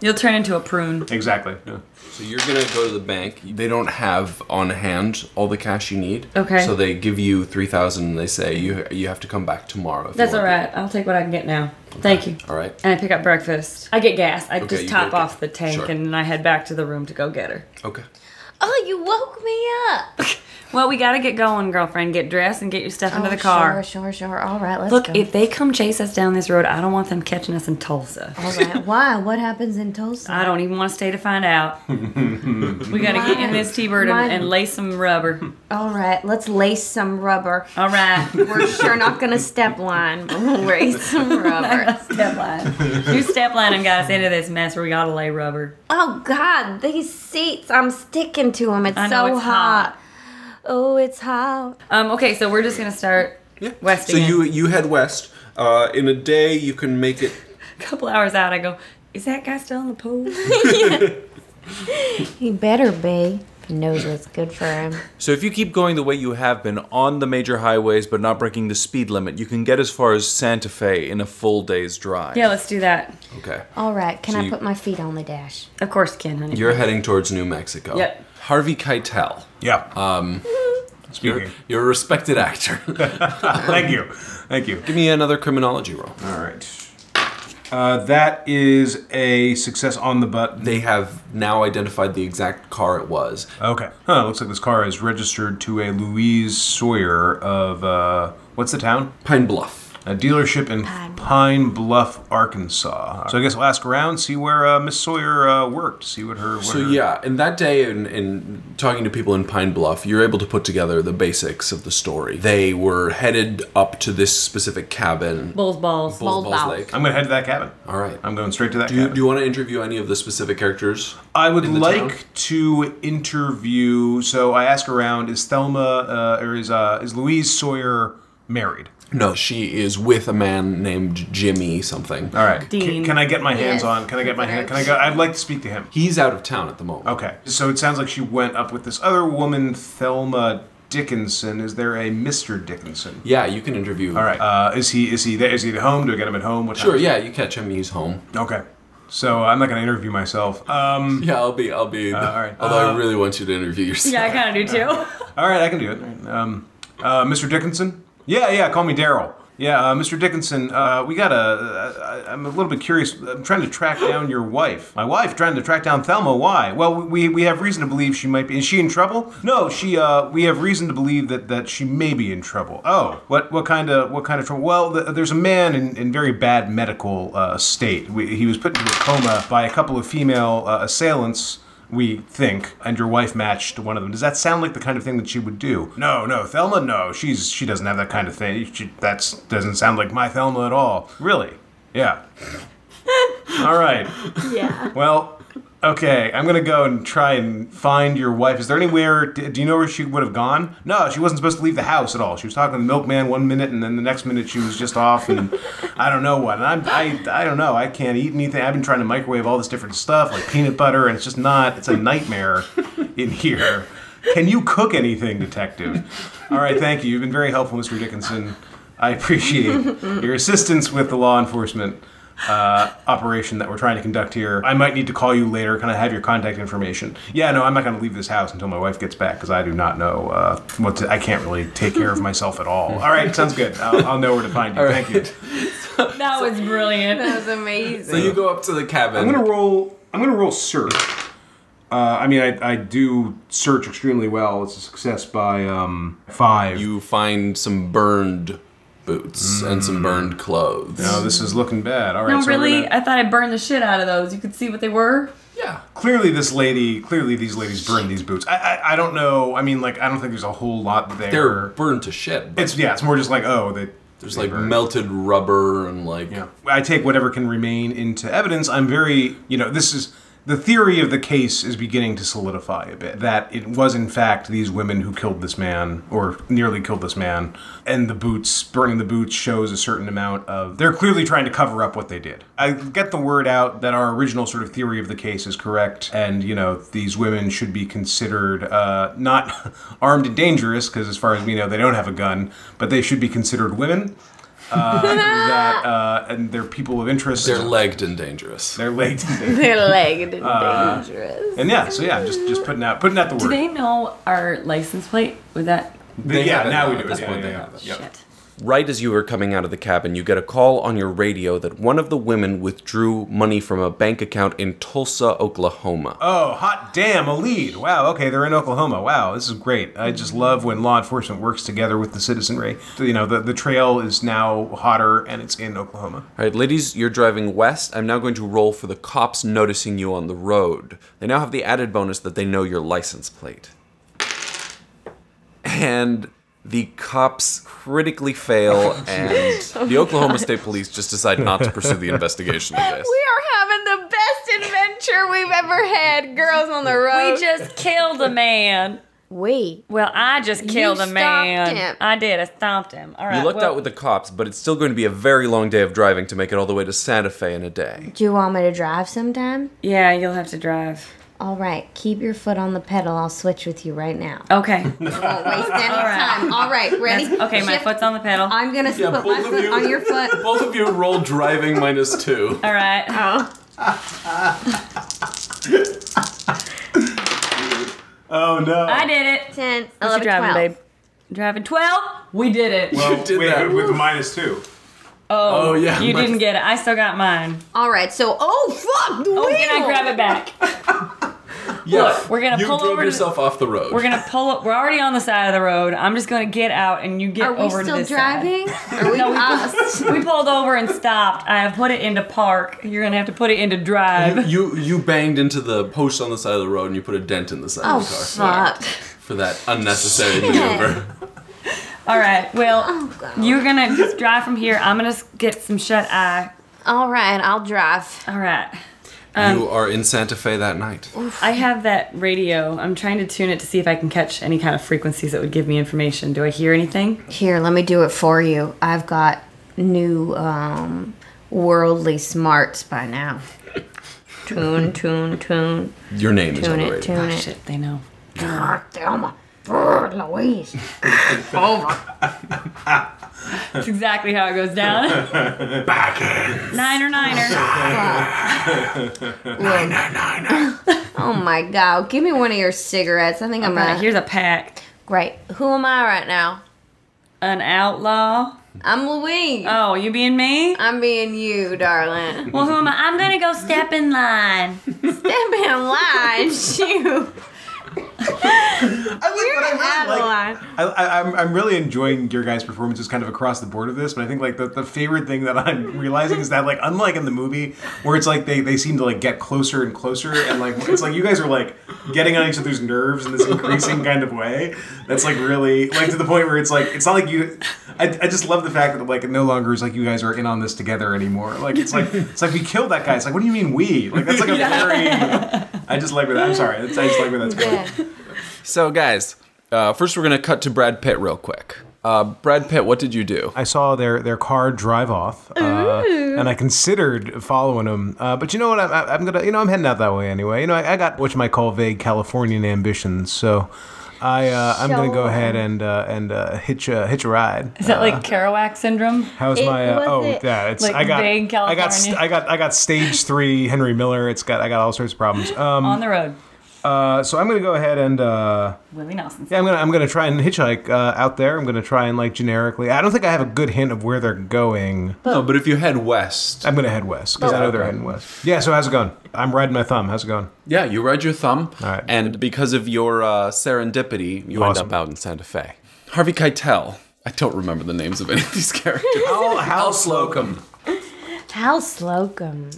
You'll turn into a prune. Exactly. Yeah. So you're gonna go to the bank. They don't have on hand all the cash you need. Okay. So they give you three thousand and they say you you have to come back tomorrow. If That's you all want right. I'll take what I can get now. Thank you. it. All right. And I pick up breakfast. I get gas. I you just go top get- off the tank sure. and then I head back to the room to go get her. Okay. Oh, you woke me up. Well, we gotta get going, girlfriend. Get dressed and get your stuff into Oh, the car. Sure, sure, sure. All right, let's Look, go. if they come chase us down this road, I don't want them catching us in Tulsa. All right. Why? What happens in Tulsa? I don't even want to stay to find out. we gotta get in this T-bird My- and, and lace some rubber. All right, let's lace some rubber. All right. We're sure not gonna step line, but we'll lace some rubber. step line. You step line and got us into this mess where we gotta lay rubber. Oh God, these seats! I'm sticking to them. It's I know so it's hot. hot. Oh, it's hot. Um, okay, so we're just gonna start west So again. you you head west. Uh, in a day, you can make it. a couple hours out, I go, is that guy still in the pool? He better be. He knows what's good for him. So if you keep going the way you have been on the major highways but not breaking the speed limit, you can get as far as Santa Fe in a full day's drive. yeah, let's do that. Okay. All right, can So I you- put my feet on the dash? Of course, Ken, honey. You're heading towards New Mexico. Yep. Harvey Keitel. yeah. You're, Speaking. you're a respected actor. Thank you. Thank you. Give me another criminology roll. All right. Uh, that is a success on the butt. They have now identified the exact car it was. Okay. Huh, looks like this car is registered to a Louise Sawyer of, uh, what's the town? Pine Bluff. a dealership in Pine Bluff, Arkansas. So I guess we'll ask around, see where uh, Miss Sawyer uh, worked, see what her. What So her- yeah, and that day, in, in talking to people in Pine Bluff, you're able to put together the basics of the story. They were headed up to this specific cabin, Bulls balls. Bull's Bull's Bow. Lake. I'm gonna head to that cabin. All right. I'm going straight to that do you, cabin. do you want to interview any of the specific characters? I would the like town? to interview. So I ask around: Is Thelma uh, or is uh, is Louise Sawyer married? No, she is with a man named Jimmy something. All right. C- Dean. Can, I get my hands Yes. on? Can I get my hand? Can I go? I'd like to speak to him. He's out of town at the moment. Okay. So it sounds like she went up with this other woman, Thelma Dickinson. Is there a Mister Dickinson? Yeah, you can interview. All right. Uh, is he is he there? Is he at home? Do I get him at home? What time Sure. is it? Yeah, you catch him. He's home. Okay. So I'm not going to interview myself. Um, Yeah, I'll be. I'll be. all right. Although Uh, I really want you to interview yourself. Yeah, I kind of do too. all right, I can do it. Um, uh, Mr. Dickinson. Yeah, yeah. Call me Daryl. Yeah, uh, Mr. Dickinson. Uh, we got a. Uh, I- I'm a little bit curious. I'm trying to track down your wife. My wife trying to track down Thelma. Why? Well, we we have reason to believe she might be. Is she in trouble? No, she. Uh, we have reason to believe that that she may be in trouble. Oh, what what kind of what kind of trouble? Well, th- there's a man in, in very bad medical uh, state. We, he was put into a coma by a couple of female uh, assailants we think, and your wife matched one of them. Does that sound like the kind of thing that she would do? No, no, Thelma, no. She's she doesn't have that kind of thing. She, that's doesn't sound like my Thelma at all. Really? Yeah. all right. Yeah. Well, okay. I'm gonna go and try and find your wife. Is there anywhere? Do, do you know where she would have gone? No, she wasn't supposed to leave the house at all. She was talking to the milkman one minute, and then the next minute she was just off, and I don't know what. And I'm, I I don't know. I can't eat anything. I've been trying to microwave all this different stuff, like peanut butter, and it's just not. It's a nightmare in here. Can you cook anything, detective? All right, thank you. You've been very helpful, Mr. Dickinson. I appreciate your assistance with the law enforcement uh, operation that we're trying to conduct here. I might need to call you later. Can I have your contact information? Yeah, no, I'm not going to leave this house until my wife gets back because I do not know uh, what to. I can't really take care of myself at all. All right, sounds good. I'll, I'll know where to find you. Thank you. That was brilliant. That was amazing. So you go up to the cabin. I'm gonna roll. I'm gonna roll search. Uh, I mean, I, I do search extremely well. It's a success by um, five. you find some burned boots and some Mm. burned clothes. no, this is looking bad. All right, No, so we're really, gonna- I thought I burned the shit out of those. You could see what they were. Yeah. clearly this lady clearly these ladies burn these boots I, I i don't know i mean like i don't think there's a whole lot there They're burned to shit. But it's yeah it's more just like oh they there's they like burn. melted rubber and like yeah i take whatever can remain into evidence i'm very you know this is the theory of the case is beginning to solidify a bit that it was in fact these women who killed this man or nearly killed this man and the boots burning the boots shows a certain amount of they're clearly trying to cover up what they did i get the word out that our original sort of theory of the case is correct and you know these women should be considered uh, not armed and dangerous because as far as we know they don't have a gun but they should be considered women that uh, and they're people of interest. they're legged and dangerous. they're late, They're legged and Uh, dangerous. and yeah, so yeah, just just putting out putting out the Do word. they know our license plate? Was that They yeah, have it now we do At it. this Yeah, point, yeah, they yeah. have it. shit? Right as you were coming out of the cabin, you get a call on your radio that one of the women withdrew money from a bank account in Tulsa, Oklahoma. Oh, hot damn, a lead! Wow, okay, they're in Oklahoma. Wow, this is great. I just love when law enforcement works together with the citizenry. You know, the the trail is now hotter, and it's in Oklahoma. All right, ladies, you're driving west. I'm now going to roll for the cops noticing you on the road. They now have the added bonus that they know your license plate. And the cops critically fail, and Oh the Oklahoma State Police just decide not to pursue the investigation of this. We are having the best adventure we've ever had, girls on the road. We just killed a man. We. Well, I just killed a stomped man. him. I did. I stomped him. All right. You lucked well, out with the cops, but it's still going to be a very long day of driving to make it all the way to Santa Fe in a day. Do you want me to drive sometime? yeah, you'll have to drive. All right. Keep your foot on the pedal. I'll switch with you right now. Okay. Won't waste any time. All right, ready? Okay, my Shift. foot's on the pedal. I'm gonna put my both of foot you. on your foot. Both of you roll driving minus two. All right. Oh no! I did it. 10, What you 11, driving, 12. babe? Driving 12? We did it. you did Wait, that. with the minus two. oh, oh, yeah, You my- didn't get it. I still got mine. All right, so oh fuck the Oh, wheel! can I grab it back? Look, we're gonna you pull drove over to- yourself off the road. We're gonna pull up. We're already on the side of the road. I'm just gonna get out, and you get Are we over to still this side. driving? Are we No, we, us? we pulled over and stopped. I have put it into park. You're gonna have to put it into drive. you you banged into the post on the side of the road and you put a dent in the side Oh of the car fuck! for that unnecessary maneuver. All right. Well, Oh, God. you're gonna just drive from here. I'm gonna s- get some shut eye. All right, I'll drive. All right. Um, you are in Santa Fe that night. I have that radio. I'm trying to tune it to see if I can catch any kind of frequencies that would give me information. Do I hear anything? Here, let me do it for you. I've got new um, worldly smarts by now. Tune, tune, tune, Your name is tune on the it, radio. tune Oh, it. shit, they know. God, Thelma. Brr, Louise. Oh, Over. That's exactly how it goes down. Niner, niner. Oh my god, give me one of your cigarettes. I think I'm All right, gonna. here's a pack. Great. Who am I right now? An outlaw. I'm Louise. Uh, Oh, you being me? I'm being you, darling. Well, who am I? I'm gonna go step in line. Step in line, shoot. I like, but I really Out of like- line. I, I, I'm, I'm really enjoying your guys' performances kind of across the board of this, but I think like the, the favorite thing that I'm realizing is that like unlike in the movie where it's like they, they seem to like get closer and closer and like it's like you guys are like getting on each other's nerves in this increasing kind of way that's like really like to the point where it's like it's not like you I, I just love the fact that like it no longer is like you guys are in on this together anymore like it's like it's like we killed that guy it's like what do you mean we like that's like a very I just like where that I'm sorry that's, I just like where that's going Yeah. So, guys, uh, first we're going to cut to Brad Pitt real quick. Uh, Brad Pitt, what did you do? I saw their their car drive off, uh, and I considered following them. Uh, but you know what? I, I, I'm gonna you know I'm heading out that way anyway. You know I, I got what you might call vague Californian ambitions, so I uh, I'm gonna go Sure. ahead and uh, and uh, hitch a hitch a ride. Is that like Kerouac syndrome? How's It- my uh, was oh it yeah? It's like I got vague I got California? st- I got I got stage three Henry Miller. It's got I got all sorts of problems. Um, On the road. uh, so I'm gonna go ahead and. Uh, Willie Nelson. yeah, I'm gonna I'm gonna try and hitchhike uh, out there. I'm gonna try and like generically. I don't think I have a good hint of where they're going. no, but if you head west, I'm gonna head west because I know they're heading west. Yeah. So how's it going? I'm riding my thumb. How's it going? yeah, you ride your thumb, All right. and because of your uh, serendipity, you Awesome. end up out in Santa Fe. Harvey Keitel. I don't remember the names of any of these characters. How Al Slocum. Hal Slocum.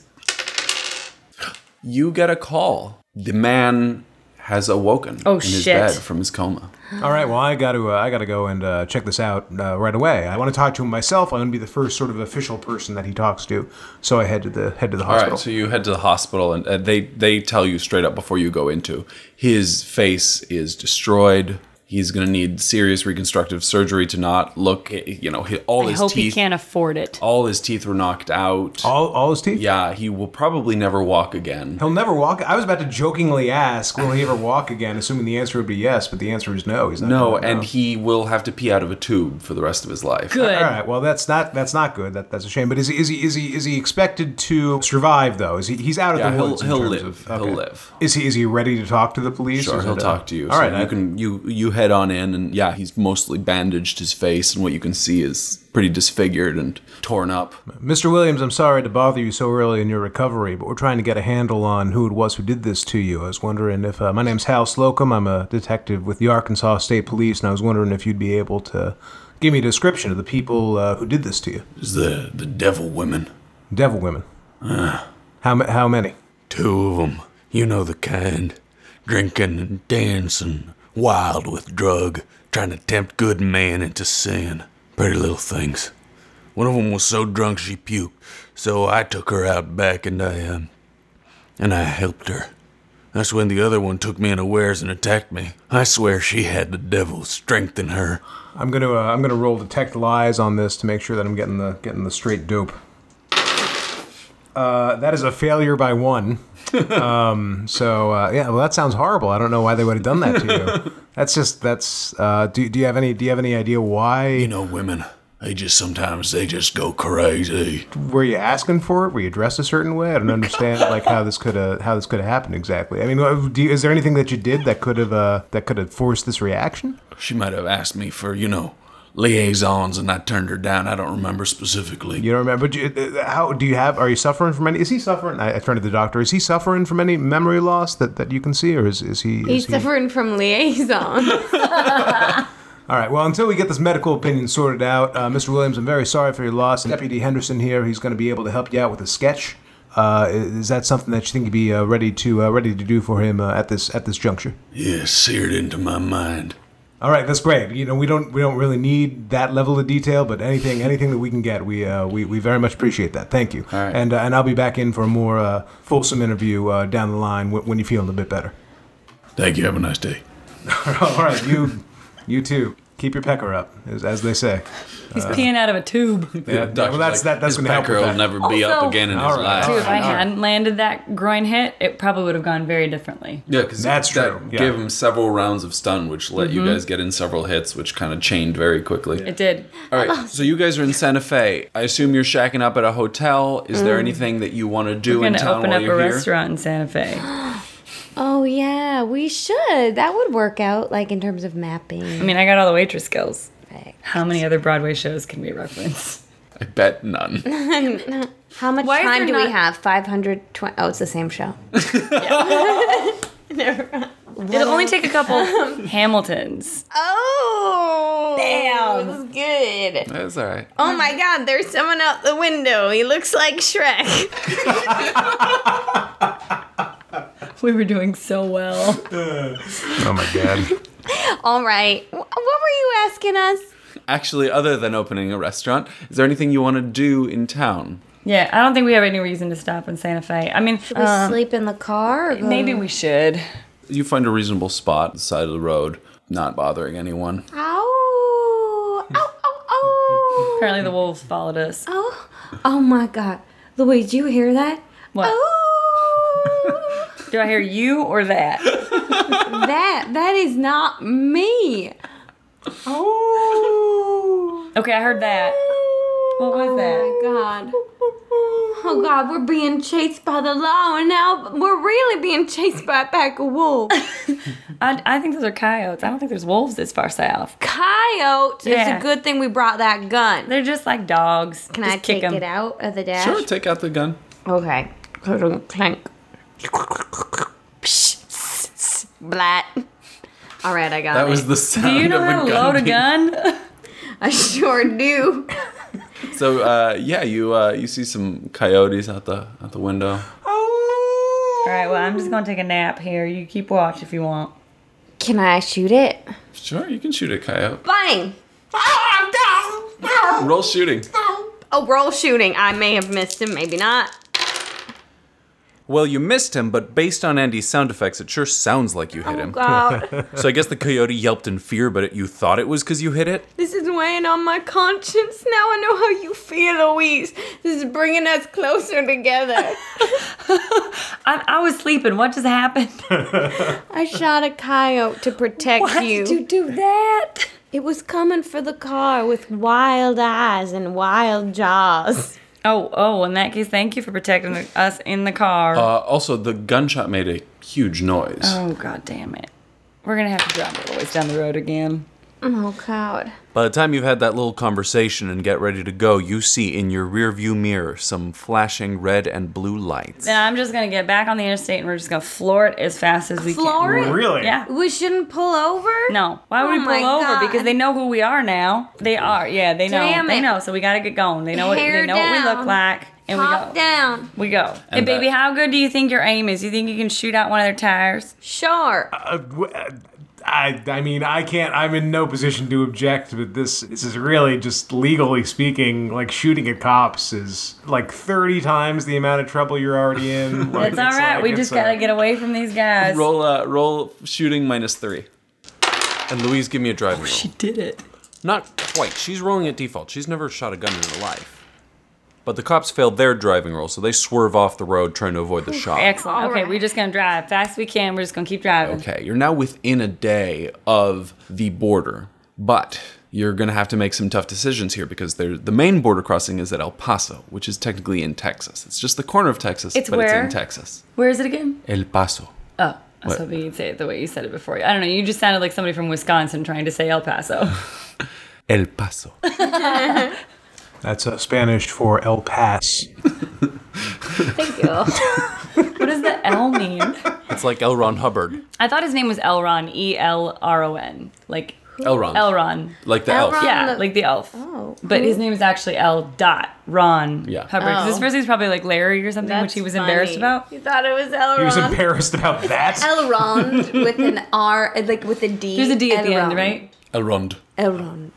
You get a call. The man has awoken Oh, in his shit. bed from his coma. All right. Well, I got to uh, I got to go and uh, check this out uh, right away. I want to talk to him myself. I'm gonna be the first sort of official person that he talks to. So I head to the head to the All hospital. right, so you head to the hospital, and uh, they they tell you straight up before you go into his face is destroyed. He's going to need serious reconstructive surgery to not look. eh, You know, he- all I his hope he teeth, Oh, can't afford it. all his teeth were knocked out. all all his teeth. yeah, he will probably never walk again. He'll never walk. I was about to jokingly ask, will he ever walk again? Assuming the answer would be yes, but the answer is no. He's not. No, gonna and know. he will have to pee out of a tube for the rest of his life. Good. All right. Well, that's not that's not good. That, that's a shame. But is he is he is he is he expected to survive though? Is he he's out of Yeah, the he'll woods? in he'll terms live. of- He'll okay. live. Is he is he ready to talk to the police? Sure, Is he'll it a- talk to you. All right, so you can you you head on in, and yeah, he's mostly bandaged his face, and what you can see is pretty disfigured and torn up. Mr. Williams. I'm sorry to bother you so early in your recovery, but we're trying to get a handle on who it was who did this to you. I was wondering if uh, my name's Hal Slocum. I'm a detective with the Arkansas State Police, and I was wondering if you'd be able to give me a description of the people uh, who did this to you. Is the the devil women? Devil women. How ma- how many? Two of them. You know the kind. Drinking and dancing, wild with drug, trying to tempt good man into sin. Pretty little things. One of them was so drunk she puked, so I took her out back and I, um, and I helped her. That's when the other one took me unawares and attacked me. I swear she had the devil's strength in her. I'm gonna uh, I'm gonna roll detect lies on this to make sure that I'm getting the getting the straight dope. Uh, that is a failure by one. um, so uh, yeah, well that sounds horrible. I don't know why they would have done that to you. That's just that's. Uh, do, do you have any Do you have any idea You why? know, women, they just sometimes they just go crazy. Were you asking for it? Were you dressed a certain way? I don't understand like how this could have how this could have happened exactly. I mean, uh, do you, is there anything that you did that could have uh, that could have forced this reaction? She might have asked me for, you know, liaisons, and I turned her down. I don't remember specifically. You don't remember? Do you, uh, how do you have? Are you suffering from any? Is he suffering? I, I turned to the doctor. Is he suffering from any memory loss that, that you can see, or is, is he? He's is he- suffering from liaison. All right. Well, until we get this medical opinion sorted out, uh, Mr. Williams, I'm very sorry for your loss. Deputy Henderson here. He's going to be able to help you out with a sketch. Uh, i- is that something that you think you'd be uh, ready to uh, ready to do for him uh, at this at this juncture? Yeah, seared into my mind. All right, that's great. You know, we don't we don't really need that level of detail, but anything anything that we can get, we uh, we, we very much appreciate that. Thank you. right. And uh, and I'll be back in for a more uh, fulsome interview uh, down the line when, when you're feeling a bit better. Thank you. Have a nice day. All right, you you too. Keep your pecker up, as, as they say. He's peeing out of a tube. Dude, Yeah, well, that's that, that's his going to help. pecker with will that. never be up Also- again in his All right. life. Dude, if I hadn't landed that groin hit, it probably would have gone very differently. Yeah, because That's that true, yeah. Gave him several rounds of stun, which let you guys get in several hits, which kind of chained very quickly. Mm-hmm. It did. All right, so you guys are in Santa Fe. I assume you're shacking up at a hotel. Is there anything that you want to do Mm-hmm. We're in going to town open while up a you're here? restaurant in Santa Fe. oh yeah, we should. That would work out, like in terms of mapping. I mean, I got all the waitress skills. Perfect. How many other Broadway shows can we reference? I bet none. How much Why is time there do we not- have? Five hundred twenty. Oh, it's the same show. It'll only take a couple Hamiltons. Oh, Damn. That's good. That's all right. Oh my God, there's someone out the window. He looks like Shrek. We were doing so well. Oh my god. All right. Wh- What were you asking us? Actually, other than opening a restaurant, is there anything you want to do in town? Yeah, I don't think we have any reason to stop in Santa Fe. I mean, We uh, sleep in the car. Or go- maybe we should. You find a reasonable spot, the side of the road, not bothering anyone. Ow. Ow, ow, ow. Apparently, the wolves followed us. Oh, oh my God. Louise, you hear that? What? Oh, Do I hear you or that? that, that is not me. Oh. Okay, I heard that. What was that? Oh my God. Oh God, we're being chased by the law, and now we're really being chased by a pack of wolves. I, I think those are coyotes. I don't think there's wolves this far south. Coyote. Yeah. It's a good thing we brought that gun. They're just like dogs. Can just I kick take 'em. it out of the dash? Sure, take out the gun. Okay. Clank. Blat. All right, I got That it. was the Do sound you know of how a to gun. load a gun? I sure do. So uh, yeah, you uh, you see some coyotes out the out the window. All right, well, I'm just going to take a nap here. You keep watch if you want. Can I shoot it? Sure, you can shoot a coyote. Bang! Roll shooting. Oh, roll shooting. I may have missed him, maybe not. Well, you missed him, but based on Andy's sound effects, it sure sounds like you hit Oh, him. God, So I guess the coyote yelped in fear, but it, you thought it was because you hit it? this is weighing on my conscience. Now I know how you feel, Louise. This is bringing us closer together. I, I was sleeping. What just happened? I shot a coyote to protect Why you. did you do that? It was coming for the car with wild eyes and wild jaws. Oh, oh, in that case, thank you for protecting the, us in the car. Uh, also, the gunshot made a huge noise. oh, god damn it. We're going to have to drive all the ways down the road again. Oh, God. By the time you've had that little conversation and get ready to go, you see in your rearview mirror some flashing red and blue lights. Then I'm just going to get back on the interstate and we're just going to floor it as fast as we Floor it? can. Really? Yeah. We shouldn't pull over? No. Why would we Oh my pull over? God. Because they know who we are now. They are. Yeah, they know. Damn they it. know. So we gotta get going. They know what Hair they know what we look down. like. And Hop we go. down. We go. And hey baby, that- how good do you think your aim is? You think you can shoot out one of their tires? Sure. Uh, w- uh, I, I mean, I can't. I'm in no position to object, but this this is really just legally speaking, like shooting at cops is like 30 times the amount of trouble you're already in. Like, It's all right. like- we it's just like- gotta get away from these guys. Roll uh, roll shooting minus three. And Louise, give me a driving roll. Oh, did it. Not quite. She's rolling at default. She's never shot a gun in her life. But the cops failed their driving roll, so they swerve off the road trying to avoid the shot. Excellent. okay, we're just gonna drive fast as we can. We're just gonna keep driving. Okay, you're now within a day of the border, but you're gonna have to make some tough decisions here because there- the main border crossing is at El Paso, which is technically in Texas. It's just the corner of Texas, It's but where? it's in Texas. Where is it again? El Paso. Oh. I was What? hoping you'd say it the way you said it before. I don't know. You just sounded like somebody from Wisconsin trying to say El Paso. El Paso. That's uh, Spanish for El Pass. Thank you. What does the L mean? It's like L. Ron Hubbard. I thought his name was Elron, E L R O N, like Elrond. Elron. Like the Elrond. elf. Yeah, Um, the- like the elf. Oh. But his name is actually L. Dot Ron Yeah. Hubbard. 'Cause His Oh. first name's probably like Larry or something, which he was embarrassed about. You thought it was Elrond. He was Uh-huh. embarrassed about that. Elrond with an R, like with a D. There's a D at the end, Elrond. right? Elrond. Elrond.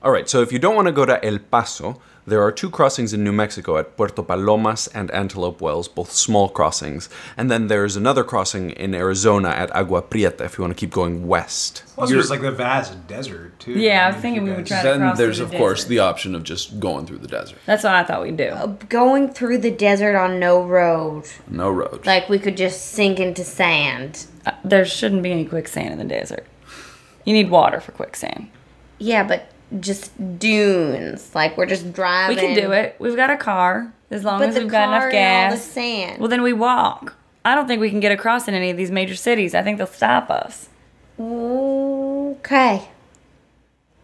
All right, so if you don't want to go to El Paso, there are two crossings in New Mexico at Puerto Palomas and Antelope Wells, both small crossings. And then there's another crossing in Arizona at Agua Prieta if you want to keep going west. Plus, there's like the vast desert too. Yeah, I was mean, thinking you we would guys- try Then to cross there's, through of the course, desert. the option of just going through the desert. That's what I thought we'd do. Oh. Going through the desert on no road. No road. Like we could just sink into sand. Uh, there shouldn't be any quicksand in the desert. You need water for quicksand. Yeah, but just dunes. Like we're just We driving. can do it. We've got a car as long But as the we've car got enough and all the gas. sand. Well, then we walk. I don't think we can get across in any of these major cities. I think they'll stop us. okay.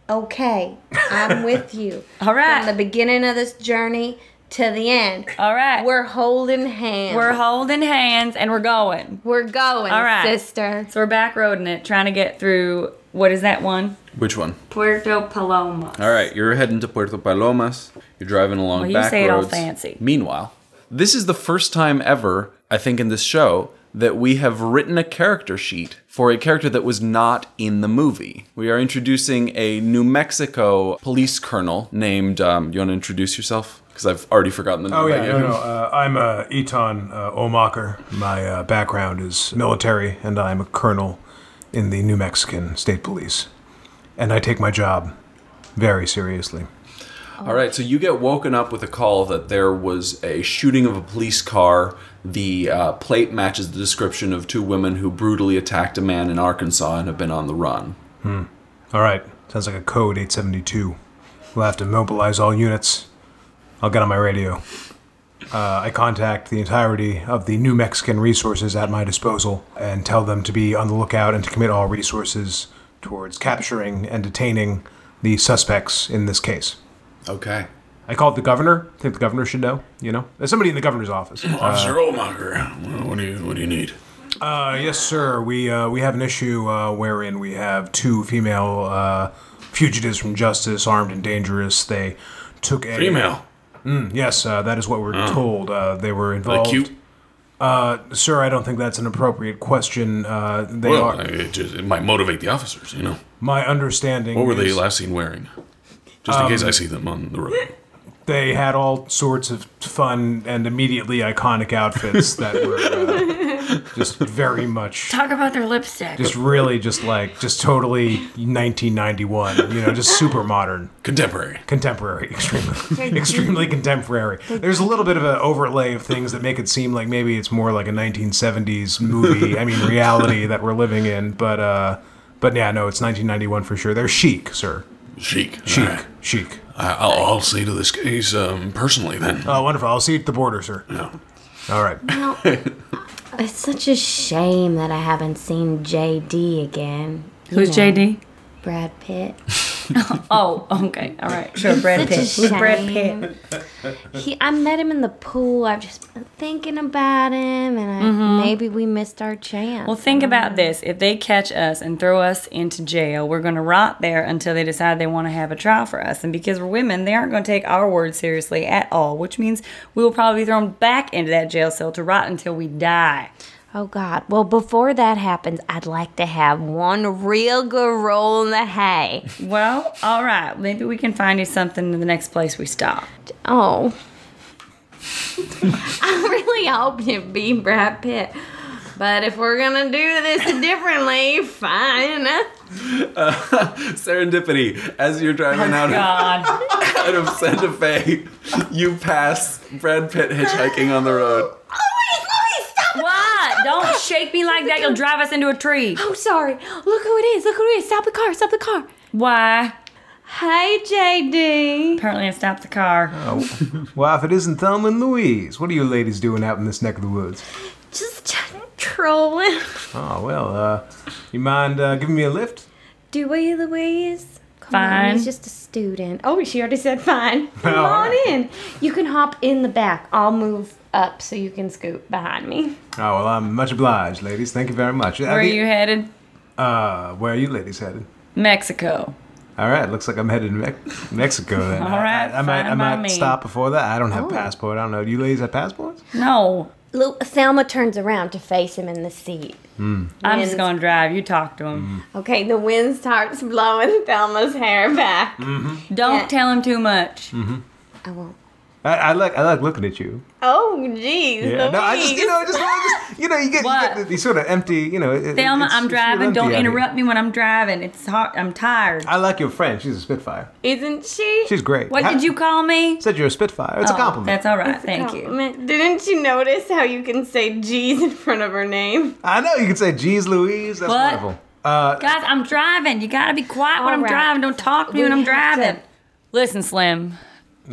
Okay. I'm with you. All From the right. beginning of this journey to the end. All right. We're holding hands. We're holding hands and we're going. We're going, All right. sister. So we're back roading it, trying to get through. What is that one? Which one? Puerto Paloma. All right, you're heading to Puerto Palomas. You're driving along Well, you back say it all roads. fancy. Meanwhile, this is the first time ever, I think, in this show that we have written a character sheet for a character that was not in the movie. We are introducing a New Mexico police colonel named. Um, you want to introduce yourself? Because I've already forgotten the name. Oh I yeah, gave no, him. no. Uh, I'm uh, Eton uh, Omacher. My uh, background is military, and I'm a colonel in the New Mexican State Police, and I take my job very seriously. All right, so you get woken up with a call that there was a shooting of a police car. The uh, plate matches the description of two women who brutally attacked a man in Arkansas and have been on the run. All right, sounds like a code 872. We'll have to mobilize all units. I'll get on my radio. Uh, I contact the entirety of the New Mexican resources at my disposal and tell them to be on the lookout and to commit all resources towards capturing and detaining the suspects in this case. Okay. I called the governor. I think the governor should know. You know, there's somebody in the governor's office. Officer Olmacher, what do you what do you need? Uh, yes, sir. We uh, we have an issue uh, wherein we have two female uh, fugitives from justice, armed and dangerous. They took a Female. Oh. Yes, uh, that is what we're told. Uh, they were Like involved. cute. Sir, I don't think that's an appropriate question. Uh, they Well, are. I- it, just, it might motivate the officers, you know. my understanding. What were they is last seen wearing? Just in case I see them on the road. They had all sorts of fun and immediately iconic outfits that were uh, just very much Talk about their lipstick. just really just like just totally 1991 you know just super modern Contemporary. contemporary extremely extremely contemporary there's a little bit of an overlay of things that make it seem like maybe it's more like a 1970s movie i mean reality that we're living in but uh but yeah no it's 1991 for sure they're chic sir Chic. All chic right. chic I, I'll, I'll see to this case um, personally then. oh wonderful i'll see you at the border sir all right It's such a shame that I haven't seen JD again. You Who's know, JD? Brad Pitt. Oh, okay. All right. Sure. Brad Pitt. Such a Who's Brad shame. Pitt. He, I met him in the pool. I've just been thinking about him, and I, maybe we missed our chance. Mm-hmm. Well, think about this. If they catch us and throw us into jail, we're going to rot there until they decide they want to have a trial for us. And because we're women, they aren't going to take our word seriously at all, which means we will probably be thrown back into that jail cell to rot until we die. oh God! Well, before that happens, I'd like to have one real good roll in the hay. Well, all right. Maybe we can find you something in the next place we stop. Oh, I really hoped it'd be Brad Pitt. But if we're gonna do this differently, fine. Serendipity. As you're driving out of, Oh God. out of Santa Fe, you pass Brad Pitt hitchhiking on the road. What? Don't shake me like that. You'll drive us into a tree. I'm sorry. Look who it is. Look who it is. Stop the car. Stop the car. Why? Hey, JD. Apparently, I stopped the car. Well, if it isn't Thelma and Louise, what are you ladies doing out in this neck of the woods? Just t- trolling. Oh well, uh, you mind uh, giving me a lift? Do we, Louise? Come On, Fine. he's just a student. Oh, she already said fine. Come on in. You can hop in the back. I'll move up so you can scoot behind me. Oh well, I'm much obliged, ladies. Thank you very much. Where are you headed? Uh, where are you ladies headed? Mexico. All right, looks like I'm headed to Mex- Mexico. Then. All right, I, I might, I fine by might me. stop before that. I don't have passport. I don't know. Do you ladies have passports? No, Lu- Thelma turns around to face him in the seat. I'm Wins. just gonna drive. You talk to him. Mm-hmm. Okay, the wind starts blowing Thelma's hair back. Mm. Don't Yeah. tell him too much. Mm-hmm. I won't. I, I like, I like looking at you. Oh, jeez. Yeah. No, I just, Louise. you know, I just, I just you know, you get, you What? get the- the sort of empty, you know. it- Thelma, it's- I'm it's real driving. empty Don't out here. interrupt me when I'm driving. It's hard. I'm tired. I like your friend. She's a spitfire. Isn't she? She's great. What Ha- did you call me? said? You're a spitfire. It's a Oh, compliment. That's all right. Thank you. Compliment. Oh, Didn't you notice how you can say G's in front of her name? I know you could say, "Geez, Louise." That's What? wonderful. Uh, Guys, I'm driving. You gotta be quiet when I'm right. driving. Don't talk to me when I'm have to- driving. Listen, Slim.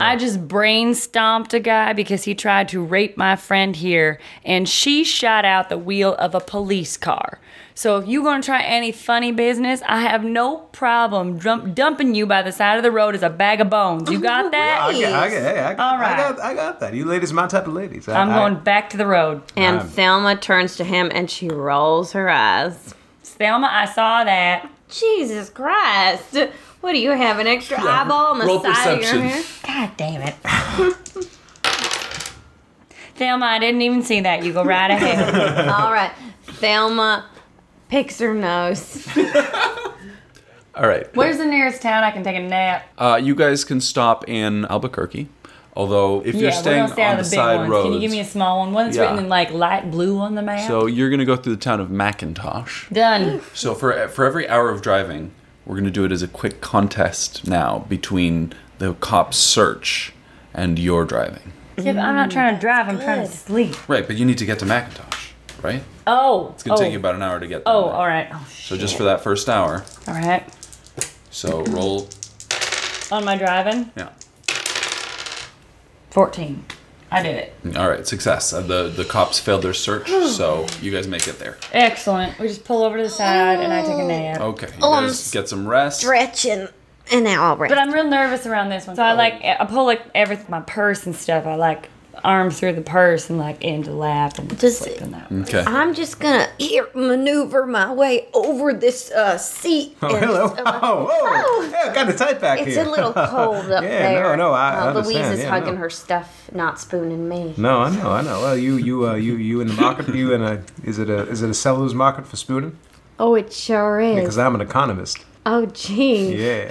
I just brain stomped a guy because he tried to rape my friend here, and she shot out the wheel of a police car. So if you're gonna try any funny business, I have no problem dump- dumping you by the side of the road as a bag of bones. You got that? I get, I get, hey, I, got- All right. I got, I got that. You ladies are my type of ladies. I, I'm I- going back to the road. And Um, Thelma turns to him and she rolls her eyes. Thelma, I saw that. Jesus Christ. What do you have? An extra eyeball on the roll side of perception. your hair? God damn it. Thelma, I didn't even see that. You go right ahead. All right. Thelma picks her nose. All right. Where's the nearest town I can take a nap? Uh, you guys can stop in Albuquerque, although if yeah, you're staying we're gonna stay on out the, of the, big side ones. roads, Can you give me a small one? One that's Yeah. written in like light blue on the map. so you're going to go through the town of Macintosh. Done. So for for every hour of driving, we're going to do it as a quick contest now between the cop's search and your driving. Yeah, but I'm not trying to drive. I'm trying to sleep. Right, but you need to get to Macintosh, right? Oh. It's going to oh. take you about an hour to get there. Oh, all right. Oh, So just for that first hour, all right. so roll. On my driving, Yeah. 14. I did it. All right, success. Uh, the the cops failed their search, so you guys make it there. Excellent. We just pull over to the side and I take a nap. Okay, you Oh, I'm guys get some rest. Gretchen. And now I'll But I'm real nervous around this one. So I like I pull like everything my purse and stuff. I like arm through the purse and like into lap and Does sleep it- in that. one. Okay. I'm just gonna here maneuver my way over this uh, seat. uh, Oh, hello. Oh, oh. Yeah, kind of tight back It's here. a little cold up Yeah, there. no, no, I- I uh, Louise understand. is Yeah, hugging no. her stuff, not spooning me. No, I know, I know. Well, you, you, uh, you, you in the market? You in a? Is it a? Is it a seller's market for spooning? Oh, it sure is. Because I'm an economist. oh, geez. Yeah.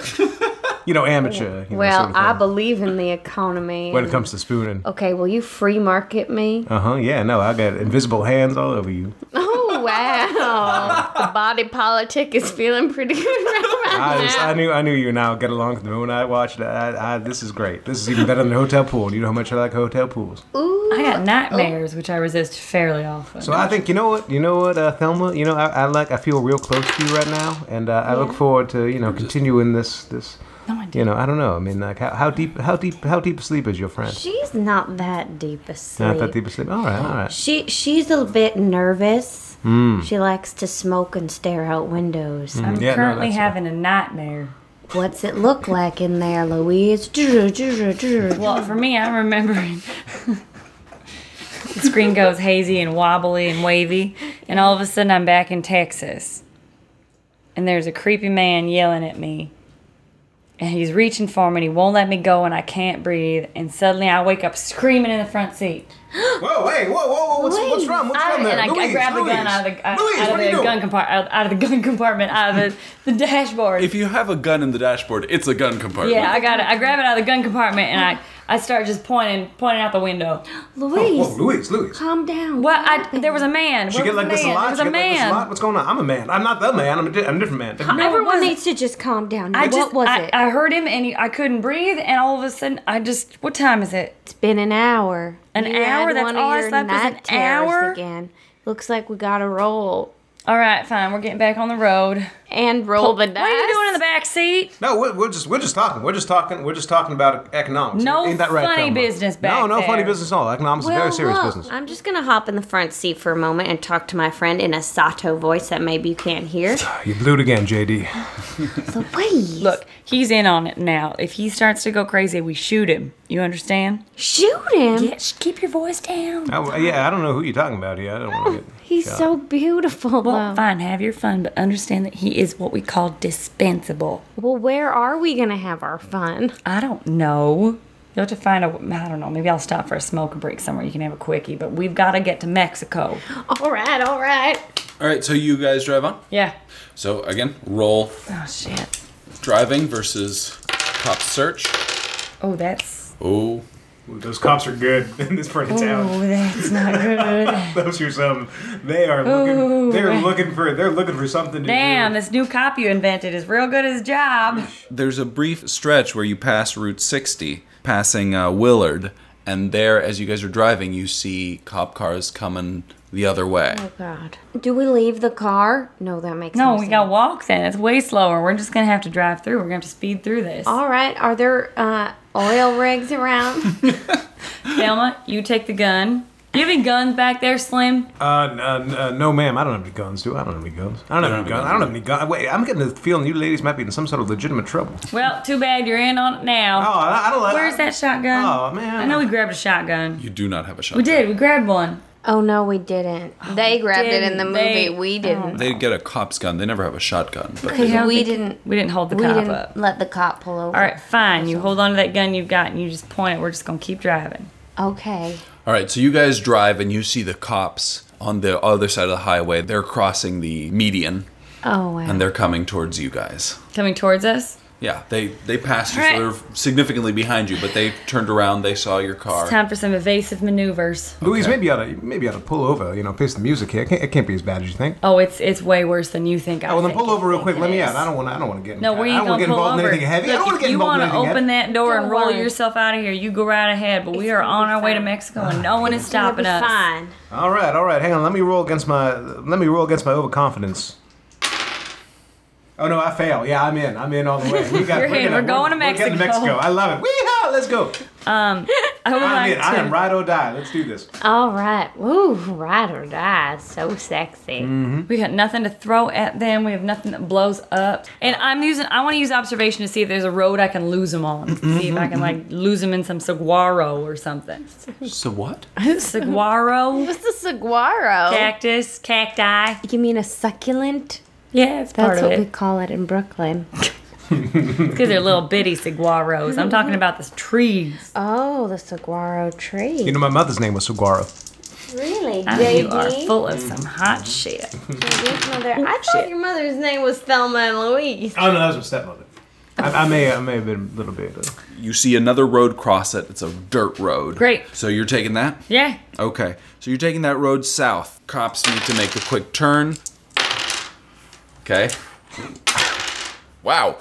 you know, amateur. You know, Well, sort of I Oh. thing, believe in the economy. when it and- comes to spooning. Okay, will you free market me? Uh huh. Yeah. No, I got invisible hands all over you. Oh wow, the body politic is feeling pretty good right I, just, I knew, I knew you and I would get along. 'cause The moment I watched, it, I, I, this is great. This is even better than the hotel pool. Do you know how much I like hotel pools? I got nightmares, which I resist fairly often. So I think you know what you know what uh, Thelma. You know I, I like I feel real close to you right now, and uh, I look forward to you know continuing this this. No, I didn't. You know I don't know. I mean like how, how deep how deep how deep asleep is your friend? She's not that deep asleep. Not that deep asleep. All right, all right. She she's a bit nervous. Hmm. She likes to smoke and stare out windows. I'm Yeah, no, currently that's- having a nightmare. What's it look like in there, Louise? Well, for me, I'm remembering. the screen goes hazy and wobbly and wavy, and all of a sudden I'm back in Texas. And there's a creepy man yelling at me. And he's reaching for me and he won't let me go, and I can't breathe. And suddenly I wake up screaming in the front seat. Whoa, hey, whoa, whoa, whoa! What's, what's wrong? What's I, wrong there? and I, I grabbed the gun out of the, out, Louise, out what are you of the doing? gun compartment, out of the gun compartment, out of the, the dashboard. If you have a gun in the dashboard, it's a gun compartment. yeah, I got it. I grab it out of the gun compartment and I, I start just pointing, pointing out the window. Louise, Whoa, Louise, Louise. calm down. Well, I, there was a man. She Where get was like the this a man? lot. There was She a get like this a man. lot. What's going on? I'm a man. I'm not the man. I'm a, di- I'm a different man. No, it Everyone wasn't. needs to just calm down. I what just, was I, it? I heard him and he, I couldn't breathe, and all of a sudden, I just, what time is it? it's been an hour. An You had hour? That's one of all I your slept was an night terrors hour? Again, looks like we got a roll. All right, fine. We're getting back on the road. and roll the dice. What are you doing in the back seat? No, we're, we're just we're just talking. We're just talking. We're just talking about economics. No Ain't that right, funny Thelma? business back No, no funny there. business at all. Economics is Well, very serious look, business. I'm just gonna hop in the front seat for a moment and talk to my friend in a Sato voice that maybe you can't hear. You blew it again, JD. Louise, Look, he's in on it now. If he starts to go crazy, we shoot him. You understand? shoot him. Yeah, sh- keep your voice down. I, yeah, I don't know who you're talking about here. I don't want to get. He's so beautiful. Well, though. fine, have your fun, but understand that he is what we call dispensable. Well, where are we gonna have our fun? I don't know. You'll have to find a. I don't know. Maybe I'll stop for a smoke break somewhere. You can have a quickie, but we've got to get to Mexico. All right, all right. All right, so you guys drive on. Yeah. So again, roll Oh shit. driving versus cop search. Oh, that's. Oh, Those cops are good in this part of Oh, that's not good. Those are some. They are looking. Ooh. They're looking for. They're looking for something to Damn, do. this new cop you invented is real good at his job. there's a brief stretch where you pass Route 60, passing uh, Willard, and there, as you guys are driving, you see cop cars coming the other way. Oh God. Do we leave the car? No, that makes No, No we sense. got walks in. It's way slower. We're just gonna have to drive through. We're gonna have to speed through this. All right. Are there uh, oil rigs around? Thelma, you take the gun. Do you have any guns back there, Slim? Uh, n- uh, n- uh, no, ma'am. I don't have any guns, do I? I don't have any guns. I don't have any guns. I don't have any guns. Wait, I'm getting the feeling you ladies might be in some sort of legitimate trouble. Well, too bad you're in on it Oh, now. I, I don't. I- Oh, Where's that shotgun? Oh, man. I know we grabbed a shotgun. You do not have a shotgun. We did. We grabbed one. oh no, we didn't. They grabbed it in the Oh, didn't. movie. They- we didn't. They get a cop's gun. They never have a shotgun. But I don't we think- didn't. We didn't hold the We cop didn't up. let the cop pull over. All right, fine. You hold on to that gun you've got and you just point it. We're just gonna keep driving. Okay. All right, so you guys drive and you see the cops on the other side of the highway. They're crossing the median Oh wow. and they're coming towards you guys. Coming towards us. Yeah, they they passed you, All right. so they're significantly behind you. But they turned around, they saw your car. It's time for some evasive maneuvers. Louise, Okay. maybe you ought to maybe you ought to pull over. You know, pace the music here. It can't, it can't be as bad as you think. Oh, it's it's way worse than you think. I Oh, well, then think pull it- over real quick. it Let me is. out. I don't want. to I don't want to get. In No, the car. where I you don't wanna gonna get pull involved over? in anything heavy. I Look, don't want if to get you involved in wanna anything open heavy. that door and Don't roll worry. yourself out of here, you go right ahead. But we It's are gonna on be our way to fine. Mexico, Ah, and no one is It's gonna stopping be us. Fine. All right, all right. Hang on. Let me roll against my. Let me roll against my overconfidence. Oh no, I fail. Yeah, I'm in. I'm in all the way. We got, You're in. gonna- We're going to We're getting to Mexico. Mexico. I love it. Weehaw! Let's go. I would I'm like in. I am to- ride or die. Let's do this. All right. Woo, ride or die. So sexy. We got nothing to throw at them. We have nothing that blows up. And I'm using. I want to use observation to see if there's a road I can lose them on. Mm-hmm, See if I can like lose them in some saguaro or something. So what? Oh. Saguaro. What's the saguaro? cactus, cacti. You mean a succulent? Yeah, it's part That's of what we it. call it in Brooklyn. Because they're little bitty saguaros. I'm Mm-hmm. talking about the trees. Oh, the saguaro tree. You know, my mother's name was Saguaro. really, I know you are JD? full of some hot shit. JD's mother. I thought your mother's name was Thelma and Louise. Oh no, that was my stepmother. I, I may, I may have been a little bit. uh, You see another road cross it. It's a dirt road. Great. So you're taking that? Yeah. Okay. So you're taking that road south. Cops need to make a quick turn. Okay. Wow.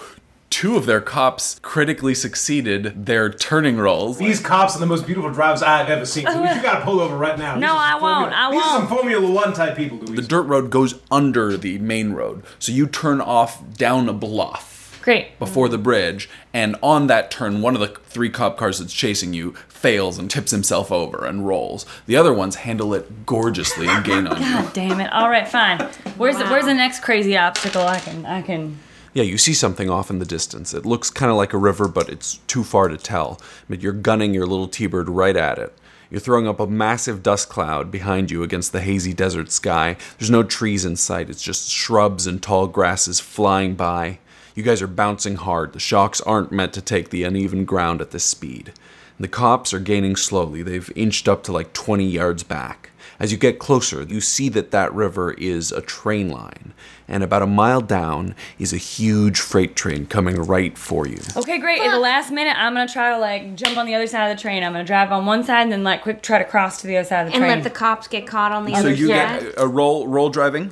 Two of their cops critically succeeded their turning rolls. These cops are the most beautiful drives I've ever seen. Louise, you gotta pull over right now. No, I won't. I These are some won't. Formula One type people, The Louise. dirt road goes under the main road. So you turn off down a bluff. Great. before the bridge, and on that turn, one of the three cop cars that's chasing you fails and tips himself over and rolls. The other ones handle it gorgeously and gain on you. God damn it. All right, fine. Where's the, Wow. where's the next crazy obstacle I can I can Yeah, you see something off in the distance. It looks kind of like a river, but it's too far to tell. But you're gunning your little T-bird right at it. You're throwing up a massive dust cloud behind you against the hazy desert sky. There's no trees in sight. It's just shrubs and tall grasses flying by. You guys are bouncing hard. The shocks aren't meant to take the uneven ground at this speed. The cops are gaining slowly. They've inched up to like 20 yards back. As you get closer, you see that that river is a train line, and about a mile down is a huge freight train coming right for you. Okay, great. At the last minute, I'm gonna try to like jump on the other side of the train. I'm gonna drive on one side and then like quick try to cross to the other side of the And train. let the cops get caught on the So other you side. get a roll roll driving.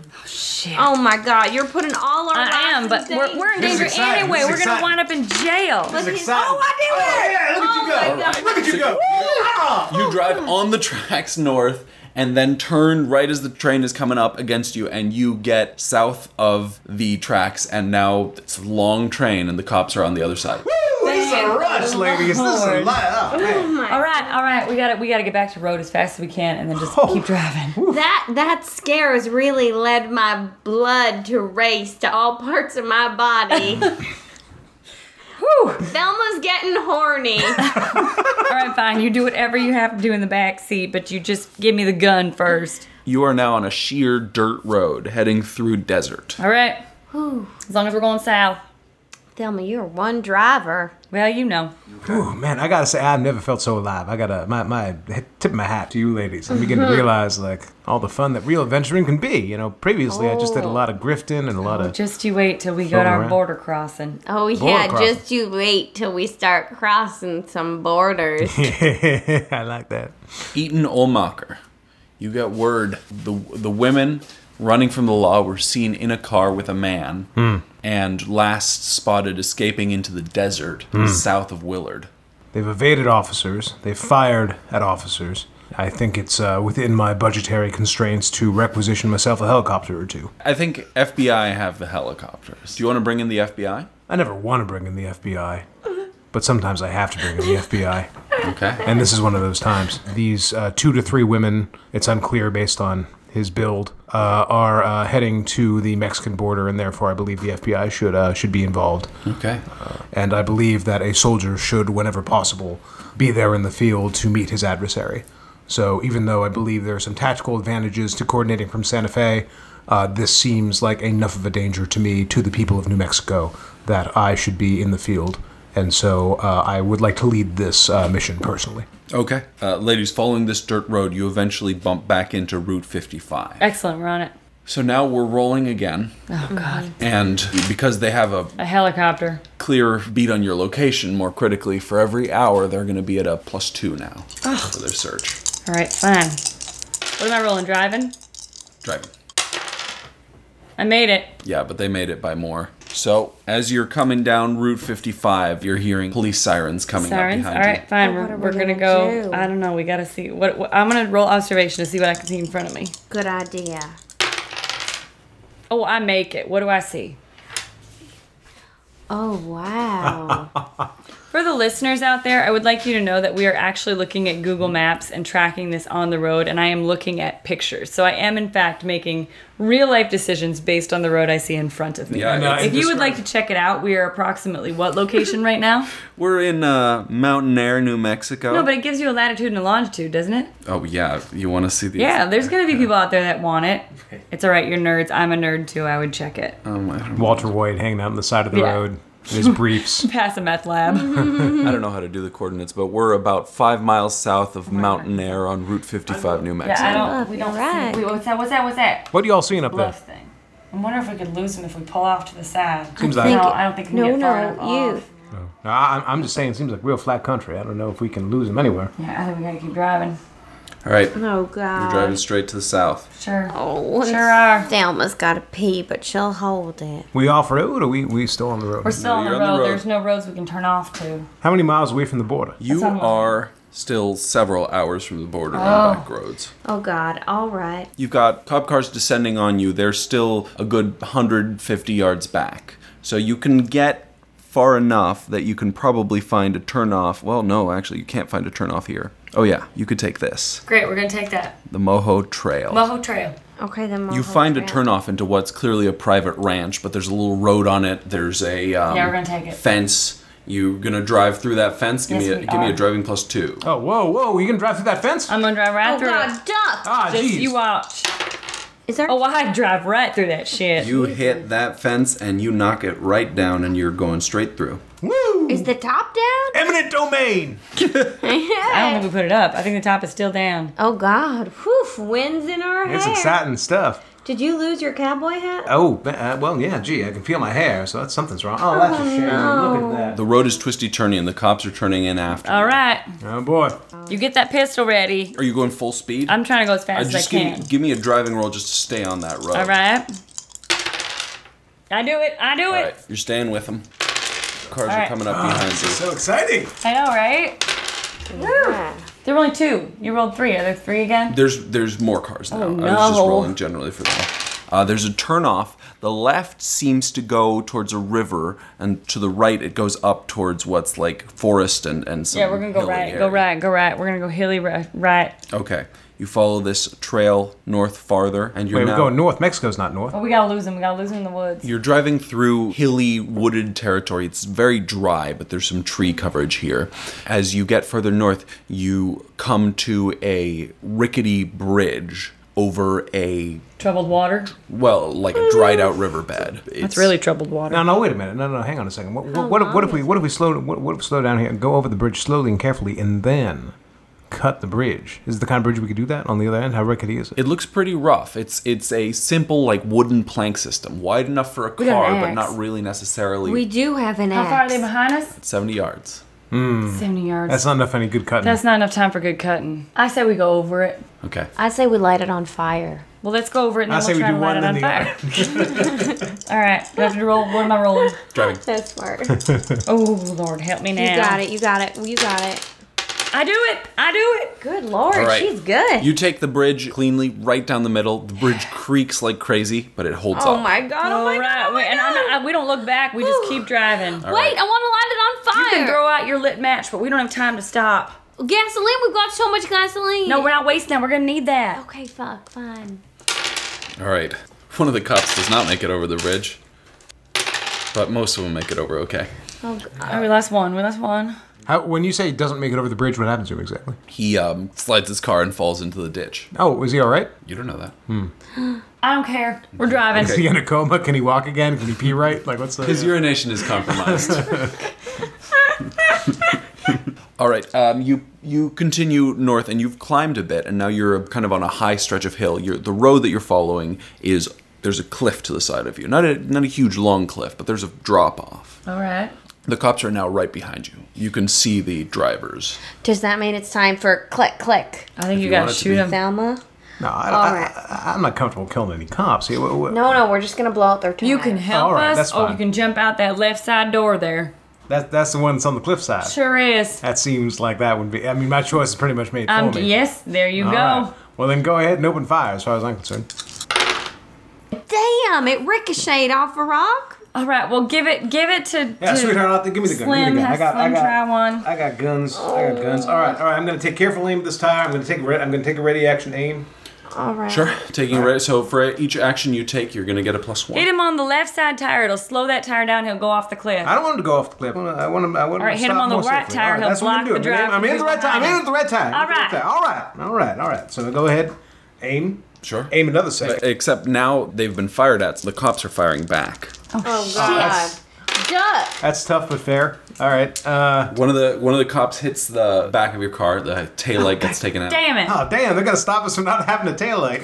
Oh my God! You're putting all our I lives am, but in we're, danger. we're in This is danger exciting. anyway. This is We're gonna exciting. wind up in jail. But he's- exciting. Oh, I did it! Yeah, look at you Oh, go. my God. Look at you go. Oh. You drive on the tracks north and then turn right as the train is coming up against you, and you get south of the tracks, and now it's a long train, and the cops are on the other side. This is a rush, ladies. This is a lot. Oh, man. All right, all right. We got to we got to get back to road as fast as we can, and then just Oh. keep driving. That that scare has really led my blood to race to all parts of my body. Whew. Velma's getting horny. All right, fine. You do whatever you have to do in the back seat, but you just give me the gun first. You are now on a sheer dirt road heading through desert. All right. As long as we're going south. Thelma, you're one driver. Well, you know. Ooh, man, I gotta say, I've never felt so alive. I gotta my my tip my hat to you ladies. I'm beginning to realize like all the fun that real adventuring can be. You know, previously I just did a lot of grifting and a lot of. Just you wait till we got our around. border crossing. Oh yeah, crossing. just you wait till we start crossing some borders. I like that. Eaton Olmacher. You got word the the women running from the law were seen in a car with a man and last spotted escaping into the desert south of Willard. They've evaded officers. They've fired at officers. I think it's uh, within my budgetary constraints to requisition myself a helicopter or two. I think FBI have the helicopters. Do you want to bring in the FBI? I never want to bring in the FBI, but sometimes I have to bring in the FBI. Okay. And this is one of those times. These uh, two to three women, it's unclear based on his build, uh, are uh, heading to the Mexican border, and therefore I believe the FBI should uh, should be involved. Okay. And I believe that a soldier should, whenever possible, be there in the field to meet his adversary. So even though I believe there are some tactical advantages to coordinating from Santa Fe, uh, this seems like enough of a danger to me, to the people of New Mexico, that I should be in the field. And so uh, I would like to lead this uh, mission personally. Okay. Uh, ladies, following this dirt road, you eventually bump back into Route 55. Excellent. We're on it. So now we're rolling again. Oh God. And because they have a A helicopter. clear beat on your location more critically for every hour they're going to be at a plus two now for their search All right, fine. What am I rolling? Driving. driving I made it. yeah but they made it by more so as you're coming down route 55 you're hearing police sirens coming Sirens. up All behind you right, fine. what We're, are we we're gonna, gonna go. do? I don't know. We gotta see. What, what? I'm gonna roll observation to see what I can see in front of me. Good idea. Oh, I make it. What do I see? Oh wow. For the listeners out there, I would like you to know that we are actually looking at Google Maps and tracking this on the road, and I am looking at pictures. So I am, in fact, making real life decisions based on the road I see in front of me. Yeah, No, it's- if you would like to check it out, we are approximately what location right now? we're in uh, mountain air new mexico No, but it gives you a latitude and a longitude, doesn't it? oh yeah you want to see these Yeah, there's gonna be people out there that want it. It's all right, you're nerds. I'm a nerd too. I would check it. um, I, don't, Walter White hanging out on the side of the Yeah. road in his briefs. Pass a meth lab. I don't know how to do the coordinates but we're about five miles south of mountain air on route 55 new Oh Yeah, mexico I don't. We don't. You're right. See, we- what's that? What's that? What's that? What are y'all seeing up there? Bluff thing. I'm wondering if we could lose him if we pull off to the side. Seems No, like, I don't think we can no, get far no, enough you. off. no, I, I'm just saying, it seems like real flat country. I don't know if we can lose him anywhere. Yeah, I think we gotta keep driving. all right we're Oh god. driving straight to the south Sure. Oh, Sure are. Thelma's got to pee, but she'll hold it. We off road or we, we still on the road? We're still on, the you're on the road. road. There's no roads we can turn off to. How many miles away from the border? you Somewhere. are still several hours from the border on back roads Oh god. All right. You've got cop cars descending on you. They're still a good 150 yards back. So you can get far enough that you can probably find a turnoff. Well, no, actually, you can't find a turnoff here. Oh, yeah, you could take this Great, we're gonna take that. the Moho Trail. Moho Trail. Okay, then we'll you Uh-huh, hold find a it. turnoff into what's clearly a private ranch, but there's a little road on it. There's a um, Yeah, we're gonna take it. fence. You're gonna drive through that fence. Give Yes, me a we give me are. a driving plus two. Oh, whoa, whoa, you can drive through that fence? I'm gonna drive right Oh through god, it. duck. ah, Just jeez. you watch. Is there? Oh, I'd drive right through that shit. You hit that fence and you knock it right down, and you're going straight through. Woo! Is the top down? Eminent domain! I don't think we put it up. I think the top is still down. Oh God! Whew! Winds in our It's hair. exciting stuff. Did you lose your cowboy hat? Oh, uh, well, yeah, gee, I can feel my hair, so that's something's wrong. Oh, that's a shame. Look at The road is twisty turny and the cops are turning in after. All right, that. Oh, boy. you get that pistol ready. Are you going full speed? I'm trying to go as Uh, fast as I just give, can. me, give me a driving roll just to stay on that road. All right. I do it. I do All it. right. You're staying with them. Cars All are right. coming up behind you. exciting. I know, right? Yeah. There were only two. You rolled three. Are there three again? There's there's more cars now. I was just Oh, no. rolling generally for them. Uh, there's a turnoff. The left seems to go towards a river, and to the right it goes up towards what's like forest and and some yeah, we're gonna go hilly right, area. go right, go right. We're gonna go hilly right. right. Okay, you follow this trail north farther, and you're Wait, now we're going north. Mexico's not north. But we gotta lose him. We gotta lose him in the woods. you're driving through hilly wooded territory. It's very dry, but there's some tree coverage here. As you get further north, you come to a rickety bridge over a troubled water. well, like a dried out riverbed. That's really troubled water. No, no, wait a minute. No, no, hang on a second. What, what, Oh, what, if- what if we, what if we slow, what, what if we slow down here and go over the bridge slowly and carefully, and then cut the bridge? Is it the kind of bridge we could do that on the other end? How rickety is it? It looks pretty rough. It's it's a simple like wooden plank system, wide enough for a got an car, but axe. not really necessarily We do have an How far are axe. they behind us? seventy yards. Seventy yards. That's That's, not enough any good cutting. not enough time for good cutting. I say we go over it. Okay. I say we light it on fire. Well, let's go over it and then say we'll try we do to light one it on and then fire. All right, we have to roll. What am I rolling? Driving. That's smart. Oh Lord, help me now. You got it. You got it. You got it. I do it. I do it. Good lord, All right. she's good. You take the bridge cleanly right down the middle. The bridge creaks like crazy, but it holds oh up. my god. Oh All my right, god. Oh my wait, and I'm God. not, I, we don't look back. We just keep driving. Wait, I want to light it on You fire. can throw out your lit match, but we don't have time to stop. gasoline. We've got so much gasoline. No, we're not wasting that. We're gonna need that. Okay, fuck, fine. All right. One of the cops does not make it over the bridge, but most of them make it over. Okay. Oh, we lost one. We lost one. How, when you say it doesn't make it over the bridge, what happens to him exactly? He um, slides his car and falls into the ditch. Oh, is he all right? You don't know that. I don't care. We're driving. Is he in a coma? Can he walk again? Can he pee right? Like what's the? His urination is compromised. All right, um, you you continue north, and you've climbed a bit, and now you're kind of on a high stretch of hill. You're, the road that you're following is there's a cliff to the side of you, not a not a huge long cliff, but there's a drop off. All right. The cops are now right behind you. You can see the drivers. Does that mean it's time for click, click, I think you, you want gotta it to shoot be- him. Thelma? no, I, don't- I, I, I'm not comfortable killing any cops. Hey, wha- wha- No, no, we're just gonna blow out their tires. You can help All right, us, that's or fine. you can jump out that left side door there. That, that's the one that's on the cliffside. Sure is. That seems like that would be. I mean, my choice is pretty much made for Um, me. yes, there you All go. right. Well, then go ahead and open fire, as far as I'm concerned. Damn, it ricocheted off a rock. All right. Well, give it, give it to. Yeah, to sweetheart, I'll- give me the gun. give Slim, me the gun. I have got, I Slim got, try one. I got guns. I got guns. All right, all right. I'm gonna take careful aim this time. I'm gonna take. Re- I'm gonna take a ready action aim. All right. Sure, taking a right. So for each action you take, you're gonna get a plus one. Hit him on the left side tire. It'll slow that tire down. He'll go off the cliff. I don't want him to go off the cliff. I want him. I want him. I want All right, to hit him stop on the more right safely. tire. All right, He'll that's what I'm block the gonna do. I'm in- drive I'm in the from right tire. I'm in behind. at the right tire. All I'm in at the right. tire. All right. All right. All right. So go ahead. Aim. Sure. Aim another second. Except now they've been fired at, so the cops are firing back. Oh god. Duck. That's tough but fair. All right. Uh, One of the one of the cops hits the back of your car. The tail light gets taken out. Damn it! oh damn! They're gonna stop us from not having a tail light.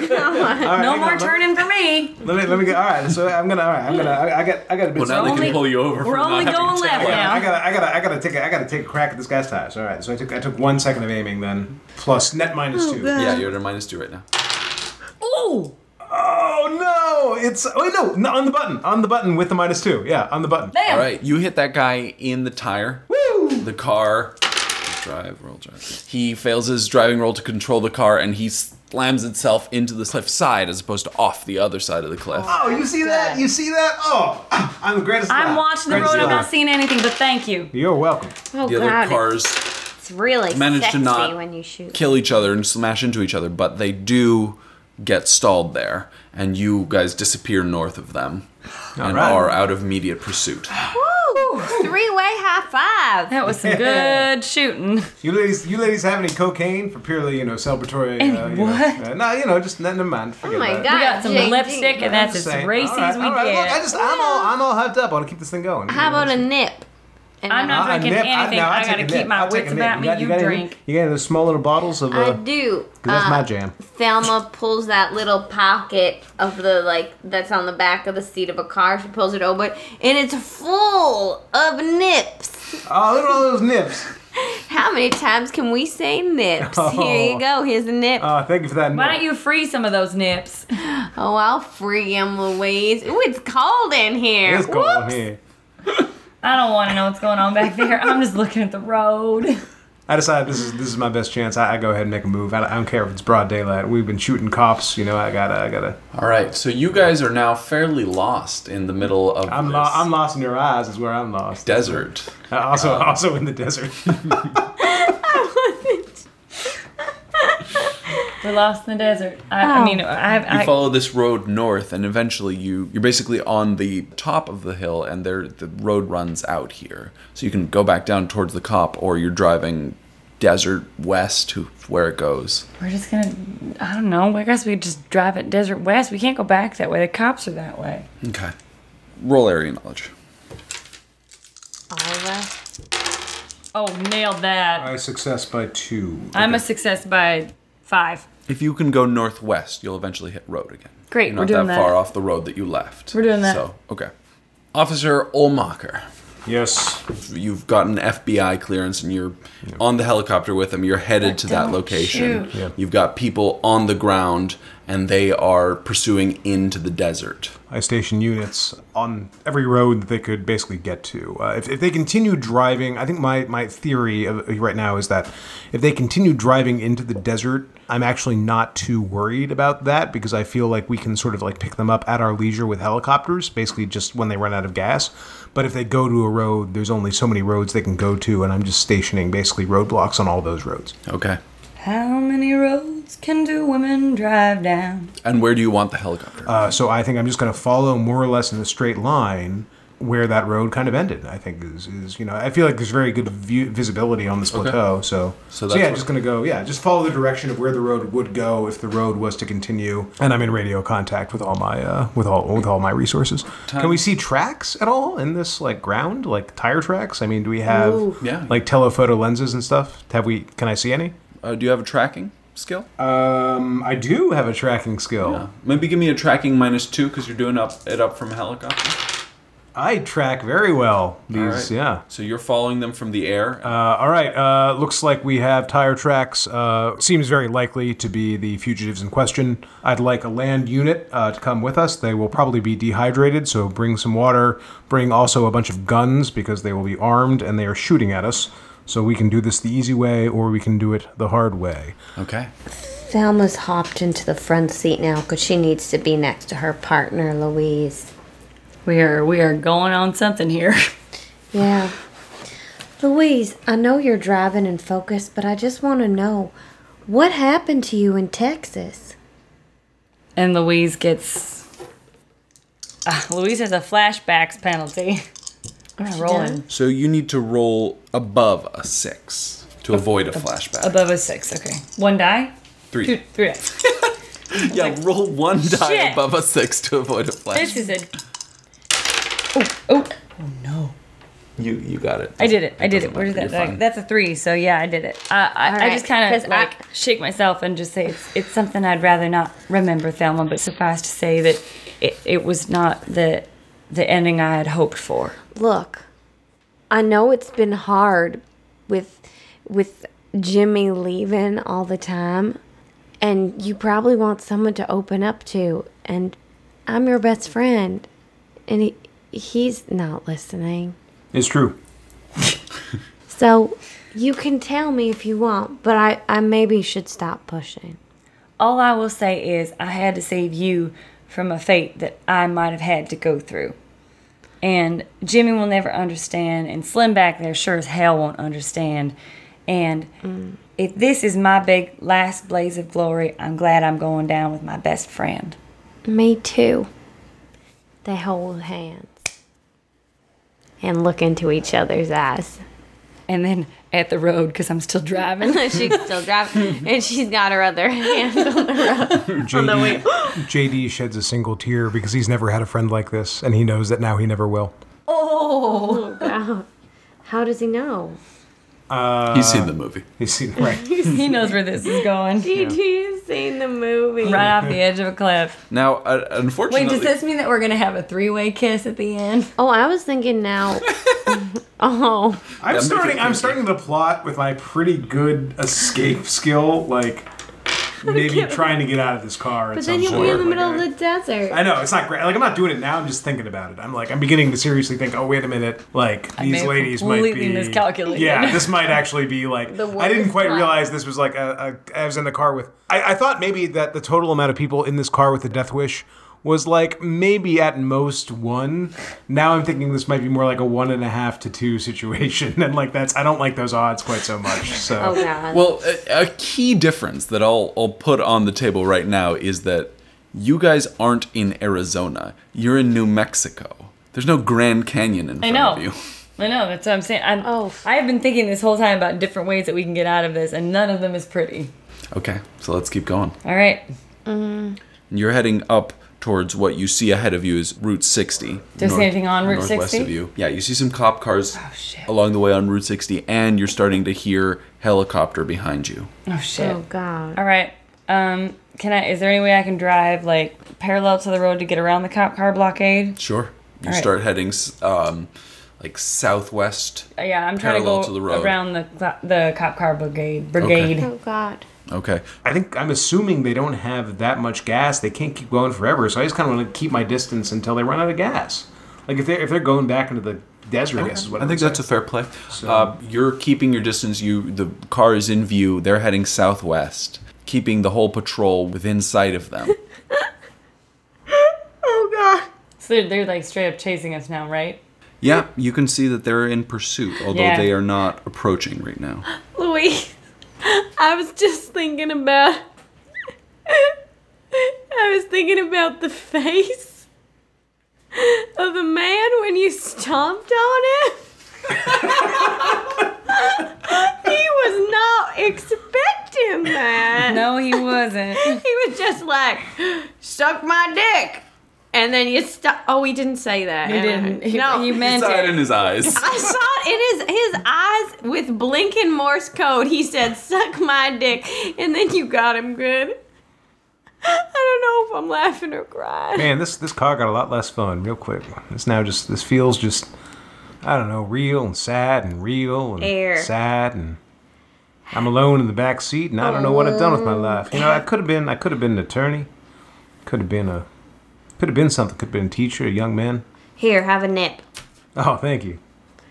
no more on, let- turning for me. Let me let me get. All right. So I'm gonna. All right. I'm gonna. I, I got. I got a bit. Well, now they only- can pull you over. we're for not only having going a tail left light. now. I gotta, I gotta, I gotta take, a, I gotta take a crack at this guy's tires. All right, so I took, I took one second of aiming then, plus net minus Oh, two. Yeah, you're at a minus two right now. Ooh! Oh no! It's oh no, no, on the button, on the button with the minus two. Yeah, on the button. All Damn. right, you hit that guy in the tire. Woo! The car. Drive roll drive. He fails his driving roll to control the car, and he slams itself into the cliff side as opposed to off the other side of the cliff. Oh, you see that? You see that? Oh, ah, I'm the greatest. I'm liar. watching the Greatest road. I'm liar. not seeing anything, but thank you. You're welcome. Oh The other god. cars it's really manage to sexy not when you shoot. kill each other and smash into each other, but they do get stalled there, and you guys disappear north of them and right. are out of immediate pursuit. Woo! Three way high five. That was some good shooting. You ladies, you ladies have any cocaine for purely, you know, celebratory? Uh, you what? Know, uh, no, you know, just never mind. Forget Oh my about it. god. We got some JD. lipstick, and that's as Just saying. racy All right, as we all right, get. Look, I just, I'm all, I'm all hyped up. I want to keep this thing going. How about a nip? And I'm a- not I drinking nip- anything. no, I, take a gotta keep nip. my I'll take wits a nip. about me. got- You, got any- drink. You got those small little bottles of. I Uh, do. that's uh, my jam. Thelma pulls that little pocket of the like that's on the back of the seat of a car. She pulls it open, and it's full of nips. Oh, look at all those nips. How many times can we say nips? Here you go. Here's a nip. Oh, thank you for that. Why don't you free some of those nips? oh, I'll free him, Louise. Ooh, it's cold in here. It's cold in Whoops. here. I don't want to know what's going on back there. I'm just looking at the road. I decide this is this is my best chance. I, I go ahead and make a move. I, I don't care if it's broad daylight. We've been shooting cops. You know, I gotta, I gotta. All right, so you guys are now fairly lost in the middle of I'm, this lo- I'm lost in your eyes. Is where I'm lost. desert. Uh, also, also in the desert. We're lost in the desert. I, I mean, I, You I, follow this road north, and eventually you you're basically on the top of the hill, and there the road runs out here, so you can go back down towards the cop, or you're driving desert west to where it goes. we're just gonna. I don't know. I guess we could just drive it desert west. We can't go back that way. The cops are that way. Okay. Roll area knowledge. Oh, nailed that. I success by two. I'm a success by five. If you can go northwest, you'll eventually hit road again. Great, You're we're not doing that that. far off the road that you left. We're doing that. So okay, Officer Olmacher. Yes. you've gotten FBI clearance and you're on the helicopter with them. You're headed to that don't location. shoot. Yeah. You've got people on the ground and they are pursuing into the desert. I station units on every road that they could basically get to. Uh, if, if they continue driving, I think my, my theory of, right now is that if they continue driving into the desert, I'm actually not too worried about that because I feel like we can sort of like pick them up at our leisure with helicopters, basically just when they run out of gas. But if they go to a road, there's only so many roads they can go to, and I'm just stationing basically roadblocks on all those roads. Okay. How many roads can do women drive down? And where do you want the helicopter? Uh, so I think I'm just going to follow more or less in a straight line where that road kind of ended. I think is, is you know I feel like there's very good view, visibility on this plateau. So so, that's yeah, what- just going to go yeah, just follow the direction of where the road would go if the road was to continue. And I'm in radio contact with all my uh, with all with all my resources. Can we see tracks at all in this like ground like tire tracks? I mean, do we have Yeah. like telephoto lenses and stuff? Have we? Can I see any? Uh, do you have a tracking skill? Um, I do have a tracking skill. Maybe give me a tracking minus two because you're doing up it up from helicopter. I track very well. These All right. yeah. So you're following them from the air. Uh, all right. Uh, looks like we have tire tracks. Uh, seems very likely to be the fugitives in question. I'd like a land unit uh, to come with us. They will probably be dehydrated, so bring some water. Bring also a bunch of guns because they will be armed and they are shooting at us. So we can do this the easy way, or we can do it the hard way. okay. Thelma's hopped into the front seat now because she needs to be next to her partner, Louise. We are we are going on something here. Yeah. Louise, I know you're driving and focused, but I just want to know what happened to you in Texas? And Louise gets. Ah, Louise has a flashbacks penalty. I'm not rolling So you need to roll above a six to avoid a flashback. above a six. Okay, one die, Three. two, three. die. yeah, roll one die Shit. above a six to avoid a flashback. This is a. Oh, oh, you you got it. I did it. I did it. doesn't Where did matter. that? You're die? fine. That's a three. So yeah, I did it. Uh, I I, I right, just kind 'cause of I- like shake myself and just say it's it's something I'd rather not remember, Thelma. But suffice to say that it, it was not the the ending I had hoped for. Look, I know it's been hard with with Jimmy leaving all the time, and you probably want someone to open up to, and I'm your best friend, and he, he's not listening. It's true. So you can tell me if you want, but I, I maybe should stop pushing. All I will say is I had to save you from a fate that I might have had to go through. And Jimmy will never understand, and Slim back there sure as hell won't understand. And if this is my big last blaze of glory, I'm glad I'm going down with my best friend. Me too. They hold hands and look into each other's eyes. And then at the road, because I'm still driving. she's still driving, and she's got her other hand. JD, JD sheds a single tear because he's never had a friend like this, and he knows that now he never will. How does he know? He's seen the movie. He's seen right. he knows where this is going. Did you seen the movie? Right off the edge of a cliff. Now, uh, Wait, unfortunately, does this mean that we're going to have a three way kiss at the end? Oh, I was thinking now. oh, I'm make it starting. I'm kinky. starting the plot with my pretty good escape skill. Like, maybe trying to get out of this car. But then you'll be in the middle of the desert. I know it's not great. Like I'm not doing it now. I'm just thinking about it. I'm like I'm beginning to seriously think. Oh wait a minute. Like may these have ladies might be completely miscalculated. Yeah, this might actually be like The I didn't worst quite time. realize this was like a, a, I was in the car with. I, I thought maybe that the total amount of people in this car with the death wish was like maybe at most one. Now I'm thinking this might be more like a one and a half to two situation, and like that's I don't like those odds quite so much. So. Oh god. Well, a, a key difference that I'll, I'll put on the table right now is that you guys aren't in Arizona. You're in New Mexico. There's no Grand Canyon in front I know. of you. I know. That's what I'm saying. I'm, Oh. I have been thinking this whole time about different ways that we can get out of this, and none of them is pretty. Okay, so let's keep going. All right. You're heading up towards what you see ahead of you is Route 60. There's north- anything on Route Oh, northwest 60? of you. Yeah, you see some cop cars along the way on Route 60, and you're starting to hear helicopter behind you. Oh shit. Oh god. All right. Um, can I? Is there any way I can drive like parallel to the road to get around the cop car blockade? Sure. You right. start heading s- um, like southwest. Uh, Yeah, I'm trying Parallel to go to the road. around the cl- the cop car brigade. Brigade. Oh god. Okay. I think I'm assuming they don't have that much gas. They can't keep going forever, so I just kind of want to keep my distance until they run out of gas. Like if they're if they're going back into the desert, I guess is what I think that's a fair play. Uh, you're keeping your distance. You the car is in view. They're heading southwest, keeping the whole patrol within sight of them. Oh god. So they're, they're like straight up chasing us now, right? yeah, you can see that they're in pursuit, although Yeah. they are not approaching right now. Louise, I was just thinking about. I was thinking about the face of the man when you stomped on him. he was not expecting that. No, he wasn't. He was just like, suck my dick. And then you stop. Oh, he didn't say that. He didn't. He, no, he meant Saw it it. in his eyes. I saw it in his his eyes with blinking Morse code. He said, "Suck my dick," and then you got him good. I don't know if I'm laughing or crying. Man, this this car got a lot less fun real quick. It's now just this feels just I don't know, real and sad and real and Air. sad and I'm alone in the back seat and I don't know what I've done with my life. You know, I could have been I could have been an attorney, could have been a could have been something, could have been a teacher, a young man. Here, have a nip. Oh, thank you.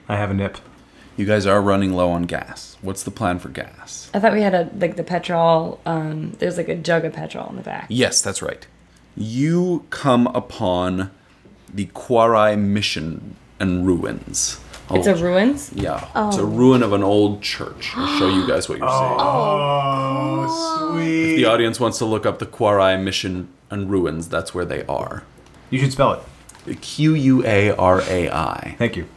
I have a nip. You guys are running low on gas. What's the plan for gas? I thought we had a like the petrol. Um, there's like a jug of petrol in the back. Yes, that's right. You come upon the Quarai Mission and ruins. It's a ruins. Yeah, it's a ruin of an old church. I'll show you guys what you're seeing. Oh, sweet. the audience wants to look up the Quarai Mission and Ruins, that's where they are. You should spell it. Q U A R A I. Thank you.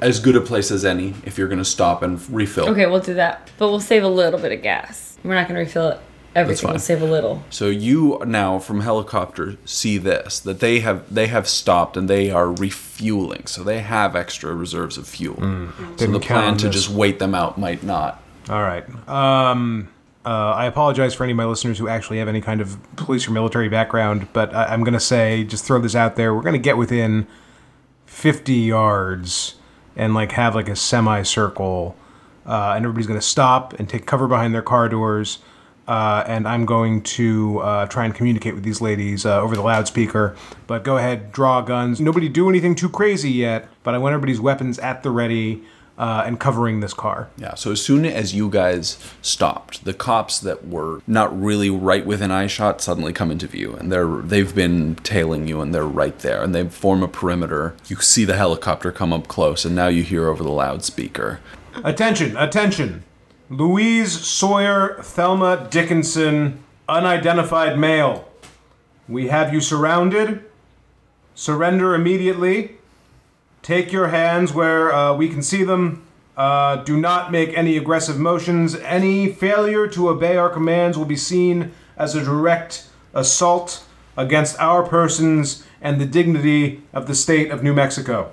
As good a place as any if you're going to stop and refill. Okay, we'll do that, but we'll save a little bit of gas. We're not gonna refill it. Everything. We'll fine. save a little. So you now from helicopter see this that they have they have stopped and they are refueling. So they have extra reserves of fuel. So the Didn't count plan on to Mm. this. just wait them out might not. All right. Um, uh, I apologize for any of my listeners who actually have any kind of police or military background, but I- I'm going to say, just throw this out there, we're going to get within 50 yards and like have like a semicircle, uh, and everybody's going to stop and take cover behind their car doors. Uh, and I'm going to uh, try and communicate with these ladies uh, over the loudspeaker. But go ahead, draw guns. Nobody do anything too crazy yet, but I want everybody's weapons at the ready uh, and covering this car. Yeah, so as soon as you guys stopped, the cops that were not really right within eyeshot suddenly come into view, and they're they've been tailing you, and they're right there, and they form a perimeter. You see the helicopter come up close, and now you hear over the loudspeaker. Attention, attention. Louise Sawyer Thelma Dickinson, unidentified male. We have you surrounded. Surrender immediately. Take your hands where uh, we can see them. Uh, do not make any aggressive motions. Any failure to obey our commands will be seen as a direct assault against our persons and the dignity of the state of New Mexico.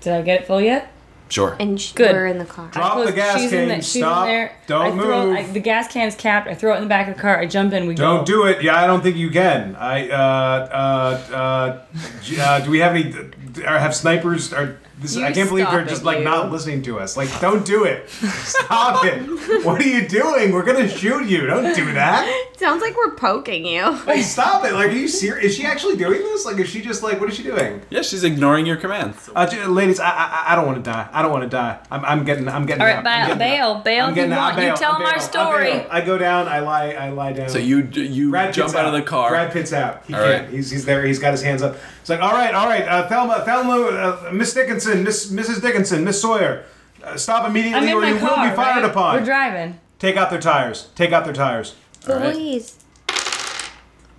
Did I get it full yet? Sure. And sh- Good. we're in the car. Drop the Close- gas she's can. in the- she's in Stop. there. Don't I throw- move. I- the gas can's capped. I throw it in the back of the car. I jump in. We go. Don't do it. Yeah, I don't think you can. I uh uh uh, j- uh do we have any d- d- uh, have snipers are This, You I can't believe stop they're it, just like you. not listening to us. Like, don't do it. Stop it. What are you doing? We're gonna shoot you. Don't do that. Sounds like we're poking you. Hey, stop it. Like, are you serious? Is she actually doing this? Like, is she just like, what is she doing? Yeah, she's ignoring your commands. Uh, j- ladies, I, I I don't want to die. I don't want to die. I'm, I'm getting I'm getting. All right, out. bail, I'm getting out. bail, bail I'm if you getting out. I want. You bail. tell I them our bail. I story. bail. I go down. I lie. I lie down. So you you Brad jump Pitt's out of the car. Brad Pitt's out. He All can't. right. He's, he's there. He's got his hands up. It's like, all right, all right, uh, Thelma, Thelma, uh, Miss Dickinson, Miss Mrs. Dickinson, Miss Sawyer, uh, stop I'm immediately in or my you car. will be fired right? upon. We're driving. Take out their tires. Take out their tires. All right. Louise.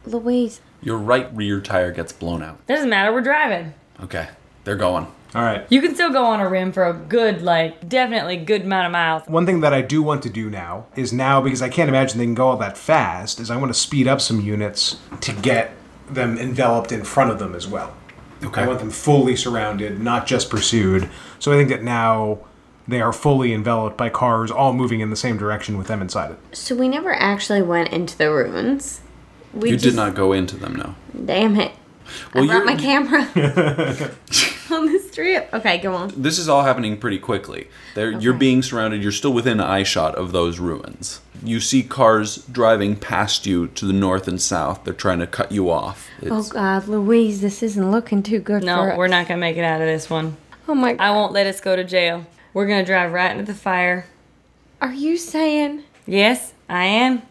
Louise. Your right rear tire gets blown out. Doesn't matter. We're driving. Okay, they're going. All right. You can still go on a rim for a good, like, definitely good amount of miles. One thing that I do want to do now is now because I can't imagine they can go all that fast. Is I want to speed up some units to get them enveloped in front of them as well. Okay. I want them fully surrounded, not just pursued. So I think that now they are fully enveloped by cars, all moving in the same direction with them inside it. So we never actually went into the ruins. We you just, did not go into them, no. Damn it. Well, I brought you're- my camera on this trip. Okay, go on. This is all happening pretty quickly. There, You're being surrounded. You're still within eyeshot of those ruins. You see cars driving past you to the north and south. They're trying to cut you off. Oh It's- God, Louise, this isn't looking too good for No, us. we're not going to make it out of this one. Oh my God, I won't let us go to jail. We're going to drive right into the fire. are you saying Yes, I am.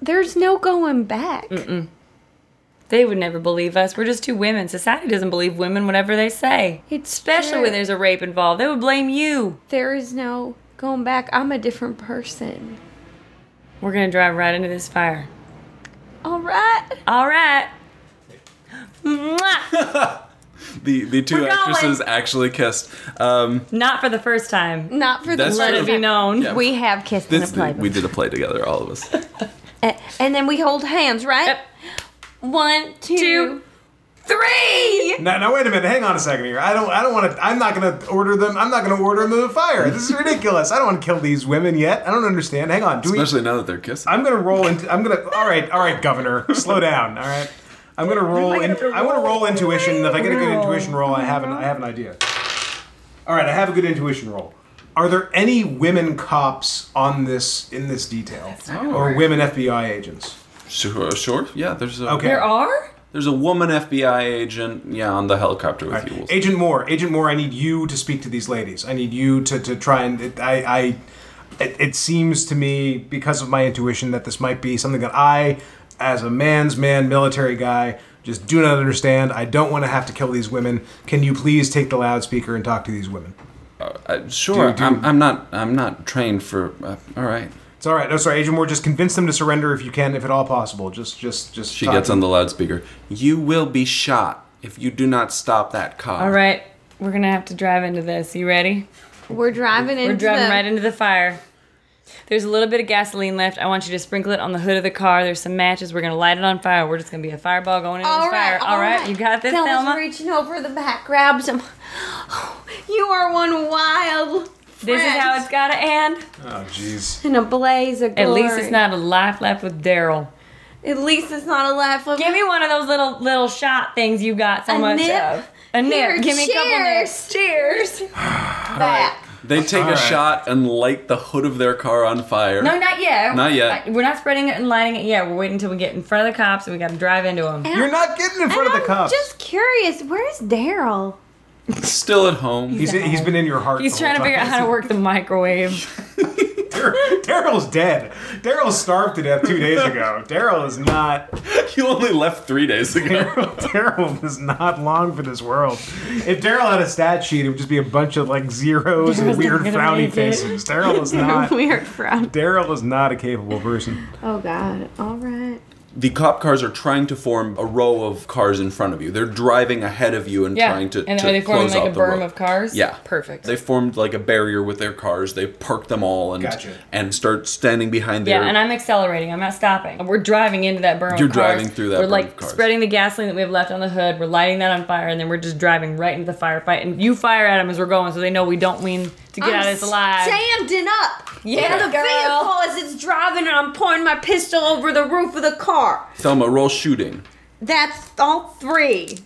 there's no going back? They would never believe us. We're just two women. Society doesn't believe women, whatever they say. It's Especially true. when there's a rape involved. They would blame you. there is no going back. I'm a different person. We're going to drive right into this fire. All right. All right. Mwah! the the 2 We're going. actresses actually kissed. Um, Not for the first time. Not for That's the Let true. it be known. Yeah. We have kissed this, and played. we did a play together, all of us. and then we hold hands, right? Yep. One, two, Two. three. Now, now wait a minute. Hang on a second here. I don't. I don't want to. I'm not going to order them. I'm not going to order them to the fire. This is ridiculous. I don't want to kill these women yet. I don't understand. Hang on. Do we? Especially now that they're kissing. I'm going to roll into. I'm going to. All right. All right, Governor. Slow down. All right. I'm going to roll. In, I want to roll intuition. and If I get a good intuition roll, I have an. I have an idea. All right. I have a good intuition roll. Are there any women cops on this in this detail, or women FBI agents? sure, sure. Yeah, there's a Okay. There are? there's a woman FBI agent. Yeah, on the helicopter with you. We'll- Agent Moore, Agent Moore, I need you to speak to these ladies. I need you to, to try and it, I, I it, it seems to me because of my intuition that this might be something that I, as a man's man, military guy, just do not understand. I don't want to have to kill these women. Can you please take the loudspeaker and talk to these women? Uh, sure. Do- do- I'm, I'm not. I'm not trained for. Uh, all right. It's all right. No, sorry, Agent Moore. Just convince them to surrender if you can, if at all possible. Just, just, just. She talk gets to on them. the loudspeaker. You will be shot if you do not stop that car. All right. We're going to have to drive into this. You ready? We're driving into We're driving the, right into the fire. There's a little bit of gasoline left. I want you to sprinkle it on the hood of the car. There's some matches. We're gonna light it on fire. We're just gonna be a fireball going into All the fire. right, all right. you got this, Thelma's Thelma. reaching over the back, grabs him. you are one wild. This is how it's gotta end. Oh, jeez. in a blaze of At glory. least it's not a life left with Daryl. At least it's not a laugh. Of, Give me one of those little little shot things you got so A much nip? of. A nip. Here, Give me a couple nips. cheers, cheers. back. They take a shot and light the hood of their car on fire. No, not yet. Not yet. We're not spreading it and lighting it yet. We're waiting until we get in front of the cops and we gotta drive into them. You're not getting in And front of the I'm cops. just curious, where's Daryl? Still at home. He's, he's been in your heart. He's the whole trying to figure time. out how to work the microwave. Dar- Daryl's dead. Daryl starved to death two days ago. Daryl is not. you only left three days ago. Daryl is not long for this world. If Daryl had a stat sheet, it would just be a bunch of like zeros and Daryl's weird not gonna frowny make it. faces. Daryl is not. Weird frown. Daryl is not a capable person. Oh God. All right. the cop cars are trying to form a row of cars in front of you. They're driving ahead of you and Yeah. trying to, and to are they forming close like a off the berm road. of cars? Yeah, Perfect. They formed like a barrier with their cars. They park them all and Gotcha. and start standing behind their. Yeah, and I'm accelerating. I'm not stopping. We're driving into that burn. You're driving through that We're berm like of cars. spreading the gasoline that we have left on the hood. We're lighting that on fire, and then we're just driving right into the firefight. And you fire at them as we're going, so they know we don't mean to get out of this alive. Standing up. Yeah, in the girl. vehicle as it's driving, and I'm pointing my pistol over the roof of the car. Thelma, roll shooting. That's all three.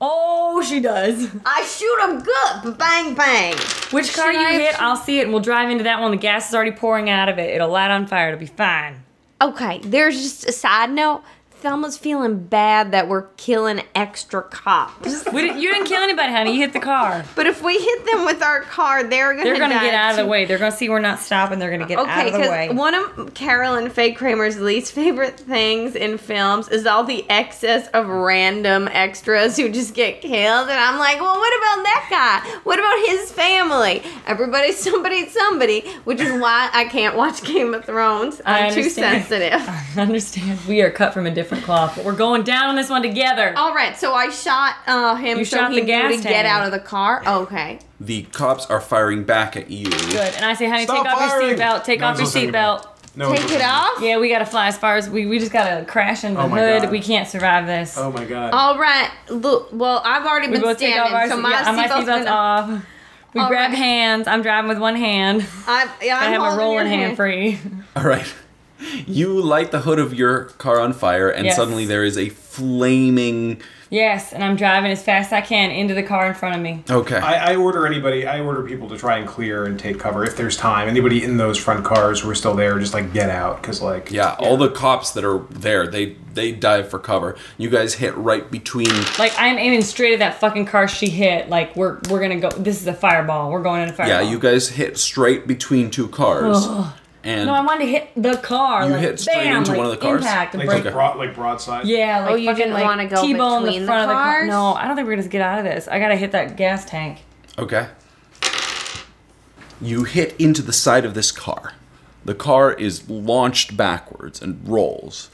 Oh, she does. I shoot him good. Bang, bang. Which car Should you I- hit, I'll see it and we'll drive into that one. The gas is already pouring out of it. It'll light on fire. It'll be fine. Okay, there's just a side note. Thelma's feeling bad that we're killing extra cops. We didn't, you didn't kill anybody, honey. You hit the car. But if we hit them with our car, they're gonna. They're going to die get out of the too. way. They're going to see we're not stopping. They're going to get out Okay, of the way. because one of Carol and Faye Kramer's least favorite things in films is all the excess of random extras who just get killed. And I'm like, well, what about that guy? What about his family? Everybody's somebody's somebody, which is why I can't watch Game of Thrones. I I'm too understand. sensitive. I understand. We are cut from a different cloth, but we're going down on this one together. All right, so I shot uh, him You so shot he knew the gas to get tank. out of the car. Okay. The cops are firing back at you. Good. And I say, honey, Stop take off your firing. seatbelt. Take No off your one's listening to me. seatbelt. No, Take it off. Yeah, we got to fly as far as we, we just got to crash into the Oh my hood. God. We can't survive this. Oh my god. All right. Look, well, I've already we been both take off standing, our so my yeah, my seatbelt's seatbelt's been- off. We All grab right. hands. I'm driving with one hand. I'm, yeah, i I'm have my holding your rolling hand free. All right. You light the hood of your car on fire, and Yes. suddenly there is a flaming. Yes, and I'm driving as fast as I can into the car in front of me. Okay. I, I order anybody. I order people to try and clear and take cover if there's time. Anybody in those front cars who are still there, just like get out because like yeah, all the cops that are there, they they dive for cover. You guys hit right between. Like I'm aiming straight at that fucking car she hit. Like we're we're gonna go. This is a fireball. We're going in a Yeah, fireball. you guys hit straight between two cars. And No, I wanted to hit the car. You like, hit straight bam, into like, one of the cars? Impact and like, break. just broad, like broadside. Yeah, like Oh, you fucking, didn't like, wanna go T-bone in between the the front of the car. cars? No, I don't think we're gonna get out of this. I gotta hit that gas tank. Okay. You hit into the side of this car. The car is launched backwards and rolls.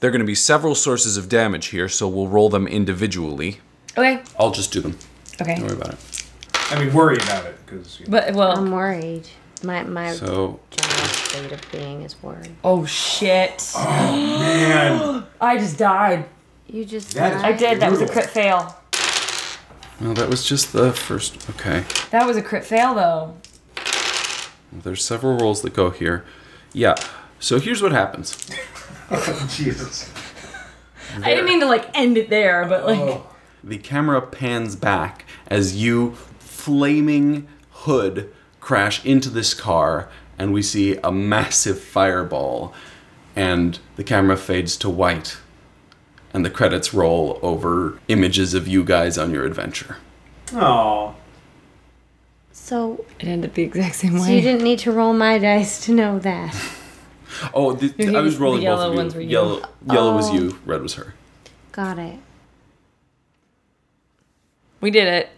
There are going to be several sources of damage here, so we'll roll them individually. Okay. I'll just do them. Oh, Okay. Don't worry about it. I mean worry about it because But well, I'm worried. My my So general state of being is worried. oh shit! man, I just died. You just That is- I died. did. That was a Brutal. crit fail. well, that was just the first. Okay. That was a crit fail though. There's several rolls that go here. Yeah. So here's what happens. Jesus. I didn't mean to like end it there, but like Oh. The camera pans back as you flaming hood crash into this car and we see a massive fireball and the camera fades to white and the credits roll over images of you guys on your adventure. Oh, So, it ended the exact same so you didn't need to roll my dice to know that. Oh, the, You're I was hitting- rolling the both yellow of you. ones were you. yellow yellow was Oh. you, red was her. Got it. we did it.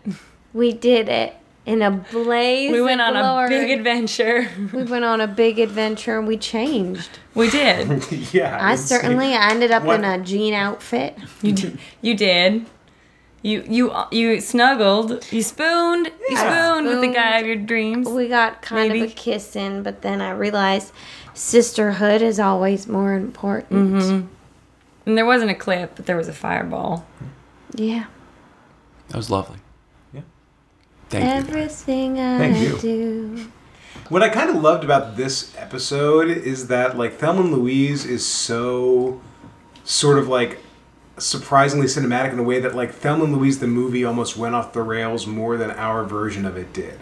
We did it in a blaze. We of went on a glory. big adventure. we went on a big adventure and we changed. We did. yeah. I it's- certainly I ended up What- in a jean outfit. You did. You did. You you you snuggled. You spooned. You spooned with the guy of your dreams. We got kind of Maybe. a kiss in, but then I realized sisterhood is always more important. Mm-hmm. And there wasn't a clip, but there was a fireball. Yeah. That was lovely. Yeah. Thank you. guys. Everything I Thank you. do. What I kind of loved about this episode is that like Thelma and Louise is so sort of like surprisingly cinematic in a way that like Thelma and Louise the movie almost went off the rails more than our version of it did.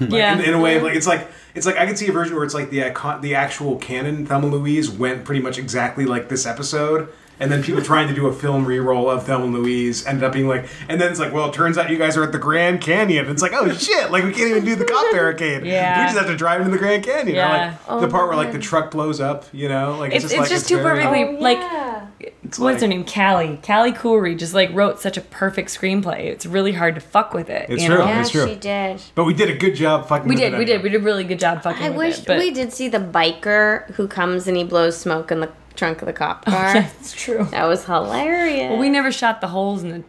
yeah. in, in a way Hmm. like it's like it's like I can see a version where it's like the icon, the actual canon Thelma and Louise went pretty much exactly like this episode. And then people trying to do a film re-roll of Thelma and Louise ended up being like, and then it's like, well, it turns out you guys are at the Grand Canyon. It's like, oh shit, like we can't even do the cop barricade. Yeah. We just have to drive into the Grand Canyon. Or, Yeah. Like, the part where like the truck blows up, you know, like it's, it's, it's just like just too very- Oh. perfectly like it's what's her like- name Callie Callie Coolery just like wrote such a perfect screenplay. It's really hard to fuck with it. It's you true. Know? Yeah, Yeah, That's true. she did. But we did a good job fucking. We with did, it we did, anyway. we did a really good job fucking I with wish it. But we did see the biker who comes and he blows smoke in the trunk of the cop car. that's true. That was hilarious. Oh, We never shot the holes in the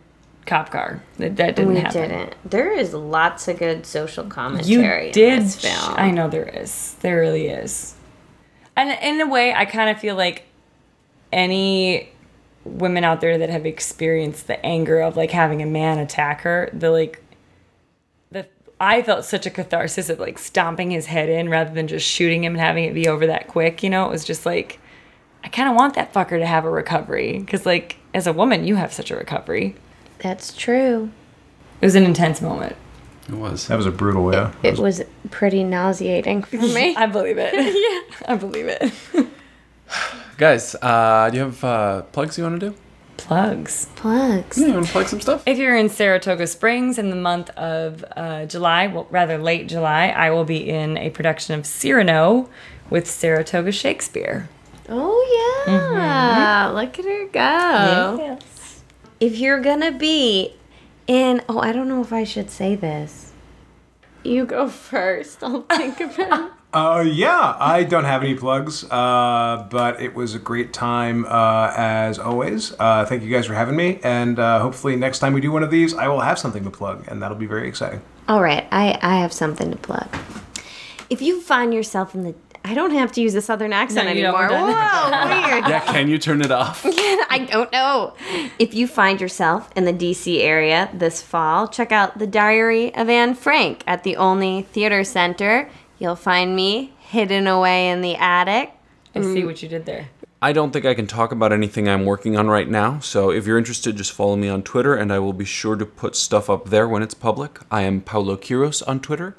cop car. That, that didn't We happen. didn't. There is lots of good social You commentary did. in this sh- film. I know there is. There really is. And in a way, I kind of feel like any women out there that have experienced the anger of like having a man attack her, the like, the I felt such a catharsis of like stomping his head in rather than just shooting him and having it be over that quick. You know, it was just like. I kind of want that fucker to have a recovery because, like, as a woman, you have such a recovery. That's true. It was an intense moment. It was. That was a brutal way. out. It was pretty nauseating for me. I believe it. yeah, I believe it. Guys, uh, do you have uh, plugs you want to do? Plugs. Plugs. Yeah, you want to plug some stuff? If you're in Saratoga Springs in the month of uh, July, well, rather late July, I will be in a production of Cyrano with Saratoga Shakespeare. Oh yeah, Mm-hmm. look at her go. If you're gonna be in, oh, I don't know if I should say this. You go first. I'll think about. Uh, yeah, I don't have any plugs, uh, but it was a great time uh, as always. Uh, thank you guys for having me, and uh, hopefully next time we do one of these, I will have something to plug, and that'll be very exciting. All right, I I have something to plug. If you find yourself in the, I don't have to use a southern accent No, you don't. anymore. We're Whoa, weird. Yeah, can you turn it off? I don't know. If you find yourself in the DC area this fall, check out The Diary of Anne Frank at the Only Theater Center. You'll find me hidden away in the attic. I see what you did there. I don't think I can talk about anything I'm working on right now, so if you're interested, just follow me on Twitter and I will be sure to put stuff up there when it's public. I am Paolo Quiros on Twitter.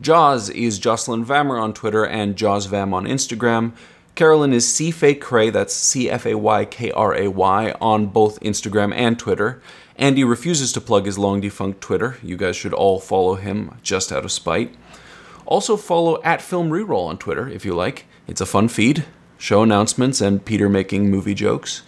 Jaws is Jocelyn Vammer on Twitter and Jaws Vam on Instagram. Carolyn is C Fay Cray, that's C F A Y K R A Y, on both Instagram and Twitter. Andy refuses to plug his long defunct Twitter. You guys should all follow him just out of spite. Also follow at Film Reroll on Twitter if you like. It's a fun feed, show announcements, and Peter making movie jokes.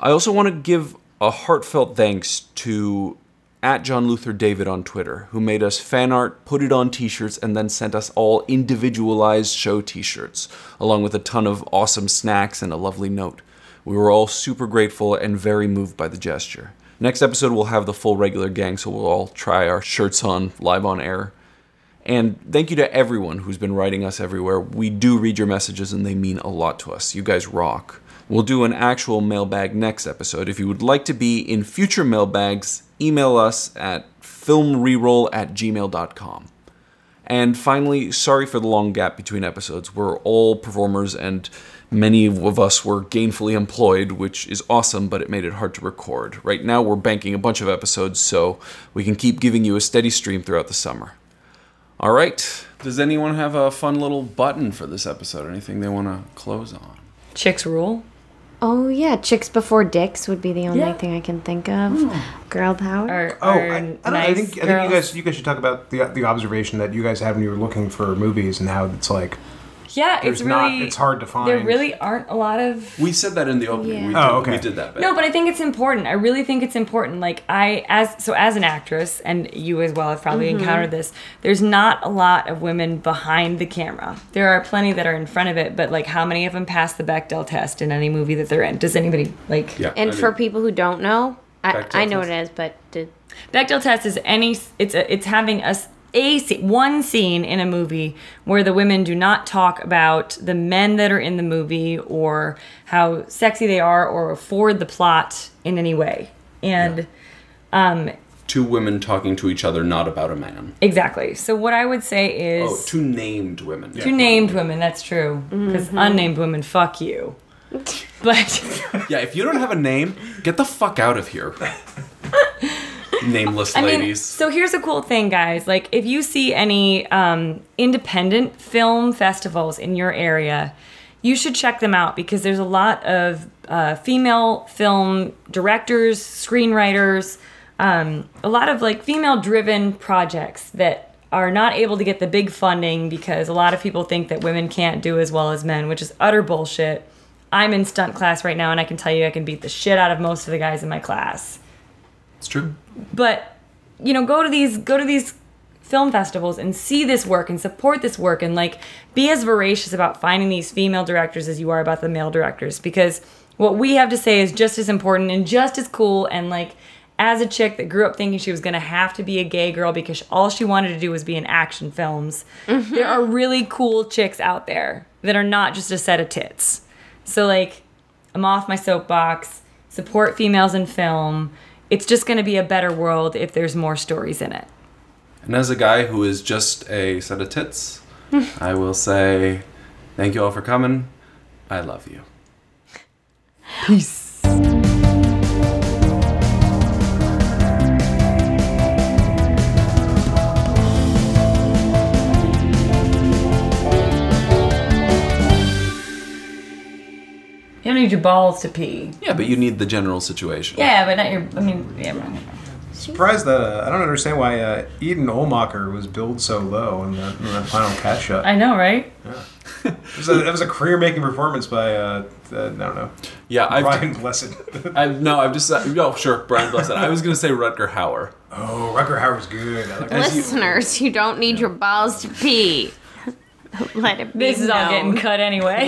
I also want to give a heartfelt thanks to at John Luther David on Twitter, who made us fan art, put it on t-shirts, and then sent us all individualized show t-shirts, along with a ton of awesome snacks and a lovely note. We were all super grateful and very moved by the gesture. Next episode we'll have the full regular gang, so we'll all try our shirts on live on air. And thank you to everyone who's been writing us everywhere. We do read your messages and they mean a lot to us. You guys rock. We'll do an actual mailbag next episode. If you would like to be in future mailbags, email us at filmreroll at gmail.com. And finally, sorry for the long gap between episodes. We're all performers, and many of us were gainfully employed, which is awesome, but it made it hard to record. Right now, we're banking a bunch of episodes, so we can keep giving you a steady stream throughout the summer. All right. Does anyone have a fun little button for this episode? Anything they want to close on? Chicks rule. Oh yeah, chicks before dicks would be the only Yeah. Hmm. thing I can think of. Girl power. Are, Oh, are I, I, don't, know, nice I think I girls. think you guys you guys should talk about the the observation that you guys had when you were looking for movies and how it's like yeah, it's there's really not it's hard to find. There really aren't a lot of We said that in the opening. We Oh, did, okay. We did that. Bit. No, but I think it's important. I really think it's important. Like I as so as an actress and you as well have probably encountered this. There's not a lot of women behind the camera. There are plenty that are in front of it, but like how many of them pass the Bechdel test in any movie that they're in? Does anybody like Yeah, and I for do. people who don't know, I, Back to I know us. what it is, but did, Bechdel test is any it's a, it's having a s- a scene, one scene in a movie where the women do not talk about the men that are in the movie or how sexy they are or afford the plot in any way. And two women talking to each other, not about a man. Exactly. So what I would say is Oh, two named women. two named women. That's true. Because unnamed women, fuck you. But Yeah, if you don't have a name, get the fuck out of here. Nameless I mean, ladies. so here's a cool thing, guys. Like, if you see any um, independent film festivals in your area, you should check them out because there's a lot of uh, female film directors, screenwriters, um, a lot of like female-driven projects that are not able to get the big funding because a lot of people think that women can't do as well as men, which is utter bullshit. I'm in stunt class right now, and I can tell you I can beat the shit out of most of the guys in my class it's true. but you know go to these go to these film festivals and see this work and support this work and like be as voracious about finding these female directors as you are about the male directors because what we have to say is just as important and just as cool and like as a chick that grew up thinking she was going to have to be a gay girl because all she wanted to do was be in action films there are really cool chicks out there that are not just a set of tits so like I'm off my soapbox. Support females in film. It's just going to be a better world if there's more stories in it. And as a guy who is just a set of tits, I will say thank you all for coming. I love you. Peace. need your balls to pee. Yeah, but you need the general situation. Yeah, but not your. I mean, yeah. right. Surprised that uh, I don't understand why uh, Eden Olmacher was billed so low in the, in the final catch up. I know, right? It was a, it was a career making performance by uh, uh, I don't know yeah. I've, Brian Blessed. i no, I've just uh, no. Sure, Brian Blessed. I was gonna say Rutger Hauer. oh, Rucker Howard's good. I like that. Listeners, you don't need your balls to pee. Let it be. This is all known. getting cut anyway.